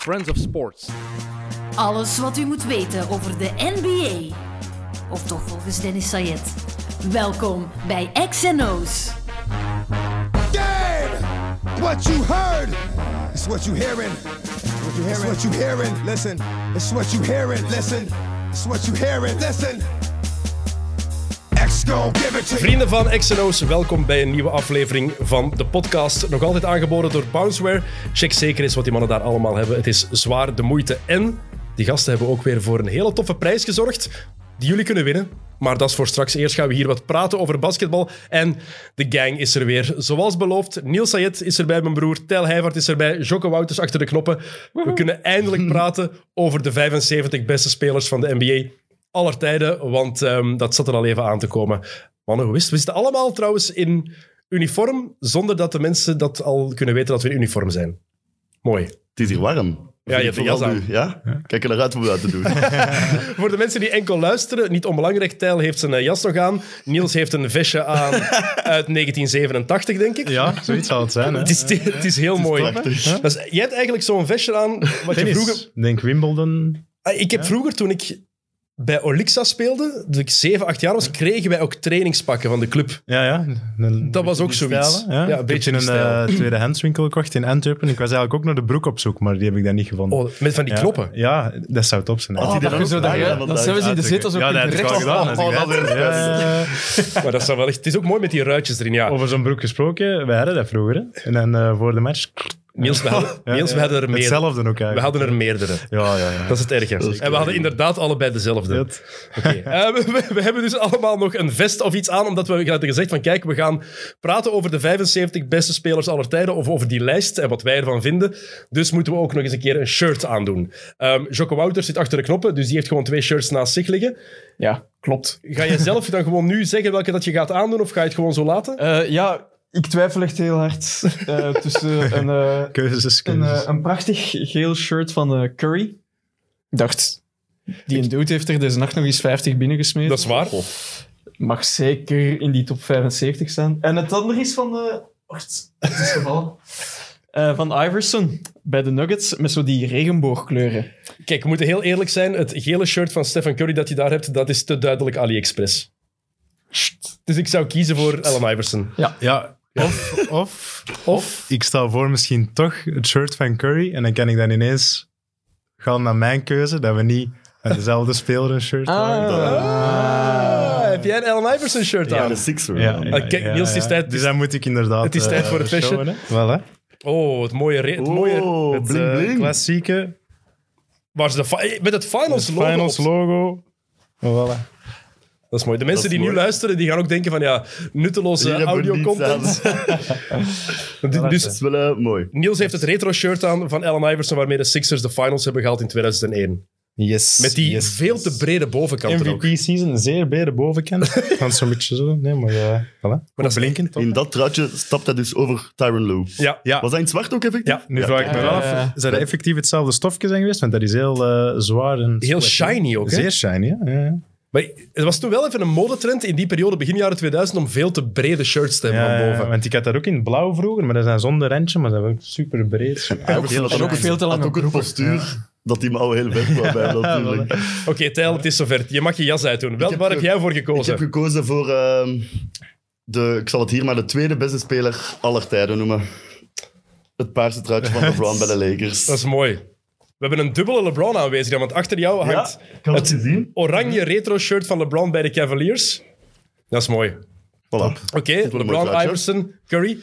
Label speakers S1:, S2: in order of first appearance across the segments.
S1: Friends of Sports.
S2: Alles wat u moet weten over de NBA. Of toch volgens Dennis Sayed. Welkom bij XNO's.
S3: Dead! What you heard is what you hearing. What you hearing. It's what you hearing. Listen. It's what you hearing. Listen. It's what you hearing. Listen. X gon' give it to you.
S4: Vrienden van XNO's, welkom bij een nieuwe aflevering van de podcast. Nog altijd aangeboden door Bounceware. Check zeker eens wat die mannen daar allemaal hebben. Het is zwaar de moeite. En die gasten hebben ook weer voor een hele toffe prijs gezorgd. Die jullie kunnen winnen. Maar dat is voor straks. Eerst gaan we hier wat praten over basketbal. En de gang is er weer. Zoals beloofd, Niels Sayed is erbij, mijn broer. Tel Heijvaart is erbij. Jocke Wouters achter de knoppen. We kunnen eindelijk praten over de 75 beste spelers van de NBA aller tijden, want ehm, dat zat er al even aan te komen. Mannen, hoe is het? We zitten allemaal trouwens in uniform, zonder dat de mensen dat al kunnen weten dat we in uniform zijn. Mooi.
S5: Het is hier warm.
S4: Ja, je hebt een jas
S5: Vooral
S4: aan.
S5: nu, Ja? Kijk er naar uit om dat te doen.
S4: Voor de mensen die enkel luisteren, niet onbelangrijk, Tijl heeft zijn eh, jas nog aan. Niels heeft een vestje aan uit 1987, denk ik.
S6: Ja, zoiets zou het zijn. Hè?
S4: Het is, het is heel mooi.
S5: prachtig.
S4: Dat is- jij hebt eigenlijk zo'n vestje aan wat je
S6: Tennis.
S4: vroeger...
S6: Ik Denk Wimbledon.
S4: Ah, Ik heb vroeger, toen ik bij Olixa speelde, toen ik 7, 8 jaar was, kregen wij ook trainingspakken van de club.
S6: Ja, ja. Een-
S4: Dat was ook
S6: die
S4: zoiets.
S6: stijlen, ja?
S4: Ja, een
S6: een
S4: beetje
S6: beetje een
S4: die stijl.
S6: eh, tweedehandswinkel gekocht in Antwerpen. Ik was eigenlijk ook naar de broek op zoek, maar die heb ik daar niet gevonden.
S4: Oh, met van die
S6: ja.
S4: knoppen.
S6: Ja, dat zou top zijn.
S5: Had
S6: hè.
S5: hij daar ook
S7: zo Oh, dat
S5: vragen
S7: je-
S5: aan, want
S7: dat
S5: daar-
S7: zelfs in de zittel zo
S6: ja, dat heb ik
S7: direct
S6: wel gedaan.
S5: Oh,
S6: als ik
S5: oh,
S6: dat-
S5: dat is het
S6: Ja,
S4: Maar dat zou wel echt, het is ook mooi met die ruitjes erin. Ja.
S6: Over zo'n broek gesproken, wij hadden dat vroeger. hè. En dan eh, voor de match...
S4: Niels, we hadden,
S6: Ja,
S4: Niels, we
S6: ja.
S4: hadden er meerdere.
S6: Hetzelfde ook eigenlijk.
S4: We hadden er meerdere.
S6: Ja, ja, ja.
S4: Dat is het erge. en we hadden inderdaad allebei dezelfde. Oké. Eh, we, we- we hebben dus allemaal nog een vest of iets aan, omdat we hadden gezegd van kijk, we gaan praten over de 75 beste spelers aller tijden, of over die lijst en wat wij ervan vinden. Dus moeten we ook nog eens een keer een shirt aandoen. Ehm Jocke Wouters zit achter de knoppen, dus die heeft gewoon twee shirts naast zich liggen.
S7: Ja, klopt.
S4: Ga je zelf dan gewoon nu zeggen welke dat je gaat aandoen, of ga je het gewoon zo laten?
S7: Eh, ja, ik twijfel echt heel hard eh, tussen een, eh,
S6: Keuzes,
S7: een,
S6: keuzes.
S7: eh, een prachtig geel shirt van eh, Curry. Ik dacht, die een dude heeft er deze nacht nog eens 50 binnengesmeten.
S4: Dat is waar.
S7: Mag zeker in die top 75 staan. En het andere is van... eh wacht, het is gevallen. Eh, van Iverson bij de Nuggets met zo die regenboogkleuren.
S4: Kijk, we moeten heel eerlijk zijn. Het gele shirt van Stephen Curry dat je daar hebt, dat is te duidelijk AliExpress. Dus ik zou kiezen voor Allen Iverson.
S6: Ja, of, of
S4: Of...
S6: ik stel voor misschien toch het shirt van Curry en dan kan ik dan ineens gaan naar mijn keuze, dat we niet met dezelfde speler een shirt maken.
S4: Ah, heb jij een Allen Iverson shirt
S5: Ja,
S4: aan?
S5: de Sixer. Oh,
S6: Ja,
S5: man.
S6: ja,
S4: Ah, kijk, Niels, het is tijd-
S6: Dus dan moet ik inderdaad...
S4: het is tijd
S6: eh,
S4: voor het
S6: showen,
S4: fashion.
S6: hè. Wel, hè?
S4: Oh, het mooie... re- Het mooie
S5: Oh,
S6: Het,
S5: bling
S6: eh,
S5: bling.
S6: klassieke
S4: waar ze de fi- eh, met het finals logo.
S6: finals
S4: op.
S6: logo. Oh, Voilà.
S4: Dat is mooi. De mensen
S5: Dat is
S4: die nu
S5: mooi.
S4: luisteren, die gaan ook denken van ja,
S5: Hier
S4: nutteloze
S5: hebben we niets
S4: audiocontent.
S5: aan.
S4: Du-
S5: Dat is
S4: Dus
S5: wel eh, mooi.
S4: Niels heeft het retro shirt aan van Allen Iverson, waarmee de Sixers de finals hebben gehaald in 2001.
S6: Yes.
S4: Met die
S6: yes.
S4: veel te brede bovenkant er ook.
S6: MVP-season, zeer brede bovenkant. Van zo'n beetje zo. Nee, maar ja, voilà.
S4: Maar dat is-
S6: blinkend, toch?
S5: In dat truitje stapt hij dus over Tyron Lou.
S4: Ja,
S6: Ja.
S5: Was hij in het zwart ook effectief?
S4: Ja.
S6: Nu vraag ik me
S7: ja,
S6: af,
S7: ja.
S6: zou dat effectief hetzelfde stofje zijn geweest? Want dat is heel eh, zwaar en...
S4: heel shiny ook. Hè?
S6: Zeer shiny, ja. ja, ja.
S4: Maar het was toen wel even een modetrend in die periode, begin jaren 2000, om veel te brede shirts te hebben
S6: Ja,
S4: van
S6: ja,
S4: boven.
S6: want ik had dat ook in het blauw vroeger, maar dat zijn zonder randje, maar dat was ook super breed.
S5: Hij had
S7: En ook veel te
S5: had
S7: lange
S5: ook het postuur dat die mouwen heel weg kwam bij hem, natuurlijk.
S4: Oké, Tijl, het is zover. Je mag je jas uitdoen. Wel,
S5: heb
S4: waar heb
S5: ge-
S4: jij voor
S5: Ik heb
S4: gekozen?
S5: gekozen voor ehm, de, ik zal het hier maar de tweede beste speler aller tijden noemen. Het paarse truitje van LeBron bij de Lakers.
S4: Dat is mooi. We hebben een dubbele LeBron aanwezig, dan, want achter jou hangt het oranje retro shirt van LeBron bij de Cavaliers. Dat is mooi. Oké,
S5: Voilà. wil een mooi
S4: LeBron,
S5: plaatje.
S4: Iverson, Curry.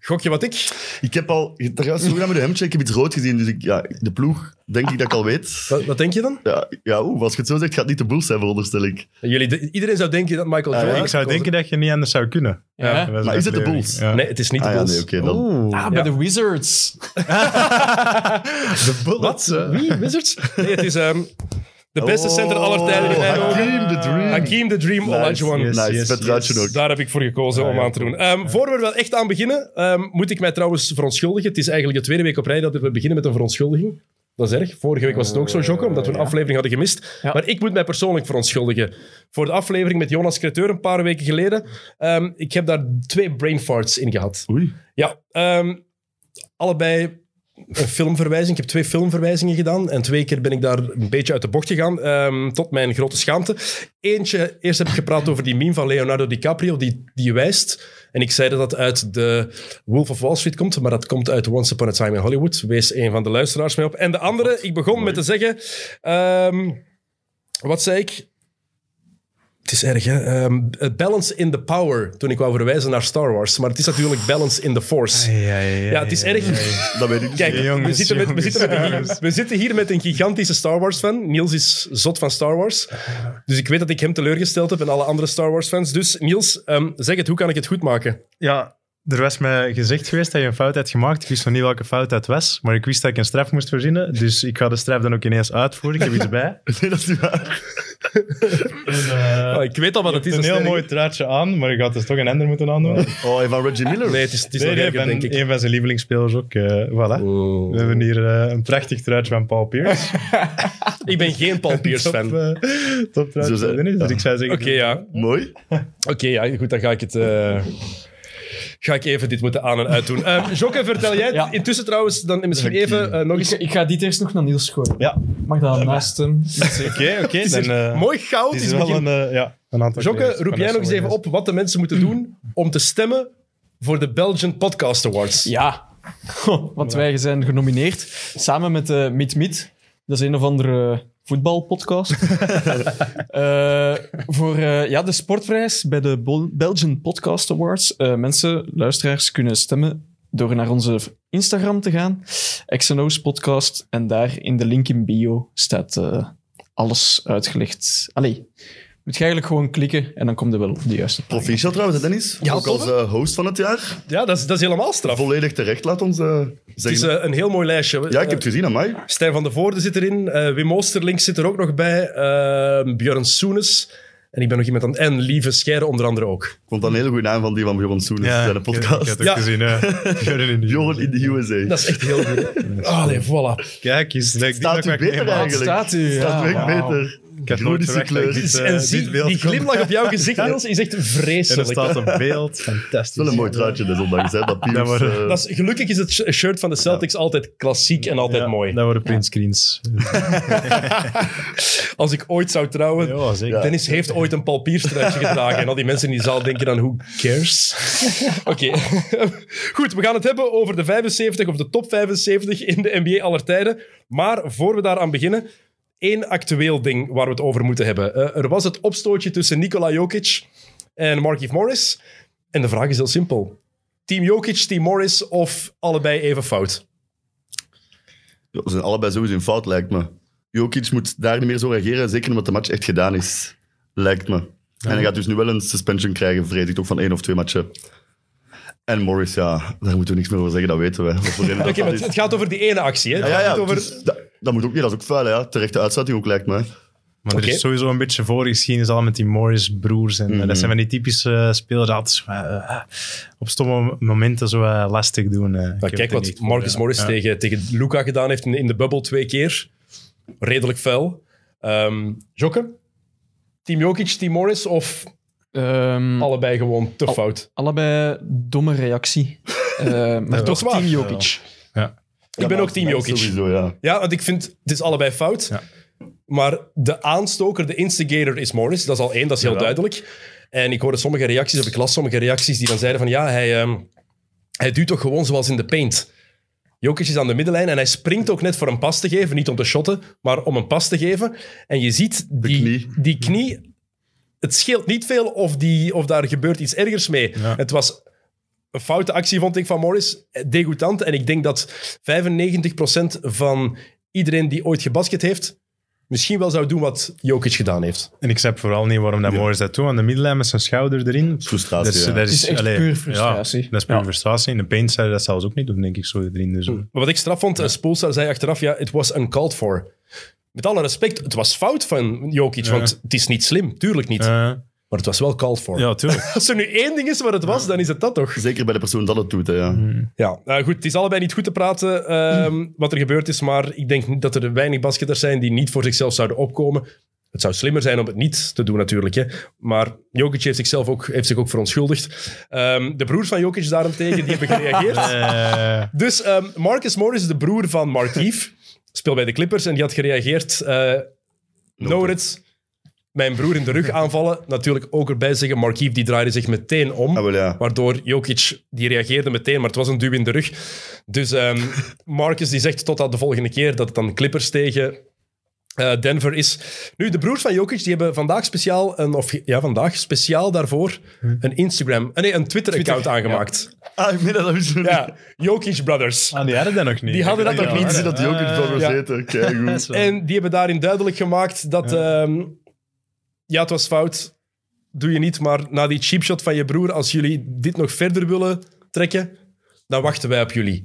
S4: Gok je wat ik?
S5: Ik heb al, trouwens, hoe gaan we de hemdje? Ik heb iets rood gezien, dus ik, ja, de ploeg denk ik dat ik al weet.
S4: Wat, wat denk je dan?
S5: Ja, ja oeh, als je het zo zegt, gaat het niet de Bulls zijn, veronderstel ik.
S4: Jullie, de- iedereen zou denken dat Michael
S5: Ah,
S4: Jordan...
S5: ja,
S6: Ik zou
S4: gekozen-
S6: denken dat je niet anders zou kunnen.
S7: Ja.
S6: Dat was
S5: Maar is het de
S6: aflevering.
S5: Bulls?
S6: Ja.
S4: Nee, het is niet de
S5: Ah ja,
S4: Bulls.
S5: nee, oké dan.
S7: Ah, bij de Wizards.
S6: De Bullets.
S4: Wat? Wie? Wizards? Nee, het is ehm, de beste
S5: Oh,
S4: center aller tijden in mijn ogen.
S5: Hakeem the Dream.
S4: Hakeem the Dream Olajuwon.
S6: yes.
S5: Hmm. Nice,
S6: yes,
S5: vet truitje
S6: yes.
S5: ook.
S4: Daar heb ik voor gekozen om aan te doen. Ehm, Voor we er wel echt aan beginnen, ehm, moet ik mij trouwens verontschuldigen. Het is eigenlijk de tweede week op rij dat we beginnen met een verontschuldiging. Dat is erg. Vorige week was het ook
S6: Eh,
S4: zo, Jocko, omdat we een aflevering hadden gemist.
S7: Ja.
S4: Maar ik moet mij persoonlijk verontschuldigen. Voor de aflevering met Jonas Creteur een paar weken geleden. ehm, ik heb daar twee brain farts in gehad.
S5: Oei.
S4: Ja, ehm, allebei een filmverwijzing. Ik heb twee filmverwijzingen gedaan en twee keer ben ik daar een beetje uit de bocht gegaan, ehm, tot mijn grote schaamte. Eentje, eerst heb ik gepraat over die meme van Leonardo DiCaprio, die, die wijst. En ik zei dat dat uit de Wolf of Wall Street komt, maar dat komt uit Once Upon a Time in Hollywood. Wees een van de luisteraars mee op. En de andere, ik begon met te zeggen... ehm, wat zei ik? Het is erg, hè? Ehm, balance in the power, toen ik wou verwijzen naar Star Wars. Maar het is natuurlijk balance in the force.
S6: Ja,
S4: Ja, het is erg.
S5: Dat weet ik niet.
S4: Kijk,
S6: Jongens,
S4: we, zitten met, we,
S6: jongens,
S4: zitten met een,
S6: jongens.
S4: gi- we zitten hier met een gigantische Star Wars-fan. Niels is zot van Star Wars. Dus ik weet dat ik hem teleurgesteld heb en alle andere Star Wars-fans. Dus Niels, ehm, zeg het, hoe kan ik het goed maken?
S6: Ja, er was me gezegd geweest dat je een fout had gemaakt. Ik wist nog niet welke fout dat was, maar ik wist dat ik een straf moest voorzien. Dus ik ga de straf dan ook ineens uitvoeren. Ik heb iets bij.
S5: Nee, dat is niet waar.
S4: Oh, ik weet al wat het
S6: Het
S4: is.
S6: is Eh,
S4: dat
S6: een heel
S4: stel ik-
S6: mooi truitje aan, maar je gaat dus toch een ander moeten aandoen. Nee,
S5: Oh, en van Reggie Miller.
S4: Nee, het is, het is
S6: nee,
S4: nog
S6: ik
S4: erger,
S6: ben
S4: denk ik.
S6: een van zijn lievelingsspelers ook. eh, voilà. We hebben hier eh, een prachtig truitje van Paul Pierce.
S4: Ik ben geen Paul Pierce-fan. Oké,
S6: Top, eh, top
S5: Zo
S6: truitje.
S5: zei-
S6: van Dennis. Dus ik zou zeggen...
S4: ja.
S5: Mooi.
S4: Oké, ja, goed, dan ga ik het... eh, Ga ik even dit moeten aan en uit doen. Ehm, Jokke, vertel jij het?
S7: Ja.
S4: Intussen trouwens, dan misschien even eh, nog
S7: Ik,
S4: eens...
S7: ik ga dit eerst nog naar Niels gooien.
S6: Ja,
S7: Mag dat naast hem?
S6: oké, oké. dan, eh,
S4: Mooi goud.
S6: het
S4: is
S6: is wel
S4: begin-
S6: een, eh, ja, een aantal
S4: Jokke,
S6: collega's
S4: roep
S6: van
S4: jij nog eens
S6: SOS.
S4: even op wat de mensen moeten doen om te stemmen voor de Belgian Podcast Awards.
S7: Ja. Want wij zijn genomineerd samen met eh Meet Meet. Dat is een of andere eh, voetbalpodcast. Eh, voor eh, ja, de sportprijs bij de Bol- Belgian Podcast Awards. Eh, mensen, luisteraars, kunnen stemmen door naar onze Instagram te gaan. XNO's podcast. En daar in de link in bio staat eh, alles uitgelegd. Allee, moet je eigenlijk gewoon klikken en dan komt er wel op de juiste pagina.
S5: Proficiat trouwens, hè, Dennis. ook als eh, host van het jaar.
S4: Ja, dat, is, dat is helemaal straf. Het
S5: Volledig terecht, laat ons eh,
S4: is
S5: zeggen.
S4: eh, een heel mooi lijstje.
S5: ja, ik heb het gezien aan mij.
S4: Eh, Stijn van de Voorde zit erin, eh, Wim Oosterlink zit er ook nog bij, eh Björn Soenes. En ik ben nog iemand aan... En Lieve Scheire onder andere ook.
S5: Ik vond dat een hele goede naam van die van Joran Soenes,
S6: Ja,
S5: zijn
S6: ik- Ik
S5: podcast.
S6: heb het ook
S4: Ja.
S6: gezien, hè. Joren in de
S5: Joran in de USA.
S4: Dat is echt heel goed. Allee, voilà.
S6: Kijk eens, dat ik
S5: staat
S6: die
S5: u
S6: nog mag
S5: beter
S6: meemaken.
S5: eigenlijk.
S7: staat u,
S5: Staat
S7: ja,
S5: u echt
S7: wauw.
S5: beter.
S6: Ik had nooit
S5: Chronische
S6: verwacht dat ik
S5: kleur.
S6: dit, eh,
S4: en
S6: dit
S4: zie,
S6: beeld
S4: die
S6: kon-
S4: glimlach op jouw gezicht,
S6: Ja.
S4: Niels, is echt
S6: En er
S4: vreselijk.
S6: staat een beeld. Fantastisch.
S5: Wel een mooi truitje dus, ondanks hè, dat Piers...
S6: Ja, maar,
S5: eh,
S4: Dat is, gelukkig is het sh- shirt van de Celtics altijd klassiek en altijd
S6: Ja,
S4: mooi.
S6: Dat worden printscreens.
S4: Als ik ooit zou trouwen,
S6: Ja, zeker.
S4: Dennis heeft ooit een Paul Pierce truitje gedragen. En al die mensen in die zaal denken dan, who cares? Oké. Goed, we gaan het hebben over de 75 of de top 75 in de NBA aller tijden. Maar voor we daaraan beginnen, één actueel ding waar we het over moeten hebben. Eh, er was het opstootje tussen Nikola Jokic en Markieff Morris. En de vraag is heel simpel. Team Jokic, Team Morris of allebei even fout?
S5: ja, Ze zijn allebei sowieso in fout, lijkt me. Jokic moet daar niet meer zo reageren, zeker omdat de match echt gedaan is. Lijkt me. En hij gaat dus nu wel een suspension krijgen, vrees ik, toch van één of twee matchen. En Morris, ja, daar moeten we niks meer over zeggen, dat weten we. Wat voor reden dat
S4: Oké, maar
S5: dat
S4: het,
S5: is.
S4: het gaat over die ene actie. Hè? Het
S5: Ja, ja,
S4: gaat
S5: ja
S4: niet over...
S5: dus dat, dat moet ook niet, dat is ook vuil, hè, ja. Terechte uitzetting ook, lijkt me.
S6: Maar er
S4: Oké. Mhm.
S6: is sowieso een beetje voorgeschiedenis al met die Morris-broers. En eh, dat zijn van die typische eh, spelers die altijd zo, eh, eh, op stomme momenten zo eh, lastig doen. eh. Ik
S4: Maar
S6: heb
S4: kijk
S6: het
S4: wat
S6: niet voor,
S4: Marcus
S6: ja.
S4: Morris
S6: Ja.
S4: tegen, tegen Luca gedaan heeft in, in de bubbel twee keer. Redelijk fel. Ehm Jokke? Team Jokic, Team Morris of
S7: Ehm,
S4: allebei gewoon te fout?
S7: Allebei domme reactie. Eh, maar
S4: Dat is
S7: toch
S4: waar.
S7: Team Jokic.
S4: ik ben ook Team
S5: team
S4: Jokic.
S5: Sowieso, ja.
S4: Ja, want ik vind het is allebei fout.
S6: Ja.
S4: Maar de aanstoker, de instigator is Morris. Dat is al één, dat is heel
S5: Jawel.
S4: duidelijk. En ik hoorde sommige reacties, of ik las sommige reacties die dan zeiden van ja, hij, ehm, hij duwt toch gewoon zoals in de paint. Jokic is aan de middenlijn en hij springt ook net voor een pas te geven. Niet om te shotten, maar om een pas te geven. En je ziet die
S5: knie.
S4: Die knie het scheelt niet veel of, die, of daar gebeurt iets ergers mee.
S6: Ja.
S4: Het was een foute actie, vond ik, van Morris. Degoutant. En ik denk dat 95% van iedereen die ooit gebasket heeft, misschien wel zou doen wat Jokic gedaan heeft.
S6: En ik snap vooral niet waarom dat Morris dat doet. Want de middenlijn met zijn schouder erin...
S5: Frustratie,
S6: dat is,
S5: ja.
S6: dat
S7: Het is echt
S6: allee,
S7: puur
S6: ja,
S7: frustratie.
S6: dat is puur
S7: Ja.
S6: frustratie. In de paint zou je dat zelfs ook niet doen, denk ik, zo erin. Dus,
S5: Hm.
S6: eh.
S4: Maar wat ik straf vond, eh, Spoelstra zei achteraf, ja, it was uncalled for. Met alle respect, het was fout van Jokic, want het is niet slim. Tuurlijk niet.
S6: Eh,
S4: Maar het was wel called for.
S6: ja, tuurlijk.
S4: Als er nu één ding is wat het was, dan is het dat toch?
S5: Zeker bij de persoon dat het doet, hè, ja.
S4: Ja, nou goed, het is allebei niet goed te praten ehm, wat er gebeurd is, maar ik denk niet dat er weinig basketters zijn die niet voor zichzelf zouden opkomen. Het zou slimmer zijn om het niet te doen natuurlijk. Hè. Maar Jokic heeft zichzelf ook, heeft zich ook verontschuldigd. Ehm, de broers van Jokic daarentegen, die hebben gereageerd.
S6: Eh,
S4: Dus ehm, Marcus Morris, de broer van Markief, speelt bij de Clippers en die had gereageerd. eh Norits, mijn broer in de rug aanvallen. Natuurlijk ook erbij zeggen, Markief die draaide zich meteen om.
S5: Ah, wel ja.
S4: Waardoor Jokic, die reageerde meteen, maar het was een duw in de rug. Dus ehm, Marcus die zegt tot aan de volgende keer dat het dan Clippers tegen eh, Denver is. Nu, de broers van Jokic die hebben vandaag speciaal, een, of ja, vandaag speciaal daarvoor
S5: Hm.
S4: een Instagram, eh, nee, een Twitter-account aangemaakt.
S5: Ah, ik meen dat dat is zo
S4: Ja.
S5: niet.
S4: Jokic Brothers.
S6: ah, die hadden dat nog niet.
S4: Die hadden dat nog
S5: Ik
S4: niet.
S5: zie dat die ook in het
S4: ja.
S5: Brothers eten. Keigoed.
S4: En die hebben daarin duidelijk gemaakt dat... ehm, ja, het was fout. Doe je niet, maar na die cheapshot van je broer, als jullie dit nog verder willen trekken, dan wachten wij op jullie.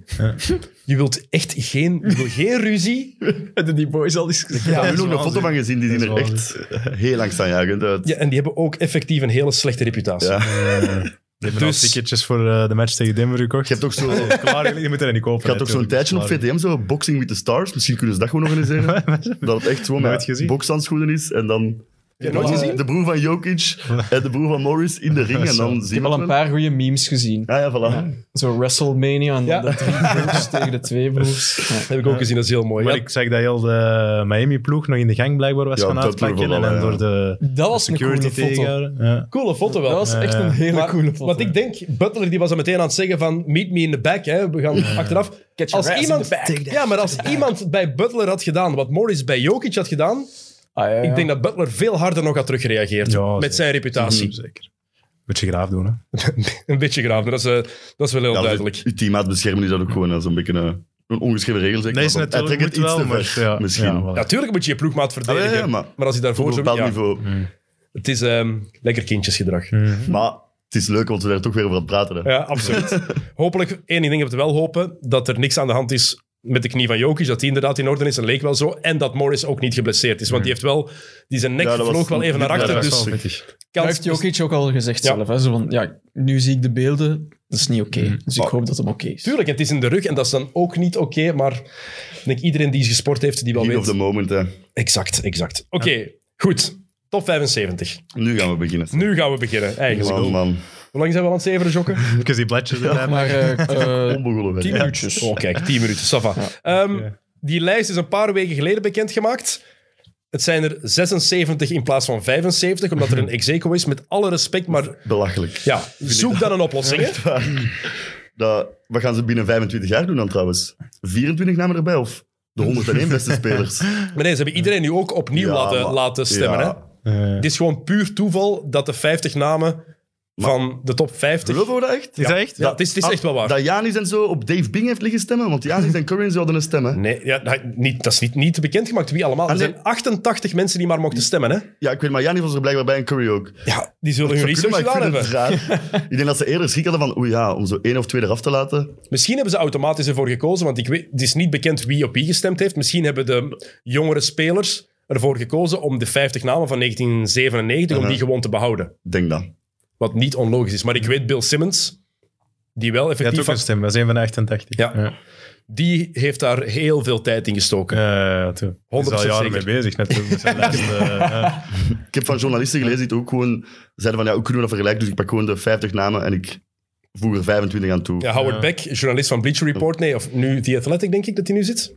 S4: Je wilt echt geen, je wil geen ruzie.
S7: Hebben die boys al eens gezien?
S5: Ja, we hebben
S6: dat
S5: ook
S6: is
S5: een foto van gezien, die zien er
S6: Dat is
S5: echt eh, heel langzaamjagend uit.
S4: Ja, en die hebben ook effectief een hele slechte reputatie.
S5: Ja.
S6: Die hebben
S4: Dus-
S6: al ticketjes voor eh, de match tegen Denver gekocht.
S5: Je hebt ook zo...
S6: Klaar, je moet er niet kopen.
S5: Ik had toch zo'n tijdje op VTM, zo Boxing with the Stars. Misschien kunnen ze dat gewoon organiseren. dat het echt gewoon
S6: Nooit
S5: met
S6: gezien.
S5: bokshandschoenen is en dan...
S4: Heb je nooit gezien?
S5: De broer van Jokic en de broer van Morris in de ring. En dan
S7: Ik
S5: zien
S7: heb
S5: we
S7: al
S5: het
S7: een
S5: wel.
S7: paar goede memes gezien.
S5: Ah ja, voilà.
S7: Zo WrestleMania en
S4: Ja.
S7: dan de drie broers tegen de twee broers. Ja.
S4: Dat heb ik ook gezien, dat is heel mooi.
S6: Maar
S4: Ja,
S6: ik zag dat heel de Miami-ploeg nog in de gang blijkbaar was
S5: Ja,
S6: gaan
S5: dat
S6: uitpakken. En
S5: ploeg wel,
S6: dan
S5: ja.
S6: door de
S7: Dat was een
S6: security
S7: coole foto.
S6: tegenhouden. Ja.
S4: Coole foto wel.
S7: Dat was echt een hele
S4: Maar
S7: coole foto.
S4: Wat ik denk, Butler die was al meteen aan het zeggen van meet me in the back. Hè. We gaan achteraf.
S7: Catch your
S4: Als
S7: ass in
S4: iemand,
S7: the back. Take that.
S4: ja, maar als iemand bij Butler had gedaan wat Morris bij Jokic had gedaan,
S7: Ah, ja, ja.
S4: ik denk dat Butler veel harder nog had teruggereageerd
S6: Ja,
S4: met
S6: zeker.
S4: zijn reputatie.
S5: Hm.
S6: Zeker. Moet je graaf doen, hè.
S7: Mhm.
S4: Een beetje graven, dat is, eh, dat is wel heel
S5: Ja,
S4: duidelijk.
S5: dus Uw teammaat beschermen is dat ook gewoon eh, zo'n beetje een, een ongeschreven regel. Zeg.
S6: Dat is
S5: maar dan-
S6: natuurlijk
S5: hij
S6: moet
S5: trekt het
S6: wel,
S5: iets te
S6: maar...
S5: ver,
S6: Ja,
S5: misschien.
S6: ja,
S5: Op
S6: voilà.
S4: Natuurlijk moet je je ploegmaat verdedigen.
S5: Ah, ja, ja, maar-
S4: maar, als hij
S5: een
S4: daarvoor zo...
S5: bepaald
S4: ja,
S5: niveau.
S4: het is ehm, lekker kindjesgedrag.
S5: Maar het is leuk, want we daar toch weer over aan het praten. Hè.
S4: Ja, absoluut. Hopelijk, één ding hebben we wel hopen, dat er niks aan de hand is met de knie van Jokic, dat die inderdaad in orde is, dat leek wel zo. En dat Morris ook niet geblesseerd is, want die heeft wel, die zijn nek
S5: Hmm. Ja, dat was
S4: vloog wel even naar
S5: niet- ja,
S4: achter,
S5: dat
S4: dus
S5: was
S6: pittig.
S7: Dat
S4: kans...
S7: heeft Jokic ook al gezegd
S4: dus- Ja.
S7: zelf. Hè? Zo van, ja, nu zie ik de beelden, dat is niet oké. Dus ik hoop dat hem oké is.
S4: Mhm. Oh. Tuurlijk, het is in de rug en dat is dan ook niet oké, maar ik denk iedereen die gesport heeft, die wel
S5: Heat of the
S4: weet.
S5: moment, hè.
S4: Exact, exact. Oké, goed. Top 75.
S5: Nu gaan we beginnen.
S4: Nu gaan we beginnen, eigenlijk.
S5: Man, man.
S4: Hoe lang zijn we al aan het zeveren, Jokken?
S6: Even die bladjes erbij.
S7: Maar eh, eh,
S5: Onbegonnen
S7: tien
S5: werk.
S7: minuutjes.
S4: Oh, kijk, 10 minuten, Safa. Ehm,
S6: oké.
S4: Die lijst is een paar weken geleden bekendgemaakt. Het zijn er 76 in plaats van 75, omdat er
S5: Mhm.
S4: een execo is. Met alle respect, maar
S5: Belachelijk.
S4: ja, zoek dan een oplossing. hè.
S5: Dat, wat gaan ze binnen 25 jaar doen dan trouwens? 24 namen erbij of de 101 beste spelers?
S4: Maar nee, ze hebben iedereen nu ook opnieuw
S5: Ja,
S4: laten,
S5: maar-
S4: laten stemmen. Hè?
S5: Ja.
S6: Eh,
S4: Het is gewoon puur toeval dat de 50 namen van de top 50...
S5: Geloven we dat echt? Ah,
S6: Is dat echt?
S4: Ja, het is, het is echt wel waar.
S5: Dat Janis en zo op Dave Bing heeft liggen stemmen? Want Janis en Curry zouden een stem, hè?
S4: Nee, ja, dat- niet, dat is niet, niet bekendgemaakt wie allemaal. Er
S5: Ah, nee.
S4: zijn 88 mensen die maar mochten stemmen. Hè?
S5: Ja, ik weet maar, Janis was er blijkbaar bij en Curry ook.
S4: Ja, die zullen hun
S5: Zou
S4: research
S5: kunnen,
S4: gedaan
S5: maar ik
S4: hebben.
S5: vind het raar. ik denk dat ze eerder schrik hadden van, oei ja, om zo één of twee eraf te laten.
S4: Misschien hebben ze automatisch ervoor gekozen, want ik weet, het is niet bekend wie op wie gestemd heeft. Misschien hebben de jongere spelers ervoor gekozen om de 50 namen van 1997 om die gewoon te behouden.
S5: Ik Denk dat.
S4: Wat niet onlogisch is. Maar ik weet Bill Simmons, die wel
S6: Je hebt
S4: effectief...
S6: ook een stem, dat is een van de 88.
S4: Ja.
S6: ja.
S4: die heeft daar heel veel tijd in gestoken.
S6: Eh, toe. Hij is
S4: 100%
S6: al jaren
S4: zeker.
S6: mee bezig natuurlijk met zijn lijst. eh, ja.
S5: Ik heb van journalisten gelezen die het ook gewoon zeiden van, ja, hoe kunnen we dat vergelijken? Dus ik pak gewoon de 50 namen en ik voeg er 25 aan toe.
S4: Ja, Howard
S6: Ja.
S4: Beck, journalist van Bleacher Report, nee, of nu The Athletic, denk ik dat hij nu zit.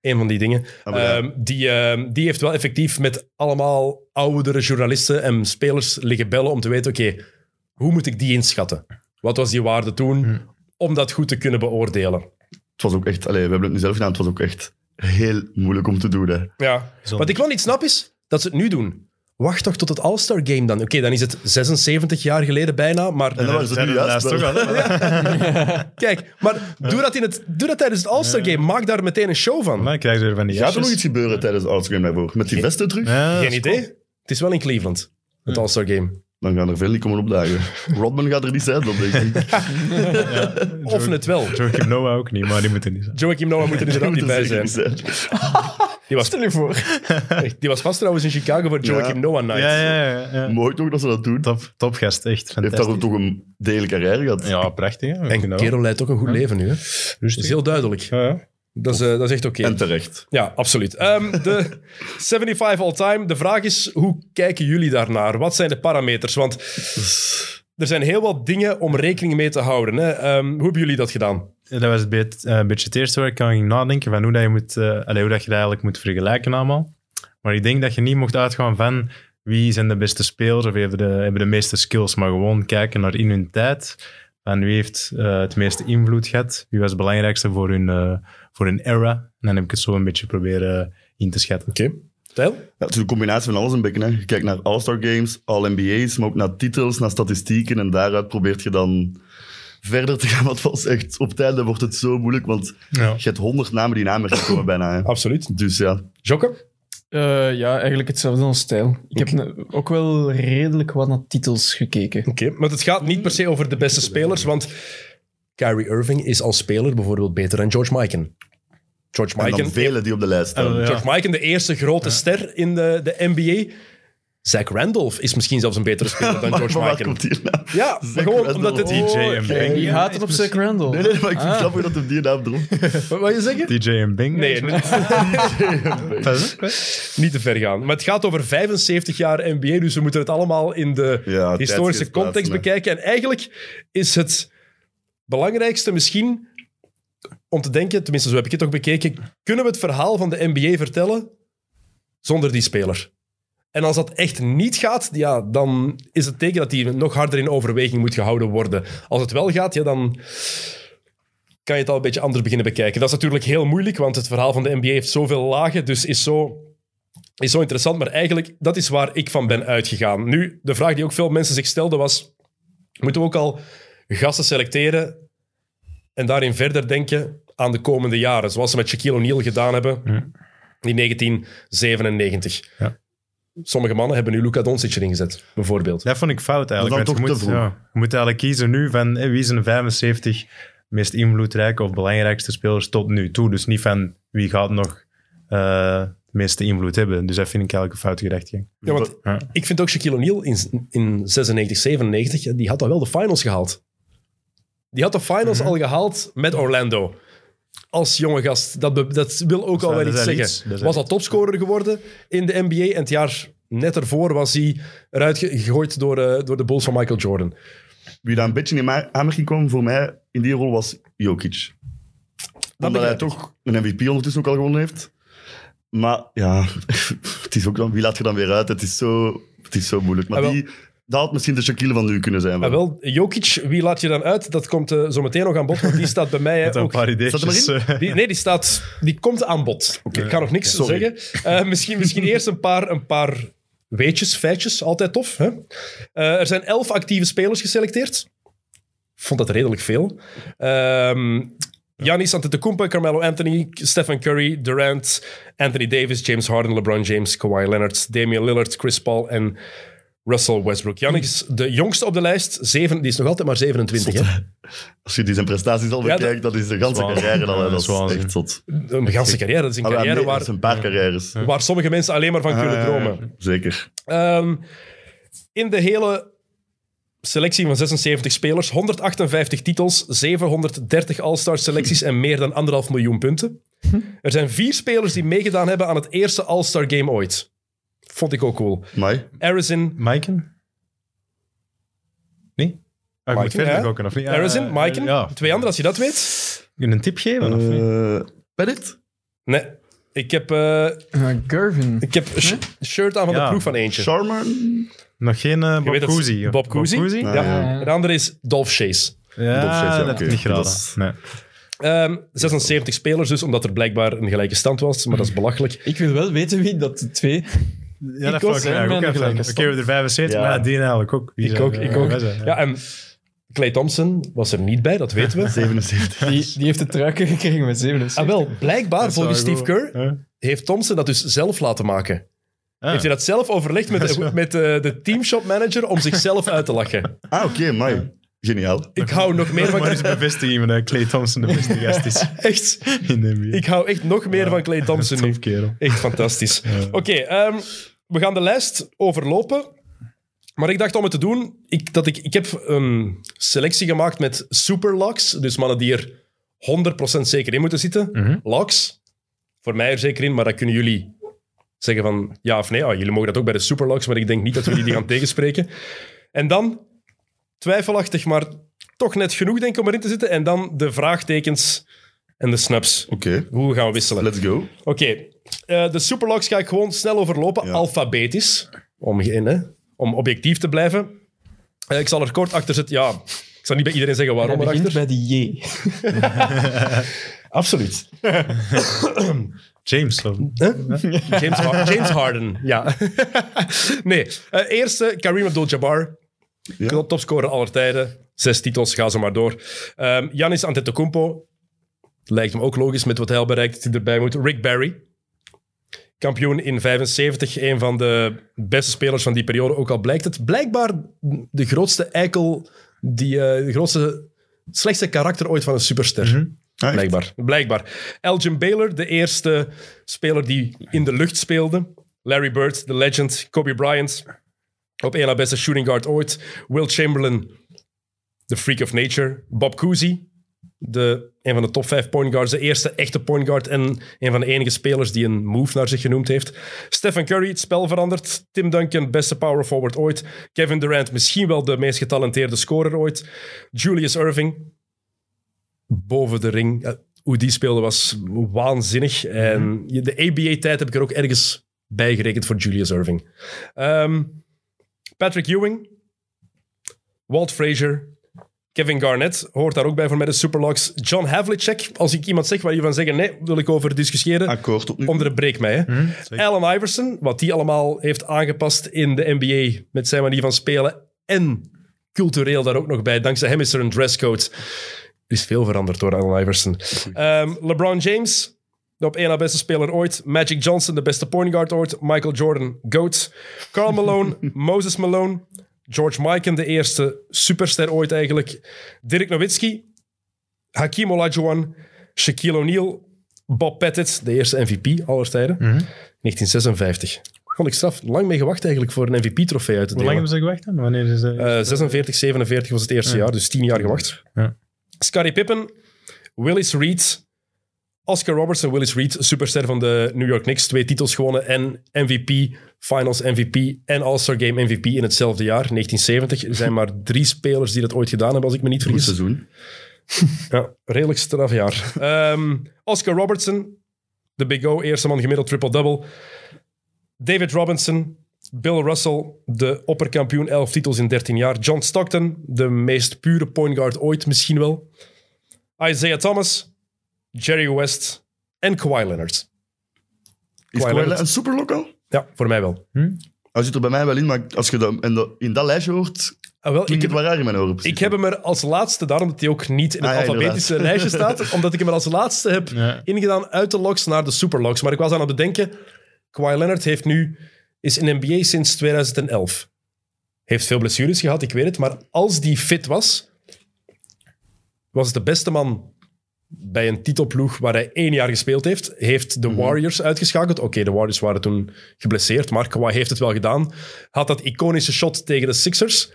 S4: Een van die dingen.
S5: Ah, maar ja.
S4: Ehm, die, ehm, die heeft wel effectief met allemaal oudere journalisten en spelers liggen bellen om te weten, oké, hoe moet ik die inschatten? Wat was die waarde toen?
S5: Hm.
S4: Om dat goed te kunnen beoordelen.
S5: Het was ook echt, allee, we hebben het nu zelf gedaan, het was ook echt heel moeilijk om te doen, hè.
S4: Ja. Wat ik wel niet snap is dat ze het nu doen. Wacht toch tot het All-Star Game dan. Oké, dan is het 76 jaar geleden bijna, maar...
S5: En dan waren ze
S6: Zijn
S5: nu
S6: er
S5: juist.
S6: lijst toch
S5: wel.
S6: al, hè?
S4: Kijk, maar doe dat, in het, doe dat tijdens het All-Star Game. Maak daar meteen een show van.
S6: Maar dan krijgen ze weer van die
S5: Gaat er nog
S6: jasjes.
S5: iets gebeuren tijdens de All-Star Game daarvoor? Met die vesten terug?
S6: Ja, dat
S4: Geen
S6: is
S4: idee. Het is wel in Cleveland, het All-Star Game.
S5: Dan gaan er veel niet komen opdagen. Rodman gaat er niet zijn, dan denk ik.
S4: Of het wel.
S6: cool. Joachim Noah ook niet, maar die moeten niet zijn.
S4: Joachim Noah moet er
S5: Die
S4: inderdaad
S5: moet
S4: niet
S5: er
S4: bij
S5: zeker
S4: zijn.
S5: niet
S4: Die was,
S7: Stel je voor.
S4: die was vast trouwens in Chicago voor Joachim
S5: Ja.
S4: Noah Night.
S6: Ja, ja, ja. ja.
S5: Mooi toch dat ze dat doen. Hij
S6: Top, topgast, echt
S5: heeft daar
S6: fantastisch.
S5: ook toch een degelijke carrière gehad.
S6: Ja, prachtig. Hè?
S4: En
S6: Joachim Noah.
S4: kerel leidt ook een goed leven nu. Hè? Dat is
S6: Rustig.
S4: heel duidelijk.
S6: Ja, ja.
S4: Dat is, eh, dat is echt oké.
S5: En terecht.
S4: Ja, absoluut. Ehm, de 75 all-time. De vraag is, hoe kijken jullie daarnaar? Wat zijn de parameters? Want er zijn heel wat dingen om rekening mee te houden. Hè. Ehm, hoe hebben jullie dat gedaan?
S6: Ja, Dat was het beet- eh, een beetje het eerste waar ik aan ging nadenken van hoe, dat je, moet, eh, allee, hoe dat je dat eigenlijk moet vergelijken allemaal. Maar ik denk dat je niet mocht uitgaan van wie zijn de beste spelers of wie hebben de, hebben de meeste skills, maar gewoon kijken naar in hun tijd. Van wie heeft eh, het meeste invloed gehad? Wie was het belangrijkste voor hun, eh, voor hun era? En dan heb ik het zo een beetje proberen in te schatten.
S4: Oké. Tijl?
S5: Ja, het is een combinatie van alles een beetje. Hè. Je kijkt naar All-Star Games, All-NBA's, maar ook naar titels, naar statistieken. En daaruit probeert je dan verder te gaan. Wat was echt op het einde wordt het zo moeilijk, want
S6: Ja.
S5: je hebt honderd namen die namen komen bijna. Hè.
S4: Absoluut.
S5: Dus ja,
S4: Jokke?
S7: Eh, ja, eigenlijk hetzelfde als stijl. Ik heb ne- ook wel redelijk wat naar titels gekeken.
S4: Oké. Maar het gaat niet per se over de beste spelers, want Kyrie Irving is als speler bijvoorbeeld beter dan George Mikan. George
S5: en
S4: Mikan,
S5: dan velen die op de lijst staan.
S6: Eh, ja.
S4: George Mikan, de eerste grote ster in de, de NBA. Zach Randolph is misschien zelfs een betere speler dan
S5: maar
S4: George
S5: van waar
S4: Mikan.
S5: komt die
S6: nou?
S5: naam?
S4: Ja,
S5: Zach
S4: maar gewoon omdat
S5: Randolph.
S4: het... Oh,
S5: DJ
S6: en Bing.
S7: Je haat het op Zach Randall.
S5: Nee, nee, maar ik vind
S4: Ah.
S5: het grappig dat hem die naam droeg.
S4: Wat wil je zeggen?
S6: DJ en Bing.
S4: Nee,
S6: Pas op, hè.
S4: niet te ver gaan. Maar het gaat over 75 jaar NBA, dus we moeten het allemaal in de
S5: Ja,
S4: historische
S5: tijdsgeest
S4: context
S5: plaatsen, hè.
S4: bekijken. En eigenlijk is het belangrijkste misschien om te denken, tenminste zo heb ik het toch bekeken, kunnen we het verhaal van de NBA vertellen zonder die speler? En als dat echt niet gaat, ja, dan is het teken dat die nog harder in overweging moet gehouden worden. Als het wel gaat, ja, dan kan je het al een beetje anders beginnen bekijken. Dat is natuurlijk heel moeilijk, want het verhaal van de NBA heeft zoveel lagen, dus is zo is zo interessant, maar eigenlijk, dat is waar ik van ben uitgegaan. Nu, de vraag die ook veel mensen zich stelden was, moeten we ook al gasten selecteren en daarin verder denken aan de komende jaren, zoals ze met Shaquille O'Neal gedaan hebben in 1997.
S6: Ja.
S4: Sommige mannen hebben nu Luka Doncic erin gezet, bijvoorbeeld.
S6: Dat vond ik fout eigenlijk.
S5: Dat is dan
S6: want je,
S5: toch
S6: moet,
S5: te vroeg.
S6: ja, je moet eigenlijk kiezen nu van hé, wie zijn de 75 meest invloedrijke of belangrijkste spelers tot nu toe. Dus niet van wie gaat nog eh de meeste invloed hebben. Dus dat vind ik eigenlijk een foute gedachte.
S4: Ja, want
S6: Ja.
S4: ik vind ook Shaquille O'Neal in, in 96, 97, ja, die had al wel de finals gehaald. Die had de finals
S6: Mhm.
S4: al gehaald met Orlando. Als jonge gast. Dat, be- dat wil ook al wel
S6: Dus dat is
S4: iets
S6: al
S4: zeggen.
S6: iets. Dat is al
S4: was al topscorer geworden in de NBA. En het jaar net ervoor was hij eruit ge- gegooid door, eh, door de Bulls van Michael Jordan.
S5: Wie daar een beetje in ma- aanmerking kwam voor mij in die rol was Jokic. Omdat hij
S4: begrijp ik.
S5: toch een MVP ondertussen ook al gewonnen heeft. Maar ja, het is ook dan, wie laat je dan weer uit? Het is zo, het is zo moeilijk. Maar
S4: Ah, wel.
S5: die, dat had misschien de Shaquille van nu kunnen zijn.
S4: Maar
S5: wel.
S4: wel, Jokic, wie laat je dan uit? Dat komt eh, zo meteen nog aan bod. Want die staat bij mij eh,
S6: Met een
S4: ook
S6: paar
S5: Staat
S6: ideetjes.
S5: er maar
S6: eh,
S4: Die, nee, die, staat, die komt aan bod. Ik ga nog niks
S5: Sorry.
S4: zeggen. Eh, misschien, misschien eerst een paar, een paar weetjes, feitjes. Altijd tof. Hè? Eh, er zijn elf actieve spelers geselecteerd. Ik vond dat redelijk veel. Ehm Giannis Antetokounmpo, Carmelo Anthony, Stephen Curry, Durant, Anthony Davis, James Harden, LeBron James, Kawhi Leonard, Damian Lillard, Chris Paul en Russell Westbrook. Giannis, de jongste op de lijst, zeven, die is nog altijd maar 27. Hè?
S5: Als je die zijn prestaties al
S4: Ja, dat-
S5: bekijkt, dat is de hele
S6: Zwaar.
S5: carrière al. hè.
S6: Ja,
S5: Dat
S6: zwaar,
S5: is
S6: hè.
S5: echt zot.
S4: Een ganse carrière. Dat is een
S5: Maar ja,
S4: carrière
S5: Ah, nee, dat
S4: waar,
S5: is een paar carrières.
S4: waar sommige mensen alleen maar van kunnen
S6: Ah,
S5: Eh,
S4: dromen.
S5: Zeker.
S4: Ehm, in de hele selectie van 76 spelers, 158 titels, 730 All-Star selecties en meer dan anderhalf miljoen punten. Er zijn vier spelers die meegedaan hebben aan het eerste All-Star game ooit. Vond ik ook cool.
S5: Mai.
S4: Harrison,
S6: Maiken? Nee? Ah, ik
S4: Maiken,
S6: moet verder
S4: ja.
S6: ook of niet? Ja,
S4: Harrison,
S6: eh,
S4: Maiken,
S6: Ja.
S4: twee anderen als je dat weet.
S6: Kun je een tip geven? of niet?
S5: Eh, Pettit?
S4: Nee, ik heb, eh,
S7: Ah, Gervin.
S4: ik heb een sh- shirt aan van de
S6: Ja.
S4: ploeg van eentje.
S5: Charmer?
S6: Nog geen eh,
S4: Je
S6: Bob
S4: weet het,
S6: Cousy?
S4: Bob Cousy. Ja.
S5: Ah, ja.
S4: De andere is Dolph Chase.
S6: Ja,
S5: Bob Cousy, ja,
S6: dat
S5: oké.
S6: heb ik niet geraden.
S5: Dat is-
S6: Nee.
S4: Ehm, 76 spelers dus, omdat er blijkbaar een gelijke stand was, maar dat is belachelijk.
S7: Ik wil wel weten wie dat de twee...
S6: Ja, dat
S7: ook,
S6: vond ik
S7: hè,
S6: eigenlijk
S7: mijn
S6: ook even.
S7: gelijke
S6: Oké,
S7: stand.
S6: we hebben er 75,
S5: Ja.
S6: maar ja, die eigenlijk ook. Wie
S4: Ik
S6: zijn
S4: ook,
S6: er?
S4: ik ook.
S6: Wij zijn,
S4: Ja, en Clay Thompson was er niet bij, dat weten we.
S5: 77.
S7: Die, die heeft de truiken gekregen met 77.
S4: Ah, wel, blijkbaar, volgens
S6: wel
S4: Steve
S6: goed.
S4: Kerr,
S6: Huh?
S4: heeft Thompson dat dus zelf laten maken.
S6: Ah.
S4: Heeft hij dat zelf overlegd met, de- met de, de teamshop manager om zichzelf uit te lachen?
S5: Ah, oké, Mai. Geniaal.
S4: Ik hou nog meer
S6: Nog
S4: van
S6: maar eens bevestiging dat Clay Thompson de beste gast is
S4: echt,
S6: in de NBA.
S4: Ik hou echt nog meer van Clay Thompson nu.
S6: Tof kerel.
S4: Echt fantastisch. Oké, ehm, we gaan de lijst overlopen. Maar ik dacht om het te ehm, doen, ik, dat ik, ik heb een selectie gemaakt met superlocks. Dus mannen die er 100% zeker in moeten zitten. Locks, voor mij er zeker in, maar dat kunnen jullie zeggen van ja of nee. Ah, jullie mogen dat ook bij de superlocks, maar ik denk niet dat jullie die gaan tegenspreken. En dan, twijfelachtig, maar toch net genoeg denk ik om erin te zitten. En dan de vraagtekens en de snaps.
S5: Oké,
S4: Hoe gaan we wisselen?
S5: let's go.
S4: Oké, eh, de superlogs ga ik gewoon snel overlopen,
S5: Ja.
S4: alfabetisch, om, geen, hè, om objectief te blijven. Eh, ik zal er kort achter zitten, ja, ik zal niet bij iedereen zeggen
S7: Hij
S4: waarom
S7: begint
S4: erachter.
S7: bij de J.
S4: Absoluut.
S6: James, of-
S4: James, Har- James Harden, ja. nee, eh, eerste Kareem Abdul-Jabbar. Klopt, Topscorer aller tijden. Zes titels, ga ze maar door. Ehm Giannis Antetokounmpo. Lijkt hem ook logisch met wat hij al bereikt dat hij erbij moet. Rick Barry. Kampioen in 75. Een van de beste spelers van die periode. Ook al blijkt het blijkbaar de grootste eikel... Die, eh, de grootste, slechtste karakter ooit van een superster.
S5: Ah, echt?
S4: Blijkbaar. Blijkbaar. Elgin Baylor, de eerste speler die in de lucht speelde. Larry Bird, de legend. Kobe Bryant, op één na beste shooting guard ooit. Will Chamberlain, de freak of nature. Bob Cousy, de, een van de top vijf point guards. De eerste echte point guard en een van de enige spelers die een move naar zich genoemd heeft. Stephen Curry, het spel veranderd. Tim Duncan, beste power forward ooit. Kevin Durant, misschien wel de meest getalenteerde scorer ooit. Julius Irving, boven de ring. Eh, Hoe die speelde was waanzinnig. En je- de ABA-tijd heb ik er ook ergens bijgerekend voor Julius Irving. Ehm, Patrick Ewing, Walt Frazier, Kevin Garnett hoort daar ook bij voor mij de Superlocks. John Havlicek, als ik iemand zeg waar je van zeggen nee, wil ik over discussiëren.
S5: Akkoord op nu.
S4: Onderbreek mij. Hè. Allen Iverson, wat die allemaal heeft aangepast in de NBA met zijn manier van spelen. En cultureel daar ook nog bij. Dankzij hem is er een dresscode. Er is veel veranderd door Allen Iverson. Ehm, LeBron James, de op één na beste speler ooit. Magic Johnson, de beste point guard ooit. Michael Jordan, GOAT. Carl Malone, Moses Malone. George Mikan, de eerste superster ooit eigenlijk. Dirk Nowitzki, Hakim Olajuwon, Shaquille O'Neal, Bob Pettit, de eerste MVP aller tijden,
S6: Mhm.
S4: 1956. Vond ik straf. Lang mee gewacht eigenlijk voor een MVP-trofee uit te
S6: Hoe lang
S4: delen.
S6: hebben ze gewacht dan? Wanneer is eh,
S4: Eh, 46, 47 was het eerste jaar, dus 10 jaar gewacht.
S6: Ja.
S4: Scottie Pippen, Willis Reed, Oscar Robertson, Willis Reed, superster van de New York Knicks, twee titels gewonnen en MVP, Finals MVP en All-Star Game MVP in hetzelfde jaar, 1970. Er zijn maar drie spelers die dat ooit gedaan hebben, als ik me niet
S5: Goed
S4: vergis.
S5: seizoen.
S4: Ja, redelijk strafjaar. Ehm, Oscar Robertson, de Big O, eerste man gemiddeld triple-double. David Robinson, Bill Russell, de opperkampioen, 11 titels in 13 jaar. John Stockton, de meest pure point guard ooit misschien wel. Isaiah Thomas, Jerry West en Kawhi Leonard.
S5: Is
S4: Kawhi
S5: Kawhi
S4: Leonard.
S5: een superlock al?
S4: Ja, voor mij wel.
S5: Hij zit er bij mij wel in, maar als je dat in, dat- in dat lijstje hoort,
S4: Ah, wel ik,
S5: klinkt
S4: heb,
S5: het wel raar in mijn oren.
S4: ik
S5: precies.
S4: heb hem er als laatste, daarom dat hij ook niet in het
S5: Ah, ja,
S4: alfabetische
S5: inderdaad.
S4: lijstje staat, omdat ik hem er als laatste heb
S6: Ja.
S4: ingedaan uit de locks naar de superlocks. Maar ik was aan het bedenken, Kawhi Leonard heeft nu, is in NBA sinds 2011. Heeft veel blessures gehad, ik weet het. Maar als die fit was, was het de beste man bij een titelploeg waar hij één jaar gespeeld heeft. Heeft
S5: Mhm.
S4: de Warriors uitgeschakeld. Oké, de Warriors waren toen geblesseerd, maar Kawhi heeft het wel gedaan. Had dat iconische shot tegen de Sixers.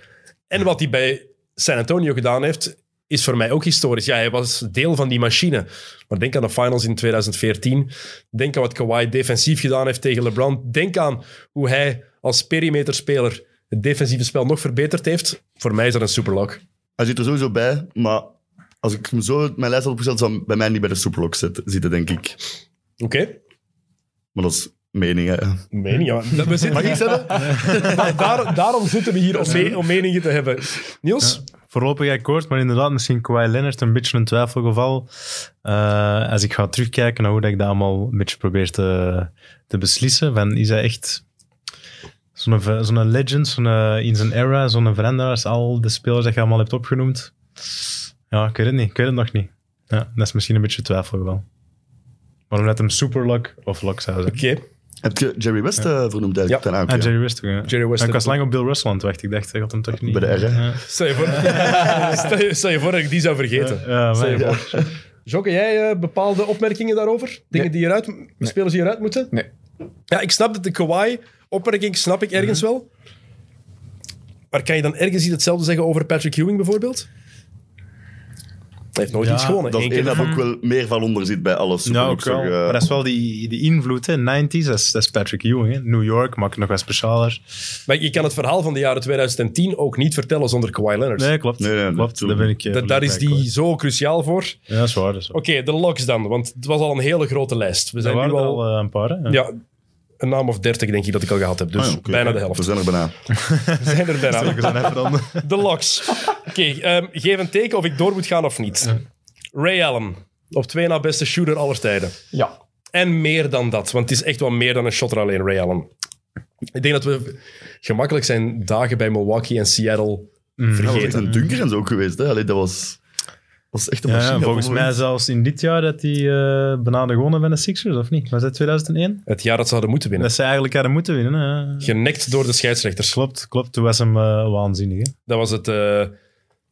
S4: En wat hij bij San Antonio gedaan heeft, is voor mij ook historisch. Ja, hij was deel van die machine. Maar denk aan de finals in 2014. Denk aan wat Kawhi defensief gedaan heeft tegen LeBron. Denk aan hoe hij als perimeterspeler het defensieve spel nog verbeterd heeft. Voor mij is dat een superlock.
S5: Hij zit er sowieso bij, maar als ik hem zo uit mijn lijst had opgesteld, zou hij bij mij niet bij de superlock zitten, zitten, denk ik.
S4: Oké.
S5: Maar dat is mening, hè.
S4: Mening, ja. Dat- We zitten,
S5: Mag ik zeggen?
S4: daar- daarom zitten we hier om, me- om meningen te hebben. Niels?
S6: Voorlopig akkoord, maar inderdaad, misschien Kawhi Leonard een beetje een twijfelgeval. Eh, als ik ga terugkijken naar hoe dat ik dat allemaal een beetje probeer te, te beslissen. Van, is hij echt zo'n v- zo'n legend, zo'n, eh, in zijn era, zo'n veranderaar als al de spelers dat je allemaal hebt opgenoemd? Ja, ik weet het niet. Ik weet het nog niet. Ja, dat is misschien een beetje een twijfelgeval. Maar omdat hem superlock of lock zou zijn.
S4: Oké.
S5: Heb je Jerry West eh, vernoemd
S4: Ja.
S5: eigenlijk? Dan, ah, oké.
S6: Ah, Jerry West ook, ja.
S4: Jerry West
S6: Maar ik was
S4: ook.
S6: lang op Bill Russell aan het wachten. Ik dacht, ik had hem toch niet.
S5: Bij de R, hè?
S6: Ja.
S4: Stel je voor, stel je, stel je voor dat ik die zou vergeten.
S6: Ja,
S4: Stel je
S6: maar-
S4: voor. Jokke, jij eh, bepaalde opmerkingen daarover? Dingen die eruit, spelers die eruit moeten?
S7: Nee.
S4: Ja, ik snap dat de Kawhi-opmerking snap ik ergens wel. Maar kan je dan ergens iets hetzelfde zeggen over Patrick Ewing bijvoorbeeld? heeft nooit
S6: Ja,
S4: iets gewonnen.
S5: Dat
S4: Eén
S5: is
S4: keer
S5: één dat ook wel meer van onder zit bij eh. alles.
S6: Ja,
S5: moet
S6: ook
S5: ik
S6: wel.
S5: zeggen.
S6: Maar dat is wel die, die invloed, hè. 90s, dat is, dat is Patrick Ewing. Hè. New York maakt het nog wat specialer.
S4: Maar je kan het verhaal van de jaren 2010 ook niet vertellen zonder Kawhi Leonard.
S6: Nee, klopt.
S5: Nee, nee,
S6: klopt.
S5: dat-
S6: Daar ben ik... eh,
S4: Dat, daar is
S6: verliefd bij,
S4: die zo cruciaal voor.
S6: hoor. Ja, dat is waar. Dat is waar.
S4: Oké, de locks dan, want het was al een hele grote lijst. We
S6: Er
S4: zijn nu
S6: waren
S4: al,
S6: er al eh, een paar, hè.
S4: ja, een naam of dertig denk ik dat ik al gehad heb, dus
S5: Ah, ja, oké.
S4: bijna de
S5: We
S4: helft.
S5: zijn er bijna.
S4: We zijn er bijna.
S6: We zijn even dan...
S4: De locks. Oké, ehm, geef een teken of ik door moet gaan of niet. Ray Allen, op twee na beste shooter aller tijden.
S7: Ja.
S4: En meer dan dat, want het is echt wel meer dan een shotter alleen, Ray Allen. Ik denk dat we gemakkelijk zijn dagen bij Milwaukee en Seattle
S5: Ja, dat was echt
S4: vergeten.
S5: een dunker en zo Oh, ook geweest. Hè. Allee, dat was, was echt een
S6: Ja,
S5: machine.
S6: ja, volgens mij zelfs in dit jaar dat die eh benade gewonnen bij de Sixers, of niet? Was dat 2001?
S4: Het jaar dat ze hadden moeten winnen.
S6: Dat ze eigenlijk hadden moeten winnen. hè.
S4: Genekt door de scheidsrechters.
S6: Klopt, klopt. Toen was hem eh, waanzinnig. Hè?
S4: Dat was het, eh,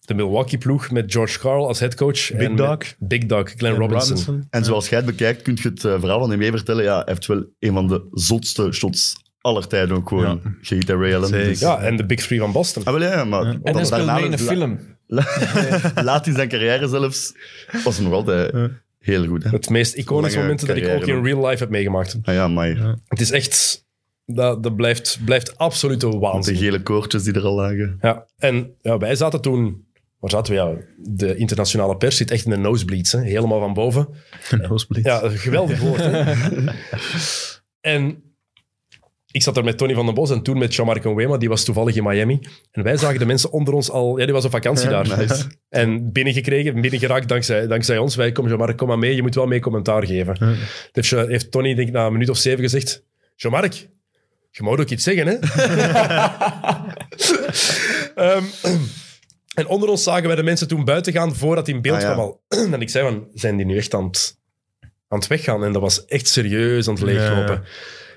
S4: de Milwaukee-ploeg met George Carl als headcoach.
S6: Big
S4: en
S6: Dog.
S4: met Big Dog, Glenn Robinson.
S5: En zoals jij het bekijkt, kun je het eh, verhaal van hem vertellen. Ja, hij heeft wel een van de zotste shots aller tijden ook gewoon
S6: Ja.
S5: gegeven bij Ray Allen.
S6: Zeker.
S5: Dus-
S4: Ja, en de Big Three van Boston.
S5: Ah, wel, ja, maar
S6: En
S5: dat
S7: En hij speelde
S5: daarna-
S7: mee in een
S5: la-
S7: film.
S5: la- laat in zijn carrière zelfs was hem nog altijd
S6: Ja.
S5: heel goed. Hè?
S4: Het meest iconische
S5: Lange
S4: moment dat ik
S5: carrière,
S4: ook in
S5: man.
S4: real life heb meegemaakt.
S5: Ah ja, maar
S4: Het is echt... Dat, dat blijft, blijft absolute
S5: de
S4: waanzin.
S5: gele koortjes die er al lagen.
S4: Ja, en ja, wij zaten toen... Waar zaten we? Ja, de internationale pers zit echt in de nosebleeds. Hè? Helemaal van boven. Ja, een geweldig woord. hè. en ik zat daar met Tony van den Bos en toen met Jean-Marc Wema, die was toevallig in Miami. En wij zagen de mensen onder ons al... Ja, die was op vakantie daar.
S5: Nice.
S4: En binnengekregen, binnengeraakt dankzij, dankzij ons. Wij, kom Jean-Marc, kom maar mee. Je moet wel mee commentaar geven. Dat heeft, Jean- heeft Tony, denk ik, na een minuut of zeven gezegd... Jean-Marc, je moet ook iets zeggen, hè? Ehm, en onder ons zagen wij de mensen toen buiten gaan voordat hij in beeld
S5: Ah, ja.
S4: kwam al. en ik zei van, zijn die nu echt aan het, aan het weggaan? En dat was echt serieus aan het leeglopen.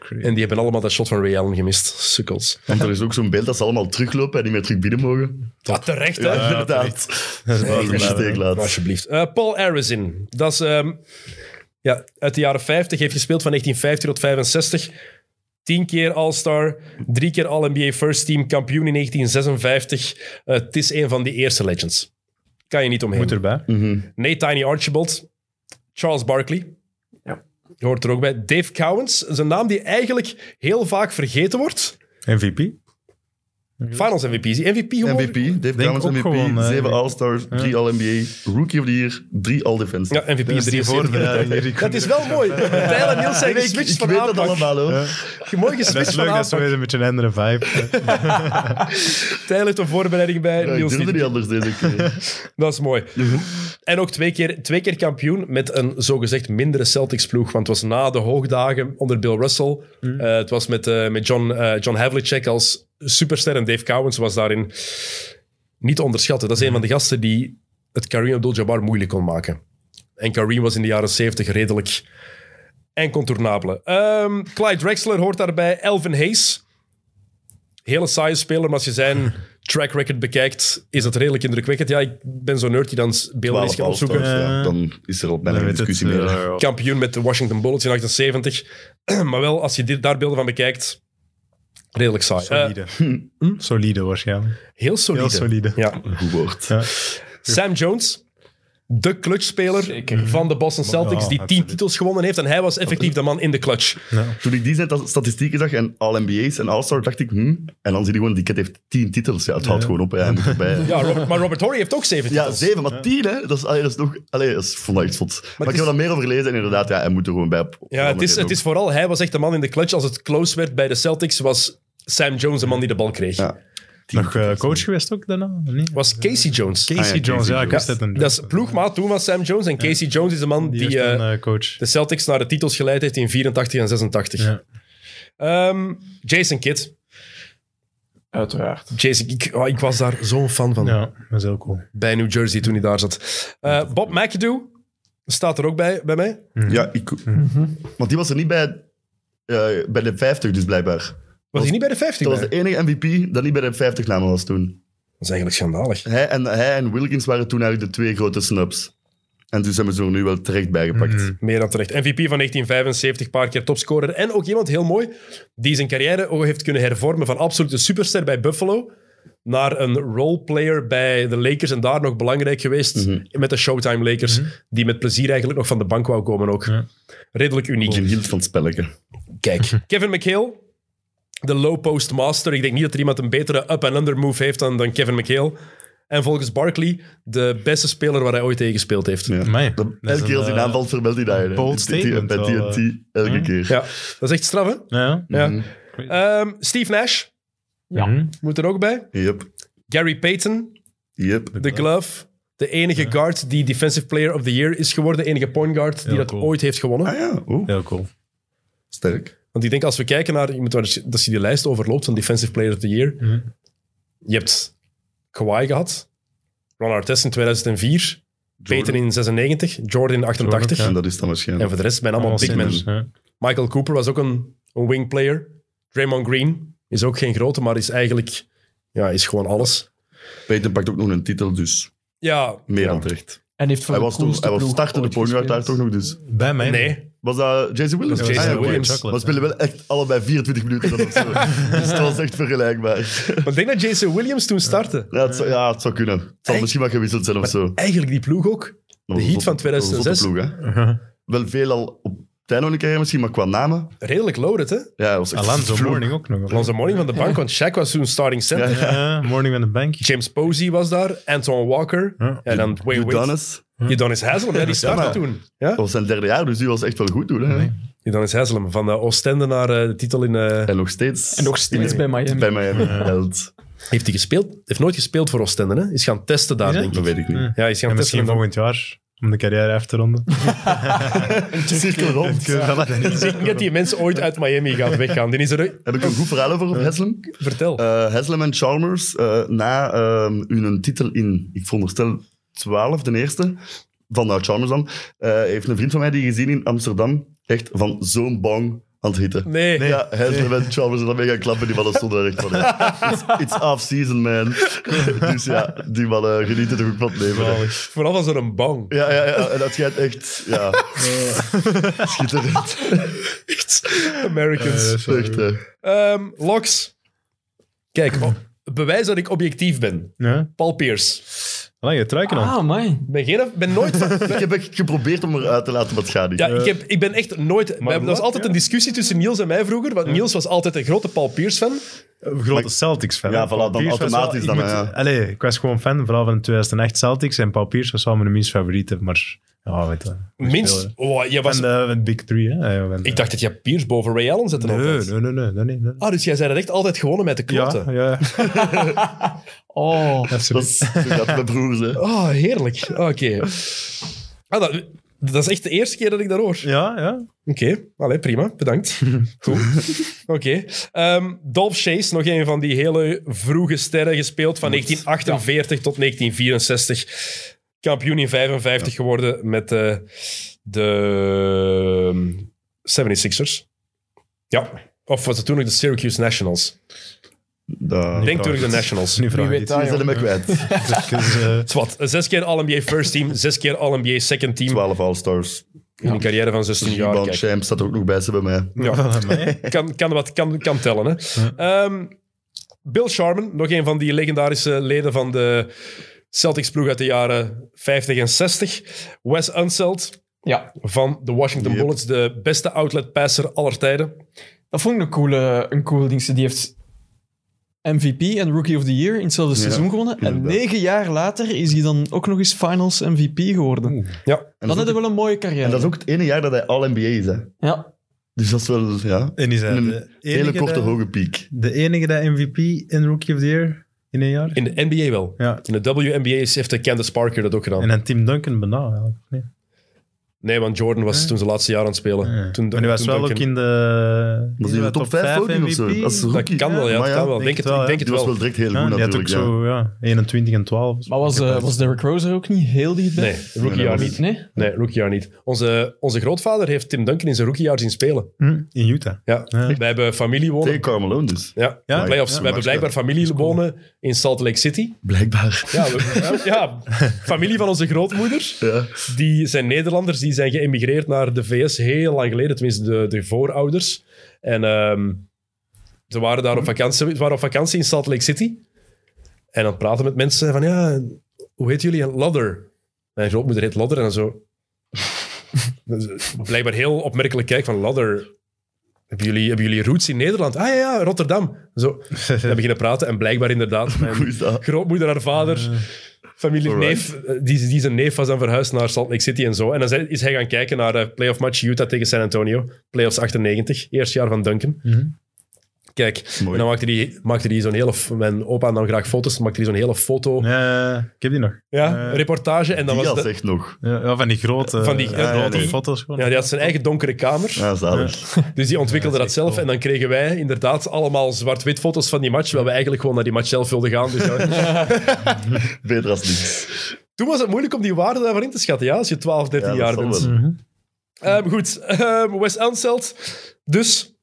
S4: En die hebben allemaal dat shot van Ray Allen gemist. Sukkels.
S5: Want er is ook zo'n beeld dat ze allemaal teruglopen en niet meer terug binnen mogen.
S4: Ah, terecht, hè?
S5: Ja, inderdaad. Dat
S6: wel
S5: is een
S6: blij,
S5: steek
S6: hè.
S5: laat.
S4: Alsjeblieft. Eh, Paul Arizin. Dat is ehm, ja, uit de jaren 50. Heeft gespeeld van 1950 tot 65. Tien keer All-Star. Drie keer All-NBA First Team. Kampioen in 1956. Eh, Het is een van die eerste legends. Kan je niet omheen.
S6: Moet erbij.
S5: Mm.
S4: Nee, Tiny Archibald. Charles Barkley. Je Hoort er ook bij. Dave Cowens. Dat is een naam die eigenlijk heel vaak vergeten wordt.
S6: MVP.
S4: Finals MVP. Is die MVP geworden?
S5: MVP, Dave Cowens
S6: ook
S5: MVP,
S6: gewoon, eh,
S5: 7 All-Stars, 3 All-NBA, Rookie of the Year, 3 All-Defense.
S4: Ja, MVP is
S6: Dus die
S4: 73.
S6: voorbereiding hier, die
S4: Dat is wel mooi. Tijl en Niels zijn
S5: Ik,
S4: geswitcht
S5: ik
S4: van
S5: weet dat
S4: aanpak.
S5: allemaal hoor.
S4: Mooi
S6: Dat
S4: geswitcht
S6: is
S4: van
S6: leuk, dat is
S4: aanpak.
S6: sowieso een beetje een andere vibe.
S4: Tijl heeft een voorbereiding bij.
S5: Ja, ik
S4: Niels
S5: durfde
S4: niet.
S5: niet Mhm. anders deze keer.
S4: Dat is mooi. En ook twee keer, twee keer kampioen met een zogezegd mindere Celtics-ploeg. Want het was na de hoogdagen onder Bill Russell.
S6: Mhm.
S4: Eh, het was met, eh, met John, eh, John Havlicek als superster. En Dave Cowens was daarin niet te onderschatten. Dat is een
S6: Mhm.
S4: van de gasten die het Kareem Abdul-Jabbar moeilijk kon maken. En Kareem was in de jaren 70 redelijk en contournabele. Ehm, Clyde Drexler hoort daarbij. Elvin Hayes. Hele saaie speler, maar als je zijn track record bekijkt, is dat redelijk indrukwekkend. Ja, ik ben zo'n nerd die dan s- beelden eens
S5: 12
S4: gaat opzoeken.
S5: All-Stars, ja.
S6: Eh,
S5: Dan is er al bijna
S6: Dan
S5: geen
S6: weet het,
S5: discussie meer.
S6: eh,
S4: Kampioen met de Washington Bullets in 78. maar wel, als je dit, daar beelden van bekijkt, redelijk saai. Eh,
S6: Solide. Solide waarschijnlijk.
S4: heel solide.
S6: Heel solide.
S4: Ja.
S5: Goed woord.
S6: Ja.
S4: Sam Jones, de clutchspeler van de Boston Celtics, die
S6: Ja,
S4: tien
S6: absoluut.
S4: titels gewonnen heeft. En hij was effectief de man in de clutch.
S5: Toen ik die zijn dat- statistieken zag en All-NBA's en All-Star, dacht ik, hm. En dan zie je gewoon, die kid heeft 10 titels. Ja, het houdt gewoon op, hè. hij moet erbij.
S4: Ja, Robert- maar Robert Horry heeft ook zeven
S5: Ja,
S4: titels.
S5: zeven, maar tien, hè? Dat is, allee, dat is nog. Allee, dat is, vond ik echt zot. Maar,
S4: het
S5: ik heb
S4: is-
S5: er meer over gelezen en inderdaad, ja, hij moet er gewoon bij op. op
S4: Ja, het is, het is vooral, hij was echt de man in de clutch. Als het close werd bij de Celtics, was Sam Jones de man die de bal kreeg.
S5: Ja.
S6: Nog eh, coach geweest ook daarna? of niet?
S4: Was Casey Jones.
S6: Casey
S5: Ah ja,
S6: Jones,
S5: Casey
S6: Ah, ja, ik
S5: Jones.
S6: wist het een
S4: Dat is ploegmaat toen van Sam Jones. En Casey Jones is de man die,
S6: Die, heeft een
S4: eh,
S6: eh, coach.
S4: de Celtics naar de titels geleid heeft in 84 en 86.
S6: Ja.
S4: Ehm, Jason Kidd.
S7: Uiteraard.
S4: Jason, ik, oh, ik was daar zo'n fan van.
S6: Ja, dat is heel cool.
S4: Bij New Jersey toen hij daar zat. Eh, Bob McAdoo staat er ook bij, bij mij.
S5: Ja, ik, want die was er niet bij, eh, bij de 50, dus blijkbaar.
S4: Was hij niet bij de 50?
S5: Dat
S4: bij?
S5: was de enige MVP dat niet bij de 50 namen was toen.
S4: Dat is eigenlijk schandalig.
S5: Hij en, hij en Wilkins waren toen eigenlijk de twee grote snubs. En dus hebben ze er nu wel terecht bij gepakt.
S4: Meer dan terecht. MVP van 1975, paar keer topscorer. En ook iemand heel mooi die zijn carrière ook heeft kunnen hervormen van absolute superster bij Buffalo naar een roleplayer bij de Lakers en daar nog belangrijk geweest
S5: Mhm.
S4: met de Showtime Lakers, die met plezier eigenlijk nog van de bank wou komen ook. Redelijk uniek.
S5: Ik hield van het spelletje.
S4: Kijk, Kevin McHale, de low post master. Ik denk niet dat er iemand een betere up-and-under move heeft dan, dan Kevin McHale. En volgens Barkley, de beste speler waar hij ooit tegen gespeeld heeft. Ja.
S5: Ja.
S6: Amai.
S5: Dat-
S6: Dat is
S5: elke keer als
S6: een,
S5: hij
S6: eh,
S5: aanvalt, vermeldt hij dat. hè.
S6: bold
S5: Dit- dit-
S6: statement
S5: Bij
S6: wel,
S5: TNT, elke keer.
S4: dat is echt straf, hè?
S6: Ja.
S4: Ja.
S5: Mhm.
S4: Ehm, Steve Nash
S7: Ja.
S6: Mhm.
S4: moet er ook bij.
S5: Yep.
S4: Gary Payton,
S5: Yep.
S4: de glove. De enige guard die Defensive Player of the Year is geworden. De enige point guard die
S6: Heel
S4: dat
S6: cool.
S4: ooit heeft gewonnen.
S5: Ah ja, oeh,
S6: Heel cool.
S5: sterk.
S4: Want ik denk, als we kijken naar... Je moet wel eens- dat je die lijst overloopt van Defensive Player of the Year.
S6: Mhm.
S4: Je hebt Kawhi gehad. Ron Artest in 2004. Peyton in 96. Jordan in 88.
S6: Jordan,
S5: En dat is dan waarschijnlijk.
S4: En voor de rest zijn allemaal big men.
S6: centers, ja.
S4: Michael Cooper was ook een, een wing player. Draymond Green is ook geen grote, maar is eigenlijk... Ja, is gewoon alles.
S5: Peyton pakt ook nog een titel, dus
S4: Ja,
S5: meer
S4: ja.
S5: dan terecht.
S7: En heeft voor
S5: Hij
S7: de
S5: was, toen,
S7: coolste
S5: hij was
S7: ploeg
S5: startende
S7: ooit
S5: point guard daar
S7: gespeeld.
S5: toch nog, dus...
S6: Bij mij?
S4: Nee,
S5: Was dat Jason Williams?
S4: Dat was Jason
S5: Ah, ja, oké.
S4: Williams.
S5: Maar we spelen wel echt allebei 24 minuten dan of zo. dus dat was echt vergelijkbaar.
S4: maar ik denk dat Jason Williams toen startte.
S5: Ja, het zou, ja, het zou kunnen. Het zal
S4: Echt?
S5: misschien wel gewisseld zijn of zo.
S4: Eigenlijk die ploeg ook. De Heat van 2006.
S5: Dat was een zotte ploeg,
S6: Uh-huh.
S5: hè. Wel veel al op het einde van de carrière misschien, maar qua namen...
S4: Redelijk loaded, hè?
S5: Ja, dat was echt
S6: Alonso
S5: vloek.
S6: Morning ook nog.
S4: Alonso Morning van de bank, want Shaq was toen starting center.
S5: Ja, ja.
S6: Ja, morning aan de bankje.
S4: James Posey was daar, Antoine Walker. Ja.
S6: Ja.
S4: dan Wayne Wade.
S5: Udonis.
S4: Udonis Haslem, ja, die startte
S5: maar-
S4: toen. Ja?
S5: Dat was zijn derde jaar, dus die was echt wel goed toen. Hè?
S4: Udonis Haslem, van eh, Oostende naar eh, de titel in... eh,
S5: En nog steeds...
S7: En nog steeds bij Miami.
S5: Bij Miami. Held.
S4: Heeft hij gespeeld? Heeft nooit gespeeld voor Oostende, hè? Is gaan testen daar,
S6: Is hij?
S4: denk
S5: Dat
S4: ik.
S5: weet ik niet.
S4: Ja, is gaan
S6: En
S4: testen.
S6: misschien volgend jaar, om de carrière af te ronden.
S5: Cirkel rond.
S4: Ik denk dat die mensen ooit uit Miami gaat weggaan. Die is er...
S5: Heb ik een goed verhaal over op Heslem?
S4: Vertel.
S5: Eh, Haslem en Chalmers, eh, na ehm, hun titel in, ik veronderstel 12, de eerste, van nou, Chalmers dan, eh, heeft een vriend van mij die gezien in Amsterdam, echt van zo'n bang aan het hitten.
S4: Nee.
S5: Ja, Haslem en Chalmers zijn daarmee gaan klappen, die mannen stonden er echt van. ja, It's, it's off-season, man. dus ja, die mannen genieten toch ook van het leven. hè.
S4: Vooral was er een bang.
S5: Ja, ja, ja, en dat schijnt echt, ja, schitterend.
S4: Americans.
S6: Eh,
S5: Echt, hè.
S4: Ehm, Loks. Kijk, oh, bewijs dat ik objectief ben.
S6: Ja.
S4: Paul Pierce.
S6: Allee, je truiken dan.
S7: Ah, man.
S4: Ik ben, geen, ben nooit van...
S5: Ik heb echt geprobeerd om eruit te laten, maar het gaat niet.
S4: Ja, ik, heb, ik ben echt nooit... we hebben- Er was
S6: Eh, wat,
S4: altijd
S6: ja.
S4: een discussie tussen Niels en mij vroeger, want Niels was altijd een grote Paul Pierce-fan.
S6: Een grote Celtics-fan.
S5: Ja,
S6: hè.
S5: voilà,
S6: Paul
S5: dan
S6: Pierce was
S5: automatisch
S6: wel- ik
S5: dan,
S6: moet-
S5: ja.
S6: Allee, ik was gewoon fan, vooral van de 2008 Celtics. En Paul Pierce was wel mijn minst favoriete, maar... Ja, weet je.
S4: Minst... Oh, jij was...
S6: Van de van de eh, Big Three, hè. Ja, van de-
S4: Ik dacht dat jij Pierce boven Ray Allen zette
S6: Nee,
S4: altijd.
S6: nee, nee, nee, nee, nee, nee.
S4: Ah, dus jij zei dat echt altijd gewonnen met de kloten.
S6: Ja, ja.
S7: Oh.
S5: Dat is, dat gaat met broers, hè.
S4: Oh, heerlijk. Oké. Ah, dat, dat is echt de eerste keer dat ik dat hoor.
S6: Ja, ja.
S4: Oké, Allee, prima. Bedankt. Goed. Oké. Ehm Dolph Chase, nog een van die hele vroege sterren, gespeeld van 1948 tot 1964. Kampioen in 55 geworden met eh, de 76ers. Ja. Of was het toen nog de Syracuse Nationals?
S5: Da.
S4: Ik denk toen nog de Nationals. ah,
S6: Nu
S7: Wie
S6: vraag ik
S7: weet
S6: iets.
S7: dat,
S5: Die zijn hem kwijt.
S6: Dus, eh,
S4: Het is Wat, zes keer All-NBA First Team, zes keer All-NBA Second Team
S5: 12 All-Stars.
S4: in een carrière van 16 jaar.
S5: Rebound
S4: Kijk.
S5: Champs staat er ook nog bij, ze bij mij.
S4: Ja, kan, kan, wat, kan, kan tellen. Hè. Ehm, Bill Sharman, nog een van die legendarische leden van de Celtics-ploeg uit de jaren 50 en 60. Wes Unseld
S7: Ja,
S4: van de Washington
S5: Yep.
S4: Bullets, de beste outlet-passer aller tijden.
S7: dat vond ik een coole, een coole ding. Die heeft MVP en Rookie of the Year in hetzelfde seizoen gewonnen. En
S5: inderdaad.
S7: negen jaar later is hij dan ook nog eens Finals MVP geworden.
S4: Ja,
S5: En
S7: Dan
S5: dat, is
S7: hadden
S5: ook,
S7: we wel een mooie carrière.
S5: en dat is ook het ene jaar dat hij All-NBA is, hè.
S7: Ja,
S5: Dus dat is wel, ja...
S6: En die zijn
S5: een
S6: de
S5: hele
S6: enige
S5: korte,
S6: dat-
S5: hoge piek.
S6: De enige dat MVP in Rookie of the Year in een jaar.
S4: in de NBA wel.
S6: Ja.
S4: In de WNBA is- heeft de Candace Parker dat ook gedaan.
S6: En dan Tim Duncan bijna. eigenlijk, of niet?
S4: Nee, want Jordan was toen zijn laatste jaar aan het spelen. Toen,
S6: maar die was
S4: toen
S6: wel
S4: Duncan-
S6: ook in de...
S5: Was hij in de top 5 ook niet of zo? Als
S6: Ja,
S5: rookie.
S4: Dat kan wel, ja.
S5: Maar
S4: dat kan wel.
S6: denk
S4: Denk
S6: het
S4: het,
S6: wel,
S4: ik denk
S6: ja.
S4: het
S5: Die was
S4: wel.
S5: wel direct heel goed,
S6: die had ook
S5: natuurlijk. ja.
S6: zo ja, 21 en 12.
S7: maar was, eh, was Derrick Rose er ook niet heel dichtbij?
S4: Nee, rookiejaar niet.
S7: Nee?
S4: Nee, rookiejaar niet. Onze, onze grootvader heeft Tim Duncan in zijn rookiejaar zien spelen.
S6: Hm, in Utah.
S4: Ja.
S6: Ja.
S4: Wij hebben familie wonen.
S5: Tegen Carmelo dus.
S4: Ja,
S6: Ja?
S4: de playoffs.
S5: Ja,
S4: we hebben
S5: maar-
S4: blijkbaar familie wonen in Salt Lake City.
S5: Blijkbaar.
S4: Ja, we- ja, familie van onze grootmoeder.
S5: Ja.
S4: Die zijn Nederlanders, die zijn geëmigreerd naar de VS heel lang geleden. Tenminste, de, de voorouders. En ehm, ze waren daar op vakantie, ze waren op vakantie in Salt Lake City. En dan praten met mensen van, ja, hoe heet jullie? En Ladder. Mijn grootmoeder heet Ladder en dan zo. Dat is Blijkbaar heel opmerkelijk kijk van Ladder. Hebben jullie, hebben jullie roots in Nederland? Ah ja, ja Rotterdam. Zo, dan beginnen praten en blijkbaar inderdaad. Mijn
S5: Hoe is dat?
S4: grootmoeder, haar vader, familie,
S5: Alright.
S4: neef, eh, die, die zijn neef was dan verhuisd naar Salt Lake City en zo. En dan zei- is hij gaan kijken naar de playoff match Utah tegen San Antonio. Playoffs 98, eerste jaar van Duncan.
S6: Mhm.
S4: Kijk,
S5: Mooi.
S4: en dan maakte die, maakte die zo'n hele... f- Mijn opa nam graag foto's, dan maakte die zo'n hele foto... Ja,
S6: Ja, ik heb die nog. Eh,
S4: reportage. En dan
S5: Die
S4: was
S5: als
S4: de-
S5: echt nog.
S6: Ja, ja, van die grote,
S4: Van die-
S6: eh,
S4: ja,
S6: grote
S5: die-
S6: foto's. Gewoon.
S4: ja, die had zijn eigen donkere kamer.
S5: Ja, zalig.
S4: Dus die ontwikkelde
S6: Ja,
S4: dat,
S6: dat is echt
S4: zelf.
S6: cool.
S4: En dan kregen wij inderdaad allemaal zwart-wit foto's van die match. Terwijl we eigenlijk gewoon naar die match zelf wilden gaan. Dus ja.
S5: Beter als niks.
S4: Toen was het moeilijk om die waarde daarvan in te schatten. Ja, als je 12, 13
S5: Ja, dat
S4: jaar dus.
S5: zal
S4: bent.
S5: wel.
S4: Ehm, goed, Ehm, Wes Anselt. Dus,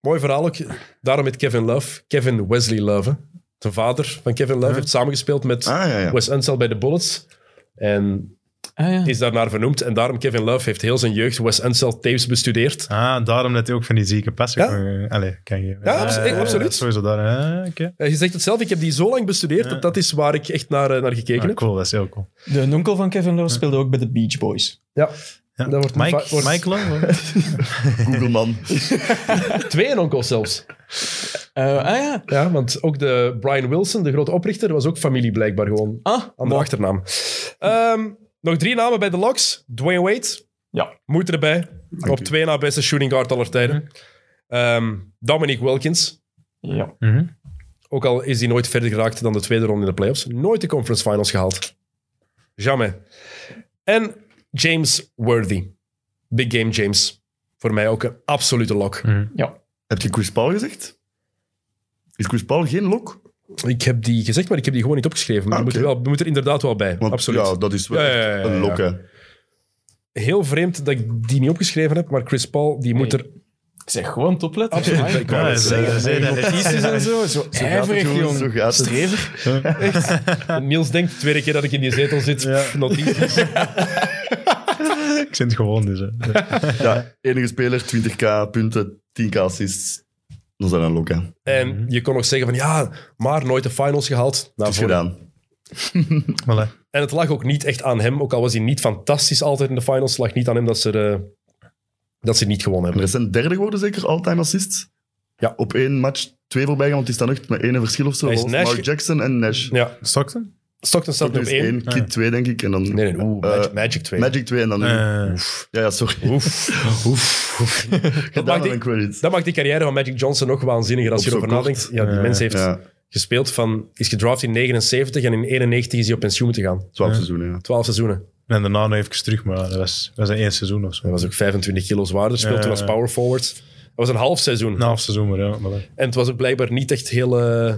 S4: mooi verhaal ook. Daarom met Kevin Love. Kevin Wesley Love. hè. De vader van Kevin Love heeft samengespeeld met
S5: Ah, ja, ja.
S4: Wes Anselt bij de Bullets. En
S7: Ah, ja.
S4: is daarnaar vernoemd. En daarom Kevin Love heeft heel zijn jeugd Wes Anselt tapes bestudeerd.
S6: Ah, daarom dat hij ook van die zieke passen
S4: Ja.
S6: kan, allee, kan geven.
S4: Ja, abso-
S6: Eh,
S4: absoluut.
S6: dat is Sowieso daar. hè, oké.
S4: Eh, Je zegt het zelf, ik heb die zo lang bestudeerd. Dat dat is waar ik echt naar, eh, naar gekeken
S6: Ah,
S4: heb.
S6: cool, dat is heel cool.
S7: De onkel van Kevin Love speelde ook bij de Beach Boys.
S4: Ja.
S6: Ja.
S4: Dat wordt
S6: Mike,
S4: wordt-
S6: Mike Love.
S5: Google-man.
S4: Twee onkels zelfs.
S7: Eh, ah ja.
S4: Ja, want ook de Brian Wilson, de grote oprichter, was ook familie blijkbaar gewoon.
S7: Ah,
S4: Andere achternaam. Ehm, nog drie namen bij de Locks. Dwayne Wade.
S7: Ja. Mhm.
S4: Moet erbij. Op twee na beste shooting guard aller tijden. Ehm, Dominique Wilkins.
S7: ja.
S6: Mhm.
S4: Ook al is hij nooit verder geraakt dan de tweede ronde in de playoffs. Nooit de conference finals gehaald. Jamais. En James Worthy. Big game James. Voor mij ook een absolute lock.
S7: ja.
S5: Heb je Chris Paul gezegd? Is Chris Paul geen lok?
S4: Ik heb die gezegd, maar ik heb die gewoon niet opgeschreven. Maar
S5: Ah,
S4: die
S5: oké.
S4: moet, er wel, moet er inderdaad wel bij.
S5: Want
S4: Absoluut.
S5: ja, dat is wel
S4: Ja, ja,
S5: echt
S4: ja, ja, ja.
S5: een lok, hè.
S4: Heel vreemd dat ik die niet opgeschreven heb, maar Chris Paul, die moet
S7: Nee.
S4: er
S7: Ik zeg gewoon topletten.
S4: absoluut bij
S6: Ja,
S4: komen.
S6: dat is, eh, dat is- dat is-
S7: Autistisch en zo. Zo
S5: gaat het,
S7: ijverig,
S5: jongens,
S7: jong.
S5: Zo gaat het.
S7: Strever.
S4: Niels denkt, de tweede keer dat ik in die zetel zit, pff, notities.
S6: Ik zit gewoon dus. hè.
S5: Ja, enige speler, 20k punten, 10k assists. Dan zijn dat een lok, hè. Het
S4: En je kon nog zeggen van, ja, maar nooit de finals gehaald. Nou,
S5: is
S4: voor-
S5: gedaan.
S6: Voilà.
S4: En het lag ook niet echt aan hem, ook al was hij niet fantastisch altijd in de finals, het lag niet aan hem dat ze, er, eh, dat ze niet gewonnen
S5: En
S4: hebben.
S5: er zijn derde geworden, zeker, all-time assists.
S4: Ja.
S5: Op één match twee voorbij gaan, want het is dan echt met één verschil of zo.
S4: Hij is
S5: Volgens
S4: Nash.
S5: Mark Jackson en Nash.
S4: Ja,
S6: Stockton?
S4: Stockton staat nu
S5: Dat
S4: op
S5: is
S4: één. Ah.
S5: één, Kid 2, denk ik. En dan,
S4: Nee, nee, oeh,
S5: eh,
S4: Magic, Magic 2.
S5: Magic 2 en dan...
S6: Eh,
S5: Ja, ja, sorry.
S4: Oef.
S5: Gedaan
S4: maakt
S5: aan
S4: die-
S5: een credit.
S4: Dat maakt die carrière van Magic Johnson nog waanzinniger als
S5: Op
S4: je
S5: zo
S4: erover
S5: kort.
S4: nadenkt. Ja, die mens heeft
S5: Ja,
S4: gespeeld van... Is gedraft in 79 en in 91 is hij op pensioen te gaan.
S5: 12 seizoenen, ja.
S4: 12 seizoenen.
S6: En daarna nog even terug, maar dat was, was dat één seizoen of zo.
S4: Hij was ook 25 kilo zwaarder, speelde
S6: Ja,
S4: toen
S6: ja,
S4: als
S6: ja.
S4: power forward. Dat was een half seizoen.
S6: Een half seizoen, maar ja. voilà.
S4: En het was ook blijkbaar niet echt heel, eh,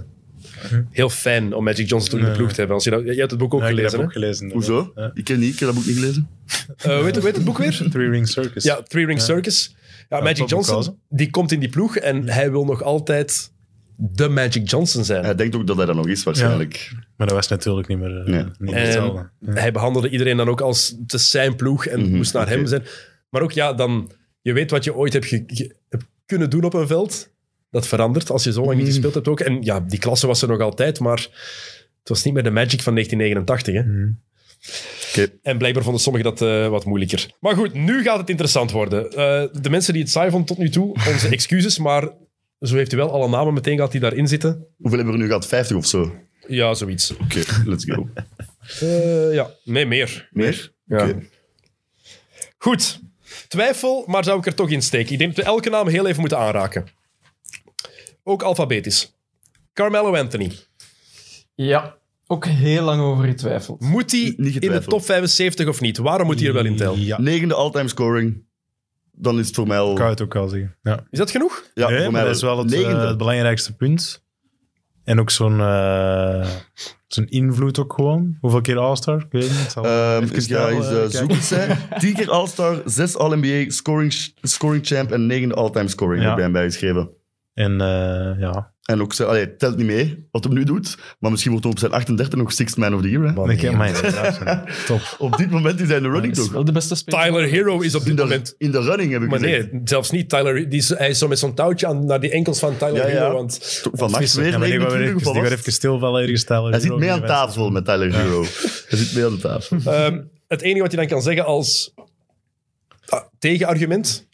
S4: heel fijn om Magic Johnson toen in de
S6: Nee.
S4: ploeg te hebben. Als je, dat, je hebt het boek ook
S6: Ja, ik heb
S4: gelezen,
S6: dat
S4: hè?
S6: ook gelezen. eh,
S5: Hoezo?
S6: Ja.
S5: Ik ken niet, ik heb dat boek niet gelezen.
S4: Eh, weet, weet het boek weer?
S6: Three Ring Circus.
S4: Ja, Three Ring Circus. Ja, Magic
S6: Bob
S4: Johnson,
S6: Bukowski.
S4: die komt in die ploeg en hij wil nog altijd de Magic Johnson zijn.
S5: Hij denkt ook dat hij dat nog is, waarschijnlijk.
S6: Maar dat was natuurlijk niet meer, eh,
S5: Nee.
S6: niet meer
S4: En
S6: hetzelfde.
S4: hij behandelde iedereen dan ook als te zijn ploeg en het moest naar hem
S5: oké.
S4: zijn. Maar ook ja, dan, je weet wat je ooit hebt, ge- ge- hebt kunnen doen op een veld. Dat verandert als je zo lang niet gespeeld hebt ook. En ja, die klasse was er nog altijd, maar het was niet meer de Magic van 1989. Hè?
S5: Oké.
S4: En blijkbaar vonden sommigen dat eh, wat moeilijker. Maar goed, nu gaat het interessant worden. Eh, de mensen die het saai vonden tot nu toe, onze excuses, maar zo heeft u wel alle namen meteen gehad die daarin zitten.
S5: Hoeveel hebben we er nu gehad? 50 of zo? Oké,
S4: Ja, zoiets.
S5: let's go.
S4: Eh, ja, nee, meer.
S5: Meer?
S4: Ja.
S5: Oké.
S4: Goed. Twijfel, maar zou ik er toch in steken? Ik denk dat we elke naam heel even moeten aanraken. Ook alfabetisch. Carmelo Anthony.
S7: Ja. Ook heel lang over getwijfeld.
S4: Moet hij
S5: Niet
S4: in de
S5: getwijfeld.
S4: top 75 of niet? Waarom moet hij er wel in tellen?
S6: Ja,
S5: Negende all-time scoring. Dan is het voor mij al...
S6: ik wou het ook al zeggen. Ja.
S4: Is dat genoeg?
S5: Ja,
S6: nee,
S5: voor
S6: maar
S5: mij
S6: dat is wel het, eh,
S5: negende.
S6: het belangrijkste punt. En ook zo'n eh, zo'n invloed ook gewoon. Hoeveel keer All-Star? Ik weet het niet. Zal
S5: Ehm,
S6: even
S5: ik ga
S6: snel,
S5: eens
S6: eh,
S5: eh,
S6: kijken.
S5: zoeken. zijn. Tien keer All-Star, zes All-NBA, scoring, scoring champ en negende all-time scoring
S6: Ja.
S5: heb jij hem bijgeschreven.
S6: En eh, ja,
S5: En ook, zo- allee, het telt niet mee wat hij nu doet, maar misschien wordt hij op zijn 38 nog Sixth Man of the Year. hè.
S6: Ik heb mijn inderdaad, man. Top.
S5: Op dit moment is hij in de running
S7: is
S5: toch?
S7: wel de beste speler.
S4: Tyler Hero is op
S5: In
S4: dit
S5: de,
S4: moment...
S5: in de running heb ik
S4: Maar
S5: gezegd.
S4: nee, zelfs niet. Tyler, die is, hij is zo met zo'n touwtje aan, naar die enkels van Tyler
S5: Ja, ja.
S4: Hero. Want,
S5: Toch, Vannacht
S6: Ja,
S5: weer
S6: maar die gaat
S5: 29
S6: even,
S5: of
S6: die
S5: wat was
S6: gaat
S5: het?
S6: even stilvallen ergens tellen.
S5: Hij zit mee aan tafel met Tyler Hero. Hij zit mee aan de tafel.
S4: Ehm, het enige wat je dan kan zeggen als ah, tegenargument,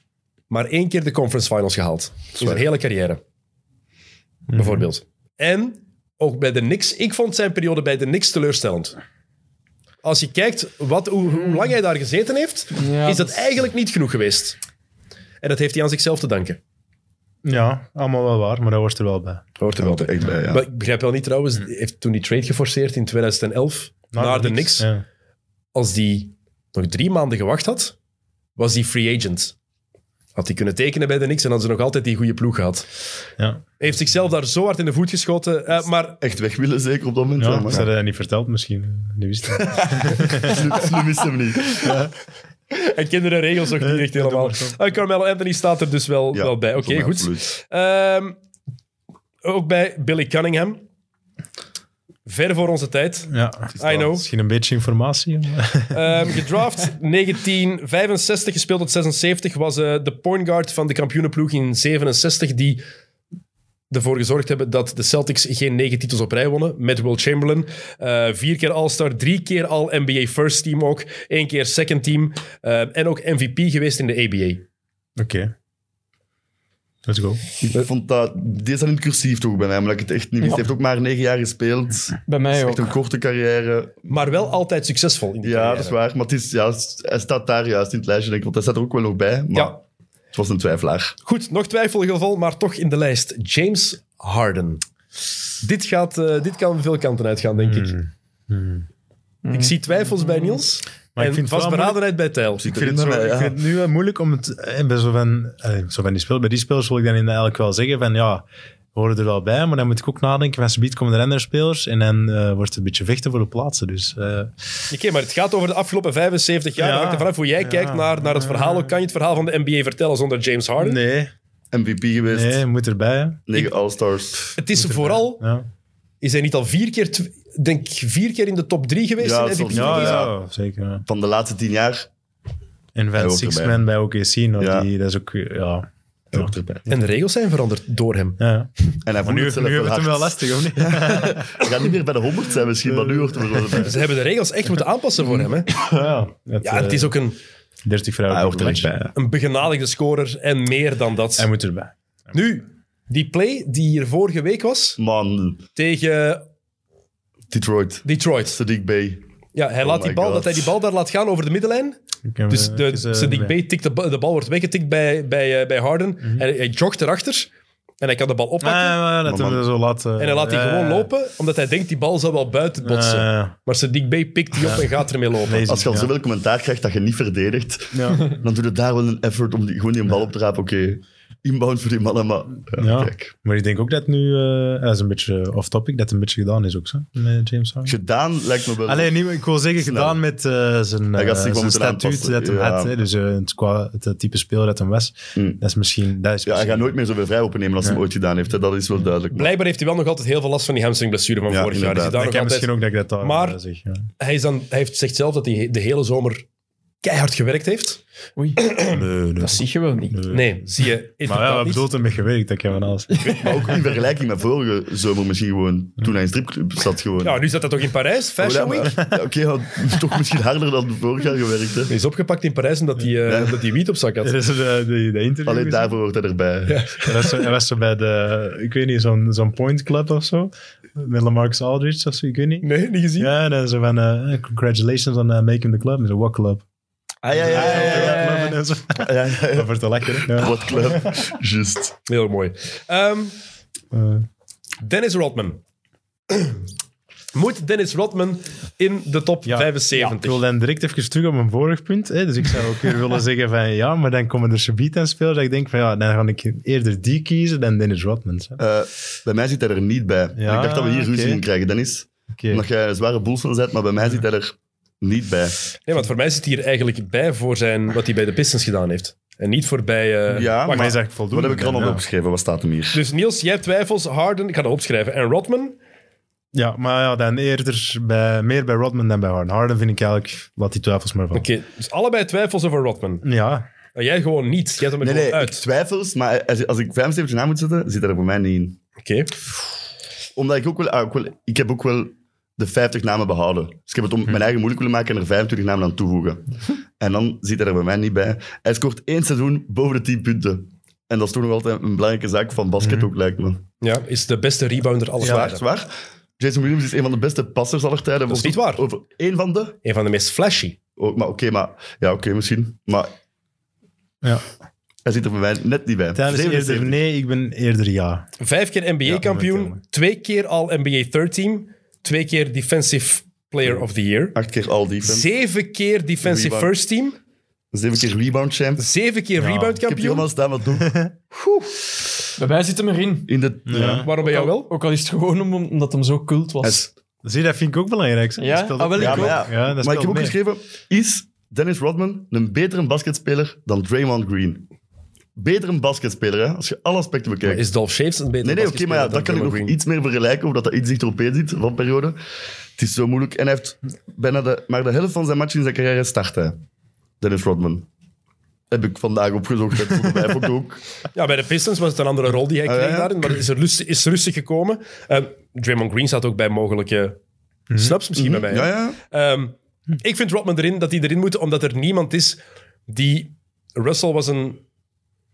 S4: maar één keer de conference finals gehaald. In zijn hele carrière.
S5: Mhm.
S4: Bijvoorbeeld. En ook bij de Knicks. Ik vond zijn periode bij de Knicks teleurstellend. Als je kijkt wat, hoe, hoe lang hij daar gezeten heeft, is
S7: Ja,
S4: dat,
S7: dat is-
S4: eigenlijk niet genoeg geweest. En dat heeft hij aan zichzelf te danken.
S6: Ja, allemaal wel waar, maar dat hoort er wel bij.
S4: Hoort er wel bij.
S5: Echt bij, ja.
S4: Maar ik begrijp wel niet trouwens, heeft toen die trade geforceerd in 2011 naar, de Knicks.
S6: Ja.
S4: als die nog drie maanden gewacht had, was die free agent. Had hij kunnen tekenen bij de Knicks en had ze nog altijd die goede ploeg gehad.
S6: Ja.
S4: Hij heeft zichzelf daar zo hard in de voet geschoten. eh, maar
S5: Echt weg willen zeker op dat moment.
S6: Ja,
S5: Ja,
S6: ze
S5: maar
S6: hadden dat niet verteld misschien. Die wist het.
S5: slim, slim is hem niet.
S4: hij kende de regels nog niet echt
S6: doe
S4: helemaal.
S6: maar zo.
S4: Eh, Carmelo Anthony staat er dus wel,
S5: Ja,
S4: wel bij. Oké,
S5: voor mij
S4: goed.
S5: absoluut.
S4: Ehm, ook bij Billy Cunningham. Ver voor onze tijd.
S6: Ja.
S4: I know.
S6: Misschien een beetje informatie. maar-
S4: Ehm, gedraft 1965, gespeeld tot 76, was eh, de point guard van de kampioenenploeg in 67 die ervoor gezorgd hebben dat de Celtics geen negen titels op rij wonnen met Will Chamberlain. Eh, vier keer All-Star, drie keer All-NBA First Team ook, één keer Second Team eh, en ook MVP geweest in de ABA.
S6: Oké. Let's go.
S5: Ik vond dat... Deze zijn in cursief toch bij mij, omdat ik het echt niet wist. Hij heeft ook maar negen jaar gespeeld.
S7: Bij mij
S5: Echt
S7: ook.
S5: een korte carrière.
S4: Maar wel altijd succesvol in die
S5: Ja,
S4: carrière.
S5: dat is waar. Maar het is, ja, hij staat daar juist in het lijstje, denk ik. Want hij staat er ook wel nog bij. Maar
S4: Ja.
S5: het was een twijfelaar.
S4: Goed, nog twijfelgeval, maar toch in de lijst. James Harden. Dit, gaat, eh, dit kan veel kanten uitgaan, denk ik. Ik zie twijfels bij Niels.
S6: Hmm. Maar
S4: en
S6: ik vind het wel
S4: vastberadenheid bij Tijl.
S6: Ik vind, het zo, ik vind het nu wel moeilijk om het eh, bij zo van, eh, zo van die speel, bij die spelers wil ik dan eigenlijk wel zeggen van ja, we horen er wel bij, maar dan moet ik ook nadenken van subiet komen er andere spelers en dan eh, wordt het een beetje vechten voor de plaatsen. Dus eh,
S4: Oké, maar het gaat over de afgelopen 75 jaar.
S6: Ja.
S4: Dat hangt ervan af hoe jij kijkt naar, naar het verhaal. Hoe kan je het verhaal van de NBA vertellen zonder James Harden?
S6: nee,
S5: MVP geweest.
S6: nee, moet erbij. hè.
S5: Negen All-Stars.
S4: Het is vooral,
S6: Ja,
S4: is hij niet al vier keer, tw- denk ik, vier keer in de top drie geweest?
S5: Ja,
S4: in
S5: dat
S4: MVP?
S5: zal-
S6: ja,
S5: Ja,
S6: ja, zeker. ja.
S5: Van de laatste tien jaar.
S6: En Van
S5: hoort
S6: Six
S5: erbij.
S6: Man bij OKC, nou,
S5: Ja.
S6: die, dat is ook, eh, ja.
S5: Hij hoort erbij.
S4: En de regels zijn veranderd door hem.
S6: ja.
S5: En hij
S6: Maar
S5: voelt
S6: nu, nu
S5: het zelf
S6: hebben we
S5: wel
S6: het hem
S5: hard.
S6: wel lastig, of niet?
S5: Hij gaat niet meer bij de 100 zijn misschien, maar nu hoort hij er wel bij.
S4: Ze hebben de regels echt moeten aanpassen voor hem. Hè?
S6: Ja, het,
S4: Ja, het
S6: eh,
S4: is ook een,
S6: 30 vrouwen.
S5: Hij hoort er
S6: gelijk
S5: echt
S6: bij, ja.
S4: een begenadigde scorer en meer dan dat.
S6: Hij moet erbij.
S4: Nu, die play die hier vorige week was
S5: Man,
S4: tegen
S5: Detroit.
S4: Detroit.
S5: Sadiq Bay.
S4: Ja, hij laat die
S5: my
S4: bal,
S5: God.
S4: dat hij die bal daar laat gaan over de middenlijn.
S6: Ik heb,
S4: Dus
S6: Oh eh,
S4: de,
S6: het is, eh,
S4: Sadiq
S6: ja.
S4: Bey tikt de, bal- de bal wordt weggetikt bij, bij, eh, bij Harden. En hij jogt erachter en hij kan de bal
S6: Mhm. Ah, Eh.
S4: oppakken.
S6: ja, dat
S5: Maar
S6: hebben we zo laten.
S4: en hij laat die
S6: ja,
S4: gewoon
S6: ja.
S4: lopen, omdat hij denkt die bal zal wel
S6: Eh.
S4: buiten botsen.
S6: Ja, ja.
S4: Maar Sadiq Bey pikt die op en gaat ermee lopen.
S6: Amazing,
S5: Als je al
S6: ja.
S5: zoveel commentaar krijgt dat je niet verdedigt,
S6: Ja.
S5: dan doe je daar wel een effort om die, gewoon die bal op te rapen. Oké, inbound voor die mannen, maar ja,
S6: Ja.
S5: kijk.
S6: Maar ik denk ook dat nu, eh, dat is een beetje off-topic, dat het een beetje gedaan is ook zo, met James Harden.
S5: Gedaan lijkt me wel.
S6: Alleen, niet, ik wil zeggen,
S5: Snel.
S6: gedaan met eh, zijn,
S5: Hij gaat zich wel
S6: eh, zijn
S5: moeten
S6: statuut
S5: aanpassen,
S6: dat hij
S5: ja. Hmm.
S6: had. hè. dus eh, het, qua, het eh, type speler dat hij was, dat is misschien... Dat is
S5: Ja, hij
S6: misschien-
S5: gaat nooit meer zoveel vrij opnemen als hij hem ooit gedaan heeft. Hè. Dat is wel duidelijk. Maar
S4: Blijkbaar heeft hij wel nog altijd heel veel last van die hamstringblessure van
S5: Ja,
S4: vorig jaar. Is hij,
S5: inderdaad.
S4: daar
S6: Ik
S4: nog
S6: heb
S4: altijd-
S6: misschien ook dat ik dat daar
S4: Maar-
S6: eh, zeg. Ja.
S4: hij, is dan, hij heeft, zegt zelf dat hij de hele zomer keihard gewerkt heeft.
S7: Oei,
S6: Nee,
S7: dat zie je wel niet.
S4: Nee, zie je. het
S6: Maar
S4: kan
S6: ja, wat
S4: niet.
S6: bedoelt hem met gewerkt? Dat kan van alles.
S5: ook in vergelijking met vorige zomer misschien gewoon, toen hij in stripclub zat gewoon.
S4: Ja, nu zat dat toch in Parijs, Fashion
S5: Oh,
S4: Week.
S5: ja, maar- ja, Oké, ja, toch misschien harder dan vorig jaar gewerkt. Hè.
S4: Hij is opgepakt in Parijs omdat hij, eh, omdat hij wiet op zak
S6: Dat
S4: had.
S6: is eh, de, de, de interview.
S5: Alleen
S6: gezien.
S5: daarvoor hoort hij erbij.
S6: Hij was, zo, hij was zo bij de, ik weet niet, zo'n zo'n point club of zo. Met Lamarcus Aldridge of zo, ik weet niet.
S4: Nee, niet gezien.
S6: Ja, en dan zo van, eh, congratulations on eh, making the club. En zo, what club?
S5: Ah ja, ja, ja. ja, ja.
S6: Club en zo.
S5: Ja, ja, ja.
S6: Dat wordt te lekker, hè? Ja.
S5: Wat club. Just.
S4: Heel mooi. Ehm,
S6: Eh,
S4: Dennis Rodman. Moet Dennis Rodman in de top
S6: ja. Ja, ik
S4: 75?
S6: wil dan direct even terug op mijn vorig punt. Hè? Dus ik zou ook weer willen zeggen van, ja, maar dan komen er subiet en spelers. Dat ik denk van, ja, dan ga ik eerder die kiezen dan Dennis Rodman. hè.
S5: Eh, bij mij zit hij er niet bij.
S6: Ja,
S5: ik dacht dat we hier ruzie
S6: oké.
S5: in krijgen, Dennis.
S6: Oké.
S5: Omdat jij een zware boel van bent, maar bij mij zit hij er niet bij.
S4: Nee, want voor mij zit hij hier eigenlijk bij voor zijn, wat hij bij de Pistons gedaan heeft. En niet voorbij... eh,
S5: Ja,
S6: maar
S5: maar
S6: hij is eigenlijk voldoende.
S5: Wat heb ik er allemaal
S6: ja.
S5: opgeschreven? Wat staat hem hier?
S4: Dus Niels, jij hebt twijfels. Harden, ik ga dat opschrijven. En Rodman,
S6: Ja, maar ja, dan eerder bij, meer bij Rodman dan bij Harden. Harden vind ik eigenlijk, laat die twijfels maar van.
S4: Oké, dus allebei twijfels over Rodman.
S6: Ja,
S4: En jij gewoon niet. Jij hebt hem er
S5: Nee,
S4: gewoon
S5: nee, ik
S4: uit.
S5: twijfels, maar als, als ik 75 na moet zetten, zit dat er voor mij niet in.
S4: Oké.
S5: Omdat ik ook wel, ah, ook wel- ik heb ook wel de 50 namen behouden. Dus ik heb
S4: Hm.
S5: het om mijn eigen moeilijk willen maken en er 25 namen aan toevoegen. en dan zit dat er bij mij niet bij. Hij scoort één seizoen boven de 10 punten. En dat is toch nog altijd een belangrijke zaak van basket
S4: Hm.
S5: ook, lijkt me.
S4: Ja, is de beste rebounder aller
S5: Zwaar,
S4: tijden.
S5: zwaar. Jason Williams is een van de beste passers aller tijden.
S4: Dat is niet waar.
S5: Over één van de.
S4: Een van de meest flashy.
S5: Oh, maar oké, maar... Ja, oké, misschien. Maar
S6: ja.
S5: hij zit er bij mij net niet bij.
S6: Tijdens eerder
S5: 77.
S6: nee, ik ben eerder ja.
S4: Vijf keer NBA-kampioen,
S6: momenteel,
S4: twee keer al NBA Third Team, twee keer Defensive Player of the Year,
S5: Acht keer all defense.
S4: zeven keer Defensive
S5: Rebound.
S4: First Team,
S5: Zeven keer rebound champ. Ik
S4: zeven keer
S5: heb die allemaal
S4: rebound-kampioen.
S5: staan wat doen.
S7: Bij mij zit hem erin.
S5: In de... Ja.
S4: Waarom bij jou wel?
S7: Ook al is het gewoon om- omdat hem zo cult
S5: Hij
S7: was.
S5: is-
S6: Zie, dat vind ik ook belangrijk. hè.
S7: Ja?
S6: Dat speelt ook
S7: Ah, wel,
S6: mee.
S7: ik
S5: Ja, maar ja.
S6: ook. Ja, dat
S5: maar
S6: speelt
S5: ik heb ook
S6: mee.
S5: geschreven... Is Dennis Rodman een betere basketspeler dan Draymond Green? Betere basketspeler, hè? Als je alle aspecten bekijkt.
S4: Is Dolph Shaves een betere
S5: Nee, nee, oké, maar ja, dat
S4: basketballer
S5: kan ik
S4: dan Draymond Green?
S5: nog iets meer vergelijken, omdat dat iets dichteropeen zit van periode. Het is zo moeilijk. En hij heeft bijna de, maar de helft van zijn match in zijn carrière start hij. Dennis Rodman. Heb ik vandaag opgezocht. Dat vond ik vond ik ook.
S4: Ja, bij de Pistons was het een andere rol die hij kreeg
S5: Ah, ja.
S4: daarin, maar is, er rustig, is rustig gekomen. Ehm, Draymond Green staat ook bij mogelijke snaps misschien bij mij.
S5: Mhm. Ja,
S4: hè?
S5: ja.
S4: Ehm, ik vind Rodman erin dat hij erin moet, omdat er niemand is die. Russell was een,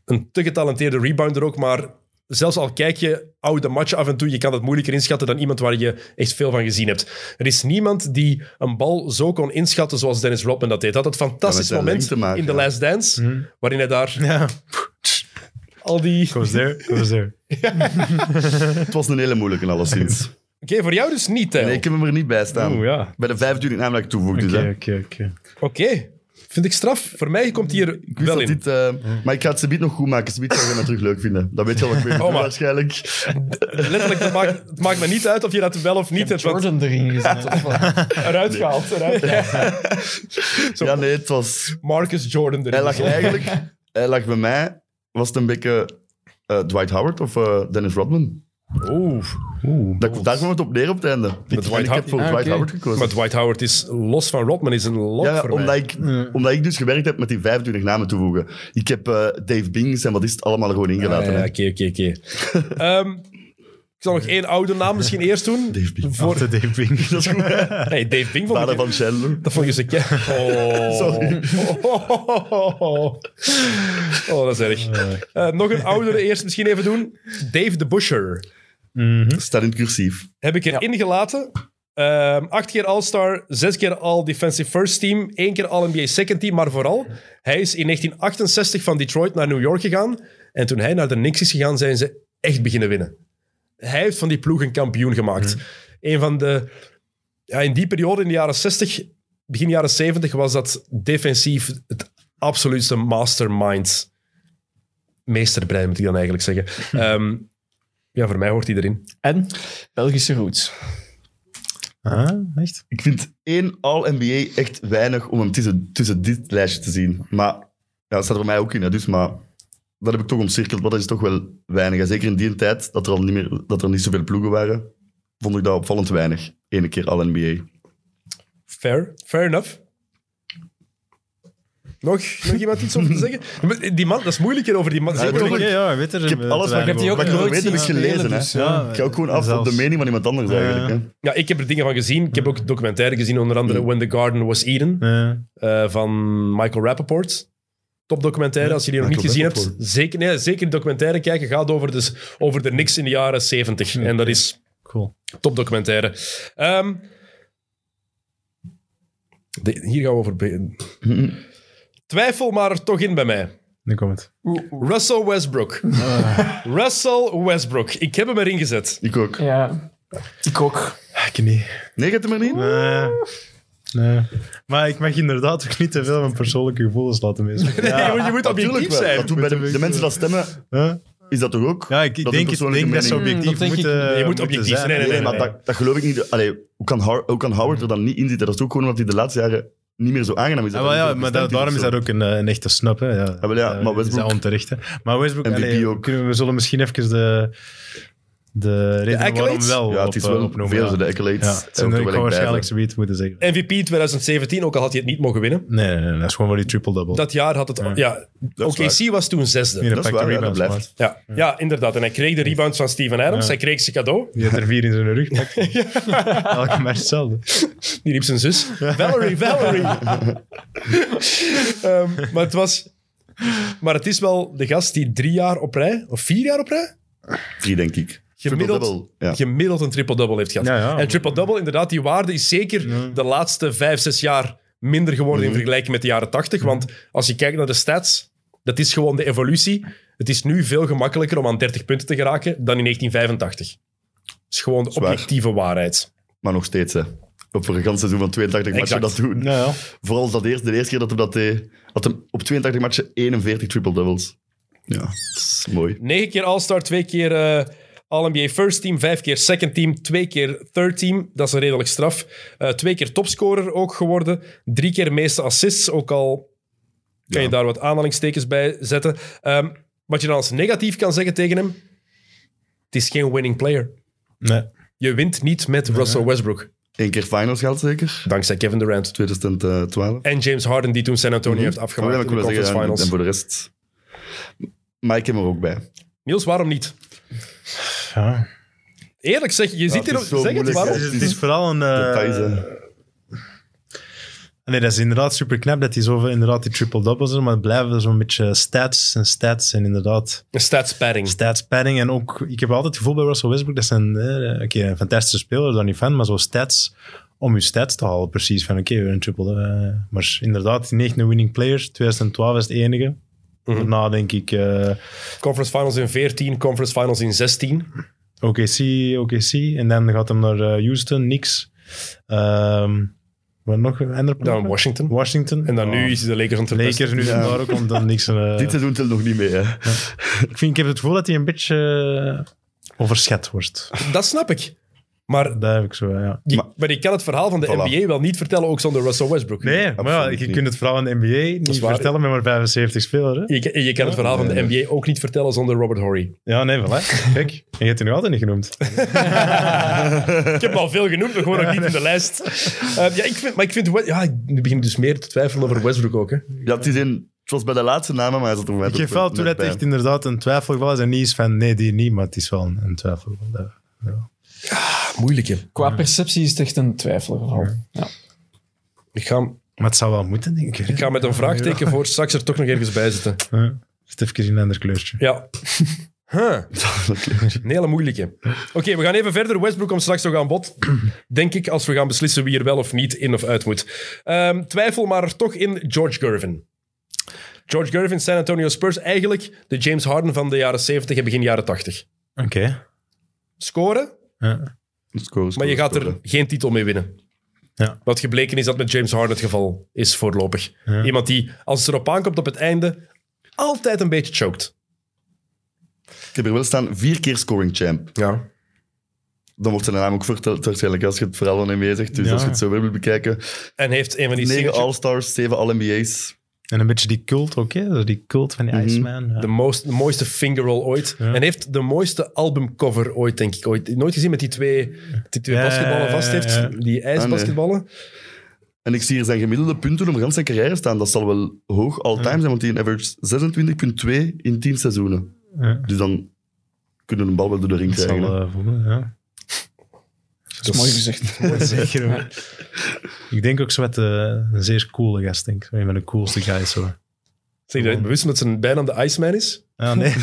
S4: een te getalenteerde rebounder ook, maar zelfs al kijk je oude matchen af en toe, je kan dat moeilijker inschatten dan iemand waar je echt veel van gezien hebt. Er is niemand die een bal zo kon inschatten zoals Dennis Rodman dat deed. Hij had dat fantastisch
S5: Ja, met zijn
S4: moment
S5: lengte maken,
S4: in The
S5: ja.
S4: Last Dance, waarin hij daar
S6: Ja,
S4: al die...
S6: ik was there, ik was there.
S5: Het was een hele moeilijke, alleszins.
S4: Oké, voor jou dus niet, Tijl.
S5: Nee, ik heb hem er niet bij staan.
S6: Oeh, ja.
S5: Bij de 25 naam dat ik toevoeg. dus, hè.
S6: Oké, oké, oké.
S4: Oké, vind ik straf. Voor mij komt hier
S5: Ik wist
S4: wel
S5: dat
S4: in.
S5: dit... eh, Maar ik ga het subiet nog goed maken. Subiet gaan we het terug leuk vinden. Dat weet je al wat ik weet.
S4: Oh, maar-
S5: waarschijnlijk.
S4: Letterlijk, dat maakt, het maakt me niet uit of je dat wel of niet hebt. want
S7: Jordan erin gezet. of wat?
S4: Eruit gehaald, eruit gehaald.
S5: Ja, nee, het was...
S4: Marcus Jordan erin.
S5: Hij lag eigenlijk... Hij lag bij mij... Was het een beetje eh, Dwight Howard of eh, Dennis Rodman?
S4: Oeh.
S5: Dat, daar kwam het op neer op het einde. Ik,
S4: Dwight
S5: ik
S4: Howard-
S5: heb voor
S7: Ah,
S5: Dwight
S7: oké.
S5: Howard gekozen.
S4: Maar Dwight Howard is los van Rodman, is een lot
S5: ja, ja,
S4: voor
S5: omdat,
S4: mij.
S5: ik, omdat ik dus gewerkt heb met die 25 namen toevoegen. Ik heb eh, Dave Bings en wat is het allemaal er gewoon
S4: Ah,
S5: ingelaten.
S4: ja,
S5: hè.
S4: Oké, oké, oké. Ehm, Ik zal nog één oude naam misschien eerst doen.
S5: Dave Bing.
S6: Voor de deping.
S5: Dat is goed. hè.
S4: Hey, Dave Bing vond
S5: Vader
S4: ik...
S5: van Sheldon.
S4: Dat vond ik eens een keer. Oh.
S5: Sorry.
S4: Oh, oh, oh, oh. Oh, dat is erg. Eh, nog een oudere eerst misschien even doen. Dave de Busher. Hm?
S5: Staat in het cursief.
S4: Heb ik erin gelaten. Ehm, acht keer All-Star, zes keer All-Defensive First Team, één keer All-NBA Second Team, maar vooral, hij is in 1968 van Detroit naar New York gegaan. En toen hij naar de Knicks is gegaan, zijn ze echt beginnen winnen. Hij heeft van die ploeg een kampioen gemaakt. Een van de... Ja, in die periode, in de jaren 60, begin jaren 70, was dat defensief het absoluutste mastermind. Meesterbrein, moet ik dan eigenlijk zeggen. Ehm, ja, voor mij hoort hij erin.
S7: En Belgische roots.
S6: Ah, echt?
S5: Ik vind één All-NBA echt weinig om hem tussen, tussen dit lijstje te zien. Maar ja, dat staat er voor mij ook in. Hè, dus, maar dat heb ik toch omcirkeld, want dat is toch wel weinig. En zeker in die tijd, dat er al niet, meer, dat er niet zoveel ploegen waren, vond ik dat opvallend weinig. Eén keer All-NBA.
S4: Fair, fair enough. Nog, nog iemand iets over te zeggen? Maar Die man, dat is moeilijker over die man. Zeker
S5: dat
S4: over-
S5: is
S6: Ja, ja, weet er. eh,
S5: Ik heb alles wat
S7: Ik heb die ook
S5: Maar ik heb
S7: nooit
S5: het
S7: zien
S5: weten, heb ik
S7: spelen,
S5: gelezen,
S7: dus,
S5: hè.
S7: ja.
S5: Ik ga ook gewoon af op
S6: Zelfs.
S5: de mening van iemand anders eigenlijk. Hè.
S4: ja, ik heb er dingen van gezien. Ik heb ook documentaire gezien, onder andere
S5: Mm.
S4: When the Garden Was Eden
S6: Ja.
S4: eh, van Michael Rappaport. Topdocumentaire, als je die nog niet
S5: Michael
S4: gezien hebt.
S5: Rappaport.
S4: Zeker, nee, zeker die documentaire kijken gaat over, dus, over de niks in de jaren 70. En dat is
S6: Cool.
S4: topdocumentaire. Ehm, de- hier gaan we over beginnen. Twijfel maar er toch in bij mij.
S6: Nu komt het.
S4: Russell Westbrook.
S5: Ah.
S4: Russell Westbrook. Ik heb hem erin gezet.
S5: Ik ook.
S7: Ja, ik ook.
S6: Ah, Ik niet.
S5: Nee, gaat hem er niet? in?
S6: Nee. Nee. Maar ik mag inderdaad ook niet te veel mijn persoonlijke gevoelens laten meespelen.
S4: Nee, je moet, je moet
S5: Natuurlijk
S4: objectief
S5: wel,
S4: zijn.
S5: want toen bij de, de mensen dat stemmen,
S6: Huh?
S5: is dat toch ook?
S6: Ja, ik, ik
S5: Dat is
S6: denk,
S5: een
S6: het, denk dat ze
S5: persoonlijke
S6: objectief
S4: Mm,
S7: mening. Dat denk ik-
S6: moeten
S4: je moet
S6: moeten
S4: objectief zijn,
S6: zijn.
S4: nee, nee,
S5: Nee,
S4: nee.
S5: maar dat, dat geloof ik niet. Allee, hoe, kan Har- hoe kan Howard er dan niet in zitten? Dat is ook gewoon omdat hij de laatste jaren niet meer zo aangenaam is.
S4: Ah,
S6: Ja, maar, ja,
S5: hij
S6: maar
S5: bestemd
S6: dat, daarom is
S5: of
S6: dat
S5: zo.
S6: ook een, eh, een echte snap. Hè. Ja,
S5: wel ja,
S6: Eh,
S5: maar
S6: Is dat
S5: Westbrook-
S6: terecht. Hè. Maar Westbrook,
S5: MVP
S6: allee,
S5: ook.
S6: Kunnen we, we zullen misschien even de, de reden waarom
S4: accolades?
S6: wel
S5: Ja,
S6: op,
S5: het is
S6: eh,
S5: wel
S6: opnoemen.
S5: veel
S6: ja.
S5: zo de accolades.
S6: Ja, het zijn
S5: Elke wel
S6: ik ga
S5: echt
S6: waarschijnlijk
S5: bij.
S6: zoiets moeten zeggen.
S4: MVP 2017, ook al had hij het niet mogen winnen.
S6: Nee, nee, nee, dat is gewoon voor die triple-double.
S4: Dat jaar had het... Ja,
S5: Dat is
S4: OKC was toen zesde.
S6: Hier een
S5: dat is
S6: pak
S5: waar, ja, dat
S6: rebounds,
S5: blijft.
S6: maat.
S4: Ja. ja, inderdaad. En hij kreeg de rebound van Steven Adams. Hij kreeg zijn cadeau.
S6: Die had er vier in zijn rug. gepakt. Elke match hetzelfde.
S4: Die riep zijn zus. Valerie, Valerie. Ehm, maar het was... Maar het is wel de gast die drie jaar op rij, of vier jaar op rij,
S5: Drie, denk ik.
S4: gemiddeld,
S5: Triple-double, Ja.
S4: gemiddeld een triple-double heeft gehad.
S6: Ja, ja.
S4: En triple-double, inderdaad, die waarde is zeker de laatste vijf, zes jaar minder geworden
S5: Mhm.
S4: in vergelijking met de jaren tachtig.
S6: Mhm.
S4: Want als je kijkt naar de stats, dat is gewoon de evolutie. Het is nu veel gemakkelijker om aan 30 punten te geraken dan in 1985. Dat is gewoon de
S5: Zwaar.
S4: objectieve waarheid.
S5: Maar nog steeds, hè. Op een ganse seizoen van 82 matchen
S4: Exact.
S5: dat doen.
S6: Nou ja.
S5: Vooral dat eerste, de eerste keer dat hij dat deed, had hij op 82 matchen 41 triple-doubles. Ja, dat is mooi.
S4: 9 keer All-Star, 2 keer eh All-NBA First Team, 5 keer Second Team, 2 keer Third Team. Dat is een redelijk straf. Eh twee keer topscorer ook geworden. Drie keer meeste assists, ook al kan je daar wat aanhalingstekens bij zetten. Ehm, wat je dan als negatief kan zeggen tegen hem, het is geen winning player.
S6: Nee.
S4: Je wint niet met Russell Westbrook,
S5: Eén keer finals gehaald, zeker?
S4: dankzij Kevin Durant.
S5: 2012.
S4: En James Harden, die toen San Antonio
S5: Mhm.
S4: heeft afgemaakt
S5: Ja,
S4: in
S5: maar
S4: de
S5: ik Hm. wil
S4: conference
S5: zeggen, en-
S4: finals.
S5: En voor de rest... Maar ik heb hem er ook bij.
S4: Niels, waarom niet?
S6: Ja. Dus
S4: Eerlijk zeg, je ziet
S5: het
S4: hier...
S5: is zo
S4: Zeg het,
S5: moeilijk, hè.
S4: waarom?
S6: Het is, het is vooral een... eh,
S5: Details, hè.
S6: Nee, dat is inderdaad super knap dat die zoveel inderdaad die triple doubles zijn, maar het blijven er zo'n beetje stats en stats en inderdaad
S4: Een stats padding.
S6: stats padding Dus en ook ik heb altijd het gevoel bij Russell Westbrook dat zijn eh, oké een fantastische speler daar niet van, maar zo stats om je stats te halen precies van oké weer een triple eh, maar inderdaad die 9 winning players 2012 is het enige.
S4: Mhm.
S6: Daarna denk ik eh,
S4: Conference Finals in 14, Conference Finals in 16.
S6: OKC, OKC en dan gaat hem naar eh, Houston, niks. Ehm wat nog een ander
S4: Dan
S6: ploeg?
S4: Washington.
S6: Washington.
S4: En dan
S6: Oh.
S4: nu is de Lakers aan het
S6: De
S4: verpesten.
S6: Lakers nu zijn daar ook, want dan niks. eh,
S5: Dit seizoen telt nog niet mee, hè.
S6: ik, vind, ik heb het gevoel dat hij een beetje eh, overschat wordt.
S4: Dat snap ik. Maar,
S6: Dat heb ik zo, ja.
S4: je, maar, ik kan het verhaal van de NBA wel niet vertellen, ook zonder Russell Westbrook.
S6: Nee, maar ja,
S5: absoluut
S6: je
S5: niet.
S6: kunt het vooral aan de NBA
S4: is
S6: niet
S4: waar.
S6: vertellen met maar 75 spelers. Hè?
S4: Je, en je kan het verhaal van de NBA ook niet vertellen zonder Robert Horry.
S6: Ja, nee, voilà. Kijk, en je hebt hem nog altijd niet genoemd.
S4: Ik heb hem al veel genoemd, maar gewoon nog niet in de lijst. Eh, ja, ik vind, maar ik vind... Wes- Ja, ik- nu begin ik dus meer te twijfelen over Westbrook ook. Hè.
S5: Ja, het, is in, het was bij de laatste namen, maar hij zat er
S6: Ik geef wel toe dat het echt inderdaad een twijfelgeval is. En niet is van, nee, die niet, maar het is wel een, een twijfelgeval. Dat-
S4: Moeilijk, hè.
S7: Qua perceptie is het echt een twijfelgeval. Ja.
S4: Ik ga, hem-
S6: Maar het zou wel moeten, denk ik.
S4: ik ga hem met een vraagteken voor straks er toch nog ergens bij zitten.
S6: Ja. Het heeft even een ander kleurtje.
S4: Ja. Huh. Een hele moeilijke. Oké, we gaan even verder. Westbrook komt straks nog aan bod. Denk ik, als we gaan beslissen wie er wel of niet in of uit moet. Ehm, twijfel maar toch in George Gervin. George Gervin, San Antonio Spurs. Eigenlijk de James Harden van de jaren 70 en begin jaren 80.
S6: Oké.
S4: Scoren,
S6: Ja.
S4: maar je gaat er geen titel mee winnen.
S6: Ja.
S4: Wat gebleken is dat met James Harden het geval is voorlopig. Iemand die, als het erop aankomt op het einde, altijd een beetje choked.
S5: Ik heb er wel staan, vier keer scoring champ.
S4: Ja.
S5: Dan wordt zijn naam ook verteld waarschijnlijk als je het verhaal van NBA zegt. Dus
S6: Ja.
S5: als je het zo wil bekijken.
S4: En heeft een van die
S5: Negen
S4: signature-
S5: All-Stars, zeven All-NBA's.
S6: En een beetje die cult ook, hè? Zo Die cult van die Iceman. ja.
S4: De, most, de mooiste fingerroll ooit. En heeft de mooiste albumcover ooit, denk ik. Ooit. Nooit gezien met die twee, die twee
S6: Ja,
S4: basketballen vast heeft.
S6: ja, ja.
S7: Ah,
S4: Die ijsbasketballen.
S5: En ik zie hier zijn gemiddelde punten om gans zijn carrière staan. Dat zal wel hoog all-time zijn, want die average 26,2 in 10 seizoenen.
S6: Ja.
S5: Dus dan kunnen we een bal wel door de ring
S6: Dat
S5: krijgen. hè.
S6: zal eh, voelen, ja.
S7: Dat is mooi gezegd.
S6: Zeker hoor. Ik denk ook zo met de, een zeer coole gast, denk ik. Een van de coolste guys hoor.
S4: Zeg je dat bewust omdat zijn bijnaam de Iceman is?
S6: Ja, nee.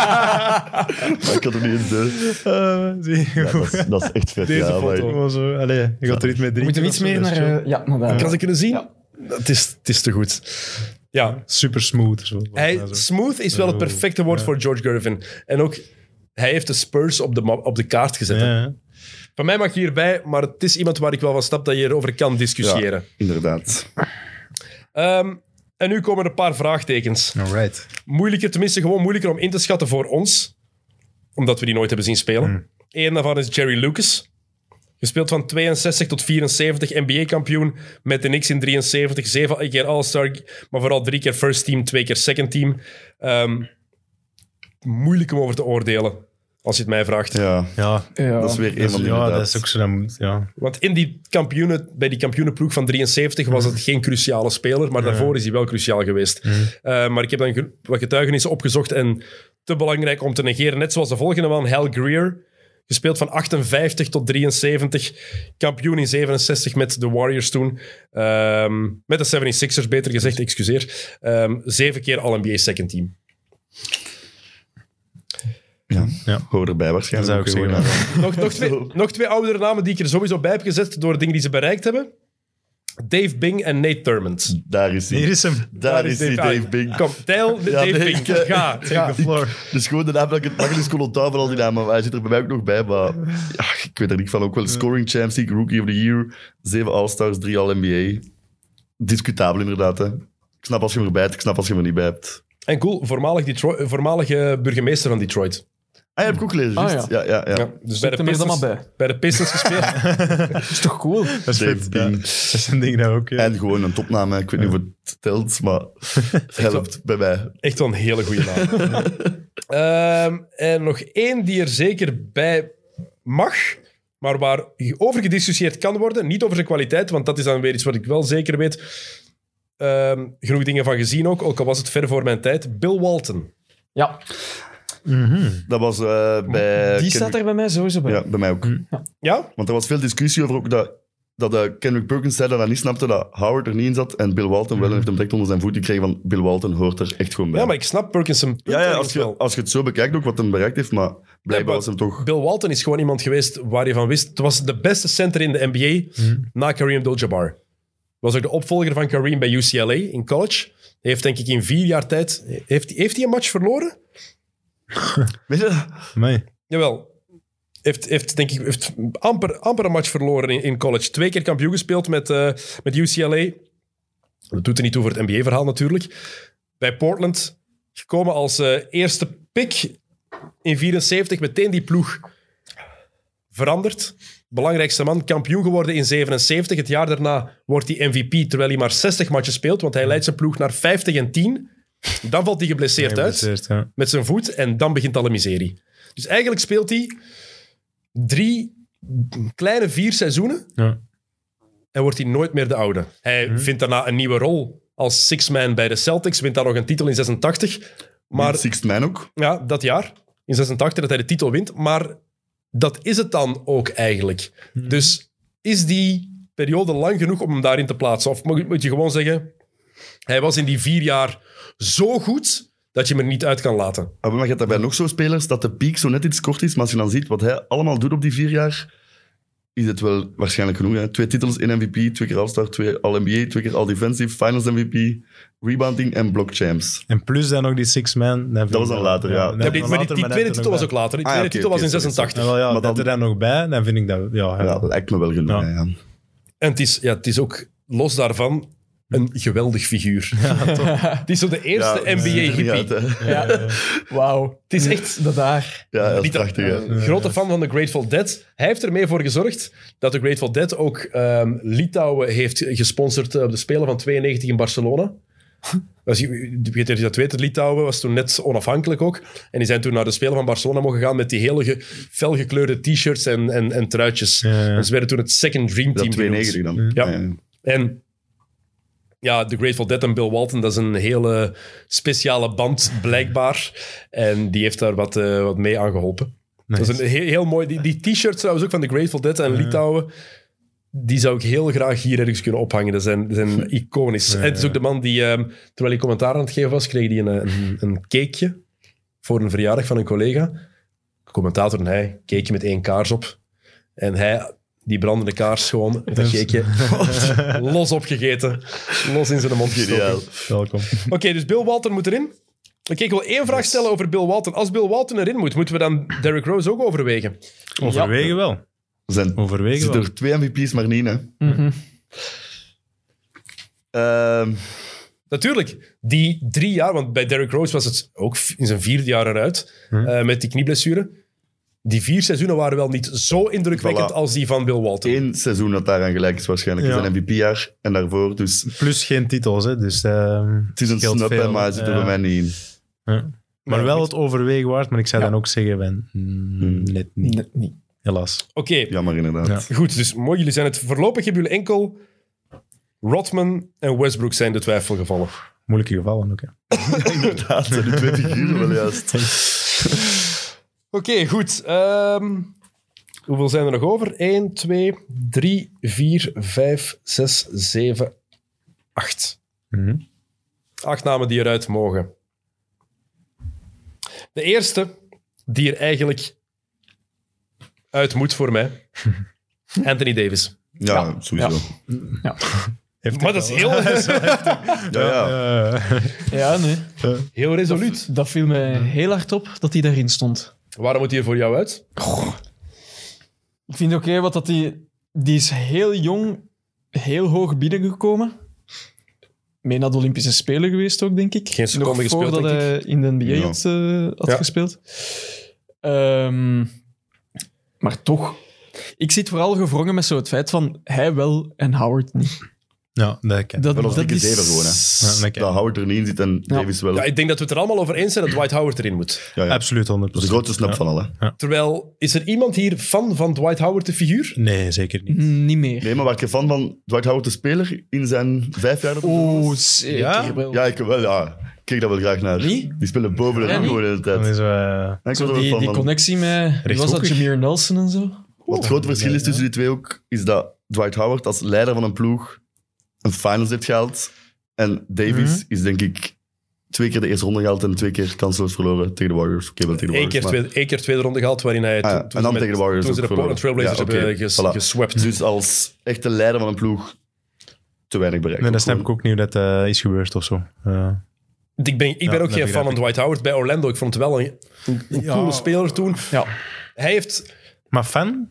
S5: Maar ik had hem niet in de...
S6: Eh, zie je
S5: Ja, dat, is, dat is echt vet.
S4: Deze
S5: ja,
S4: foto.
S5: maar-
S6: Gewoon zo, allee, je gaat er niet mee drinken.
S7: We moeten we iets
S6: of zo,
S7: meer
S6: dat
S7: naar...
S6: is chill.
S7: eh, ja, naar daar.
S4: Kan ze kunnen zien? Het, is, het is te goed. Ja,
S6: Super smooth. Zo,
S4: hij,
S6: Ja, zo.
S4: smooth is wel het perfecte woord voor George Gervin. En ook, hij heeft de Spurs op de, ma- op de kaart gezet.
S6: Ja,
S4: hè.
S6: ja.
S4: Van mij mag je hierbij, maar het is iemand waar ik wel van snap dat je erover kan discussiëren.
S5: Inderdaad.
S4: Ehm, en nu komen er een paar vraagtekens.
S6: Alright.
S4: moeilijker, tenminste gewoon moeilijker om in te schatten voor ons, omdat we die nooit hebben zien spelen. Eén daarvan is Jerry Lucas. Gespeeld van 62 tot 74, NBA-kampioen met de Knicks in 73, zeven keer All-Star, maar vooral drie keer first team, twee keer second team. Ehm, moeilijk om over te oordelen, als je het mij vraagt.
S5: Ja,
S6: Ja,
S7: Ja.
S5: dat is weer een
S6: dat
S5: van die
S6: is, ja,
S5: inderdaad.
S6: dat is ook zo. Dan, moet- ja.
S4: Want in die kampioenen, bij die kampioenenploeg van 73 was het geen cruciale speler, maar daarvoor is hij wel cruciaal geweest. Eh, maar ik heb dan ge- wat getuigenissen opgezocht en te belangrijk om te negeren. Net zoals de volgende man, Hal Greer. Gespeeld van 58 tot 73. Kampioen in 67 met de Warriors toen. Ehm, met de 76ers, beter gezegd, excuseer. Ehm, zeven keer All-NBA second team.
S5: Hoor erbij
S6: Dat
S5: waarschijnlijk.
S6: zou ik
S5: ook
S6: zeggen.
S5: gewoon.
S4: Nog, nog, twee, nog twee oudere namen die ik er sowieso bij heb gezet door dingen die ze bereikt hebben. Dave Bing en Nate Thurmond.
S5: Daar is hij.
S6: Hier is hem.
S5: Daar is hij, Dave Bing.
S4: Kom, tel de
S5: Ja,
S4: Dave
S5: nee,
S4: Bink.
S5: ik, eh,
S4: Ga, ga.
S6: Take the floor.
S5: Dus gewoon de naam dat ik het makkelijkst kon onthouden van al die namen. Maar hij zit er bij mij ook nog bij. Maar ja, ik weet er niet van. Ook wel scoring champs league, rookie of the year. Zeven All-Stars, drie All-NBA. Discutabel inderdaad. Hè. Ik snap als je hem erbij hebt, ik snap als je hem er niet bij hebt.
S4: En cool, voormalig, Detroit, eh, voormalige burgemeester van Detroit.
S5: Ah, je hebt ik ook gelezen,
S7: Ah,
S5: juist. ja. Ja, ja,
S4: Ja, dus bij
S7: Zit
S4: de,
S7: hem er dan
S4: Pistons,
S7: maar bij.
S4: de Pistons gespeeld.
S7: Dat is toch cool?
S6: Dat is
S5: Dave
S6: fit. Ja.
S5: Bing.
S6: Dat is een ding dat ook. ja.
S5: En gewoon een topnaam. hè. Ik weet niet of het telt, maar het helpt bij mij.
S4: Echt wel een hele goede naam. Ehm, en nog één die er zeker bij mag, maar waar over gediscussieerd kan worden. Niet over zijn kwaliteit, want dat is dan weer iets wat ik wel zeker weet. Ehm, genoeg dingen van gezien ook, ook al was het ver voor mijn tijd. Bill Walton.
S7: Ja,
S5: Dat was eh, bij...
S7: die staat er bij mij sowieso bij.
S5: Ja, bij mij ook.
S4: Ja?
S5: Want er was veel discussie over ook dat, dat eh, Kendrick Perkins zei dat hij niet snapte dat Howard er niet in zat en Bill Walton wel. En heeft hem direct onder zijn voet gekregen van Bill Walton hoort er echt gewoon bij.
S4: Ja, maar ik snap Perkins een
S5: ja, ja,
S4: punt
S5: als, je,
S4: wel.
S5: als je het zo bekijkt ook wat hem bereikt heeft, maar
S4: Nee, maar
S5: blijkbaar was hem toch...
S4: Bill Walton is gewoon iemand geweest waar je van wist. Het was de beste center in de NBA na Kareem Abdul-Jabbar. Was ook de opvolger van Kareem bij UCLA in college. Hij heeft denk ik in vier jaar tijd... Heeft, heeft hij een match verloren?
S5: Weet je,
S6: Nee.
S4: Jawel. Heeft, heeft denk ik heeft amper, amper een match verloren in, in college. Twee keer kampioen gespeeld met, eh, met UCLA. Dat doet er niet toe voor het NBA-verhaal natuurlijk. Bij Portland gekomen als eh, eerste pick in 74. Meteen die ploeg veranderd. Belangrijkste man, kampioen geworden in 77. Het jaar daarna wordt hij MVP terwijl hij maar 60 matchen speelt. Want hij leidt zijn ploeg naar 50 en 10. Dan valt hij geblesseerd
S6: Nee, dus,
S4: uit
S6: geblesseerd, ja.
S4: met zijn voet en dan begint alle miserie. Dus eigenlijk speelt hij drie kleine vier seizoenen
S6: Ja.
S4: en wordt hij nooit meer de oude. Hij vindt daarna een nieuwe rol als six-man bij de Celtics, wint daar nog een titel in 86. Maar
S5: maar... Sixth Man ook.
S4: ja, dat jaar, in 86, dat hij de titel wint. Maar dat is het dan ook eigenlijk. Dus is die periode lang genoeg om hem daarin te plaatsen? Of moet moet je gewoon zeggen, hij was in die vier jaar zo goed dat je hem er niet uit kan laten.
S5: Ah, Maar je hebt daarbij nog zo'n spelers dat de piek zo net iets kort is, maar als je dan ziet wat hij allemaal doet op die vier jaar, is het wel waarschijnlijk genoeg. Hè? Twee titels in MVP, twee keer All-Star, twee All-NBA, twee keer All-Defensive, Finals MVP, rebounding en block champs.
S6: En plus dan nog die Six Man.
S5: Dat was dan later, ja.
S4: Ja, maar die, maar die- die tweede titel was ook later. Die
S5: Ah, ja,
S4: tweede
S5: oké,
S4: titel was
S5: oké,
S4: in
S5: sorry,
S4: 86.
S6: Ja, wel, ja,
S5: Maar
S6: dat
S5: dan-
S6: er dan nog bij, dan vind ik dat... Ja, ja.
S5: Ja, dat lijkt me wel genoeg.
S6: Ja.
S5: hè, ja.
S4: Dus En het is, ja, het is ook los daarvan een geweldig figuur. het is zo de eerste
S5: Ja, ziet er niet
S4: NBA-hippie.
S5: uit, hè.
S7: Ja. Wauw.
S4: Het is echt
S7: Dat daar.
S5: Ja, dat is
S4: Niet dat-
S5: prachtig. hè.
S4: een eh, grote fan van de Grateful Dead. Hij heeft ermee voor gezorgd dat de Grateful Dead ook ehm, Litouwen heeft gesponsord eh, op de Spelen van 92 in Barcelona. Als je, je weet dat je dat weet, Litouwen was toen net onafhankelijk ook. En die zijn toen naar de Spelen van Barcelona mogen gaan met die hele ge, felgekleurde t-shirts en, en, en truitjes.
S6: ja.
S4: En ze werden toen het Second Dream
S5: Dat
S4: Team genoemd.
S5: 92 dan.
S4: Ja. En ja, The Grateful Dead en Bill Walton, dat is een hele speciale band, blijkbaar. En die heeft daar wat, eh, wat mee aan geholpen. Dat is een heel, heel mooi... Die, die t-shirts trouwens ook van The Grateful Dead en Litouwen, die zou ik heel graag hier ergens kunnen ophangen. Dat zijn, dat zijn iconisch. En het is ook de man die, ehm, terwijl ik commentaar aan het geven was, kreeg hij een, eh, een, een cakeje voor een verjaardag van een collega. Commentator en hij, cakeje met één kaars op. En hij, die brandende kaars gewoon, met dat
S6: Dus-
S4: cakeje, los opgegeten. Los in zijn mond gestoken.
S5: Ideaal.
S6: Welkom.
S4: Oké, dus Bill Walton moet erin. Oké, ik wil één vraag stellen over Bill Walton. Als Bill Walton erin moet, moeten we dan Derrick Rose ook overwegen?
S6: Overwegen wel.
S5: Er zijn
S6: Overwegen
S5: zitten
S6: wel.
S5: er twee MVP's, maar niet, hè. Ehm,
S4: Natuurlijk, die
S5: Hm.
S4: drie jaar, want bij Derrick Rose was het ook in zijn vierde jaar eruit, eh, met die knieblessure. die vier seizoenen waren wel niet zo indrukwekkend
S5: Voilà.
S4: als die van Bill Walton.
S5: Eén seizoen dat daaraan gelijk is waarschijnlijk.
S6: Ja.
S5: Het is een MVP-jaar en daarvoor. Dus
S6: Plus geen titels, hè, dus ehm,
S5: het is een
S6: scheelt
S5: snap, hè,
S6: veel.
S5: maar hij zit er bij
S6: Ja.
S5: mij niet in.
S6: Maar
S4: Ja,
S6: wel
S4: niet.
S6: het overwegen waard, maar ik zou
S4: Ja.
S6: dan ook zeggen, ben, mm, net niet,
S7: Nee, niet.
S6: helaas.
S4: Oké,
S5: Jammer inderdaad.
S6: Ja.
S4: goed. Dus mooi, jullie zijn het voorlopig hebben jullie enkel Rodman en Westbrook zijn de twijfelgevallen.
S6: Moeilijke gevallen ook. Hè.
S5: inderdaad. De twee figuren wel juist.
S4: Oké, goed. Ehm, hoeveel zijn er nog over? 1, 2, 3, 4, 5, 6, 7, 8.
S6: Mhm.
S4: Acht namen die eruit mogen. De eerste die er eigenlijk uit moet voor mij. Anthony Davis.
S5: Ja, sowieso.
S4: Maar dat is heel,
S5: Ja, ja.
S6: Eh,
S7: Ja, nee.
S4: heel resoluut.
S7: Dat viel mij heel hard op dat hij daarin stond.
S4: Waarom moet hij er voor jou uit?
S7: Ik vind het oké wat dat die... Die is heel jong, heel hoog binnengekomen. Mee naar de Olympische Spelen geweest ook, denk ik.
S4: Geen seconde
S7: Nog
S4: gespeeld,
S7: voordat
S4: denk ik.
S7: hij in de NBA
S5: Ja.
S7: had, eh, had
S4: Ja.
S7: gespeeld. Ehm, maar toch... Ik zit vooral gevrongen met zo het feit van hij wel en Howard niet.
S6: ja, dat ken ik.
S7: Dat,
S5: Wel als
S7: dat
S5: dikke
S7: is...
S5: zeven gewoon, hè.
S6: Ja, dat ken ik.
S5: Dat Howard er niet in zit en Davis wel.
S4: Ja,
S5: Ja,
S4: ik denk dat we het er allemaal over eens zijn dat Dwight Howard erin moet.
S5: ja. Dat
S6: Absoluut 100%.
S5: is de grootste snap
S6: Ja.
S5: van alle.
S4: Terwijl, is er iemand hier fan van Dwight Howard, de figuur?
S6: Nee, zeker niet.
S7: Niet meer.
S5: Nee, maar waar ik fan van Dwight Howard, de speler, in zijn vijf jaar... dat hij-
S7: Oh, zeker
S6: Ja?
S7: wel.
S5: Ja, ik wel, ja. Ik kijk daar wel graag naar.
S7: Wie?
S5: Die spelen boven de
S7: Ja,
S5: ring
S7: wie?
S5: gewoon de hele tijd.
S6: Dan is, eh,
S5: Ja, ik word er
S7: Zo
S5: wel
S7: die,
S5: fan
S7: die
S5: van.
S7: connectie met... wie Was dat
S6: Rechthoekig.
S7: Jameer Nelson en zo?
S5: Wat het grote verschil is tussen die twee ook, is dat Dwight Howard als leider van een ploeg een finals heeft gehaald. En Davis
S4: Mhm.
S5: is denk ik twee keer de eerste ronde gehaald en twee keer kansloos verloren tegen de Warriors. Oké, wel tegen de
S4: Eén
S5: Warriors.
S4: keer,
S5: maar-
S4: tweede, één keer tweede ronde gehad, waarin hij
S5: Ah ja,
S4: toen-
S5: en dan
S4: toen,
S5: tegen de Warriors
S4: toen ze de
S5: ook
S4: Portland
S5: verloren.
S4: Trailblazers
S5: Ja,
S4: hebben ges,
S5: oké, voilà.
S4: geswept.
S5: Dus als echte leider van een ploeg te weinig bereikt.
S6: Nee, dat snap
S5: Ook
S6: ik ook niet hoe dat eh, is gebeurd of zo. Eh,
S4: Ik ben, ik ben
S6: Ja,
S4: ook
S6: dat
S4: geen fan
S6: begrijp
S4: van
S6: ik.
S4: Dwight Howard bij Orlando. Ik vond het wel een, een, een
S6: Ja.
S4: coole speler toen.
S7: Ja.
S4: Hij heeft...
S6: maar fan?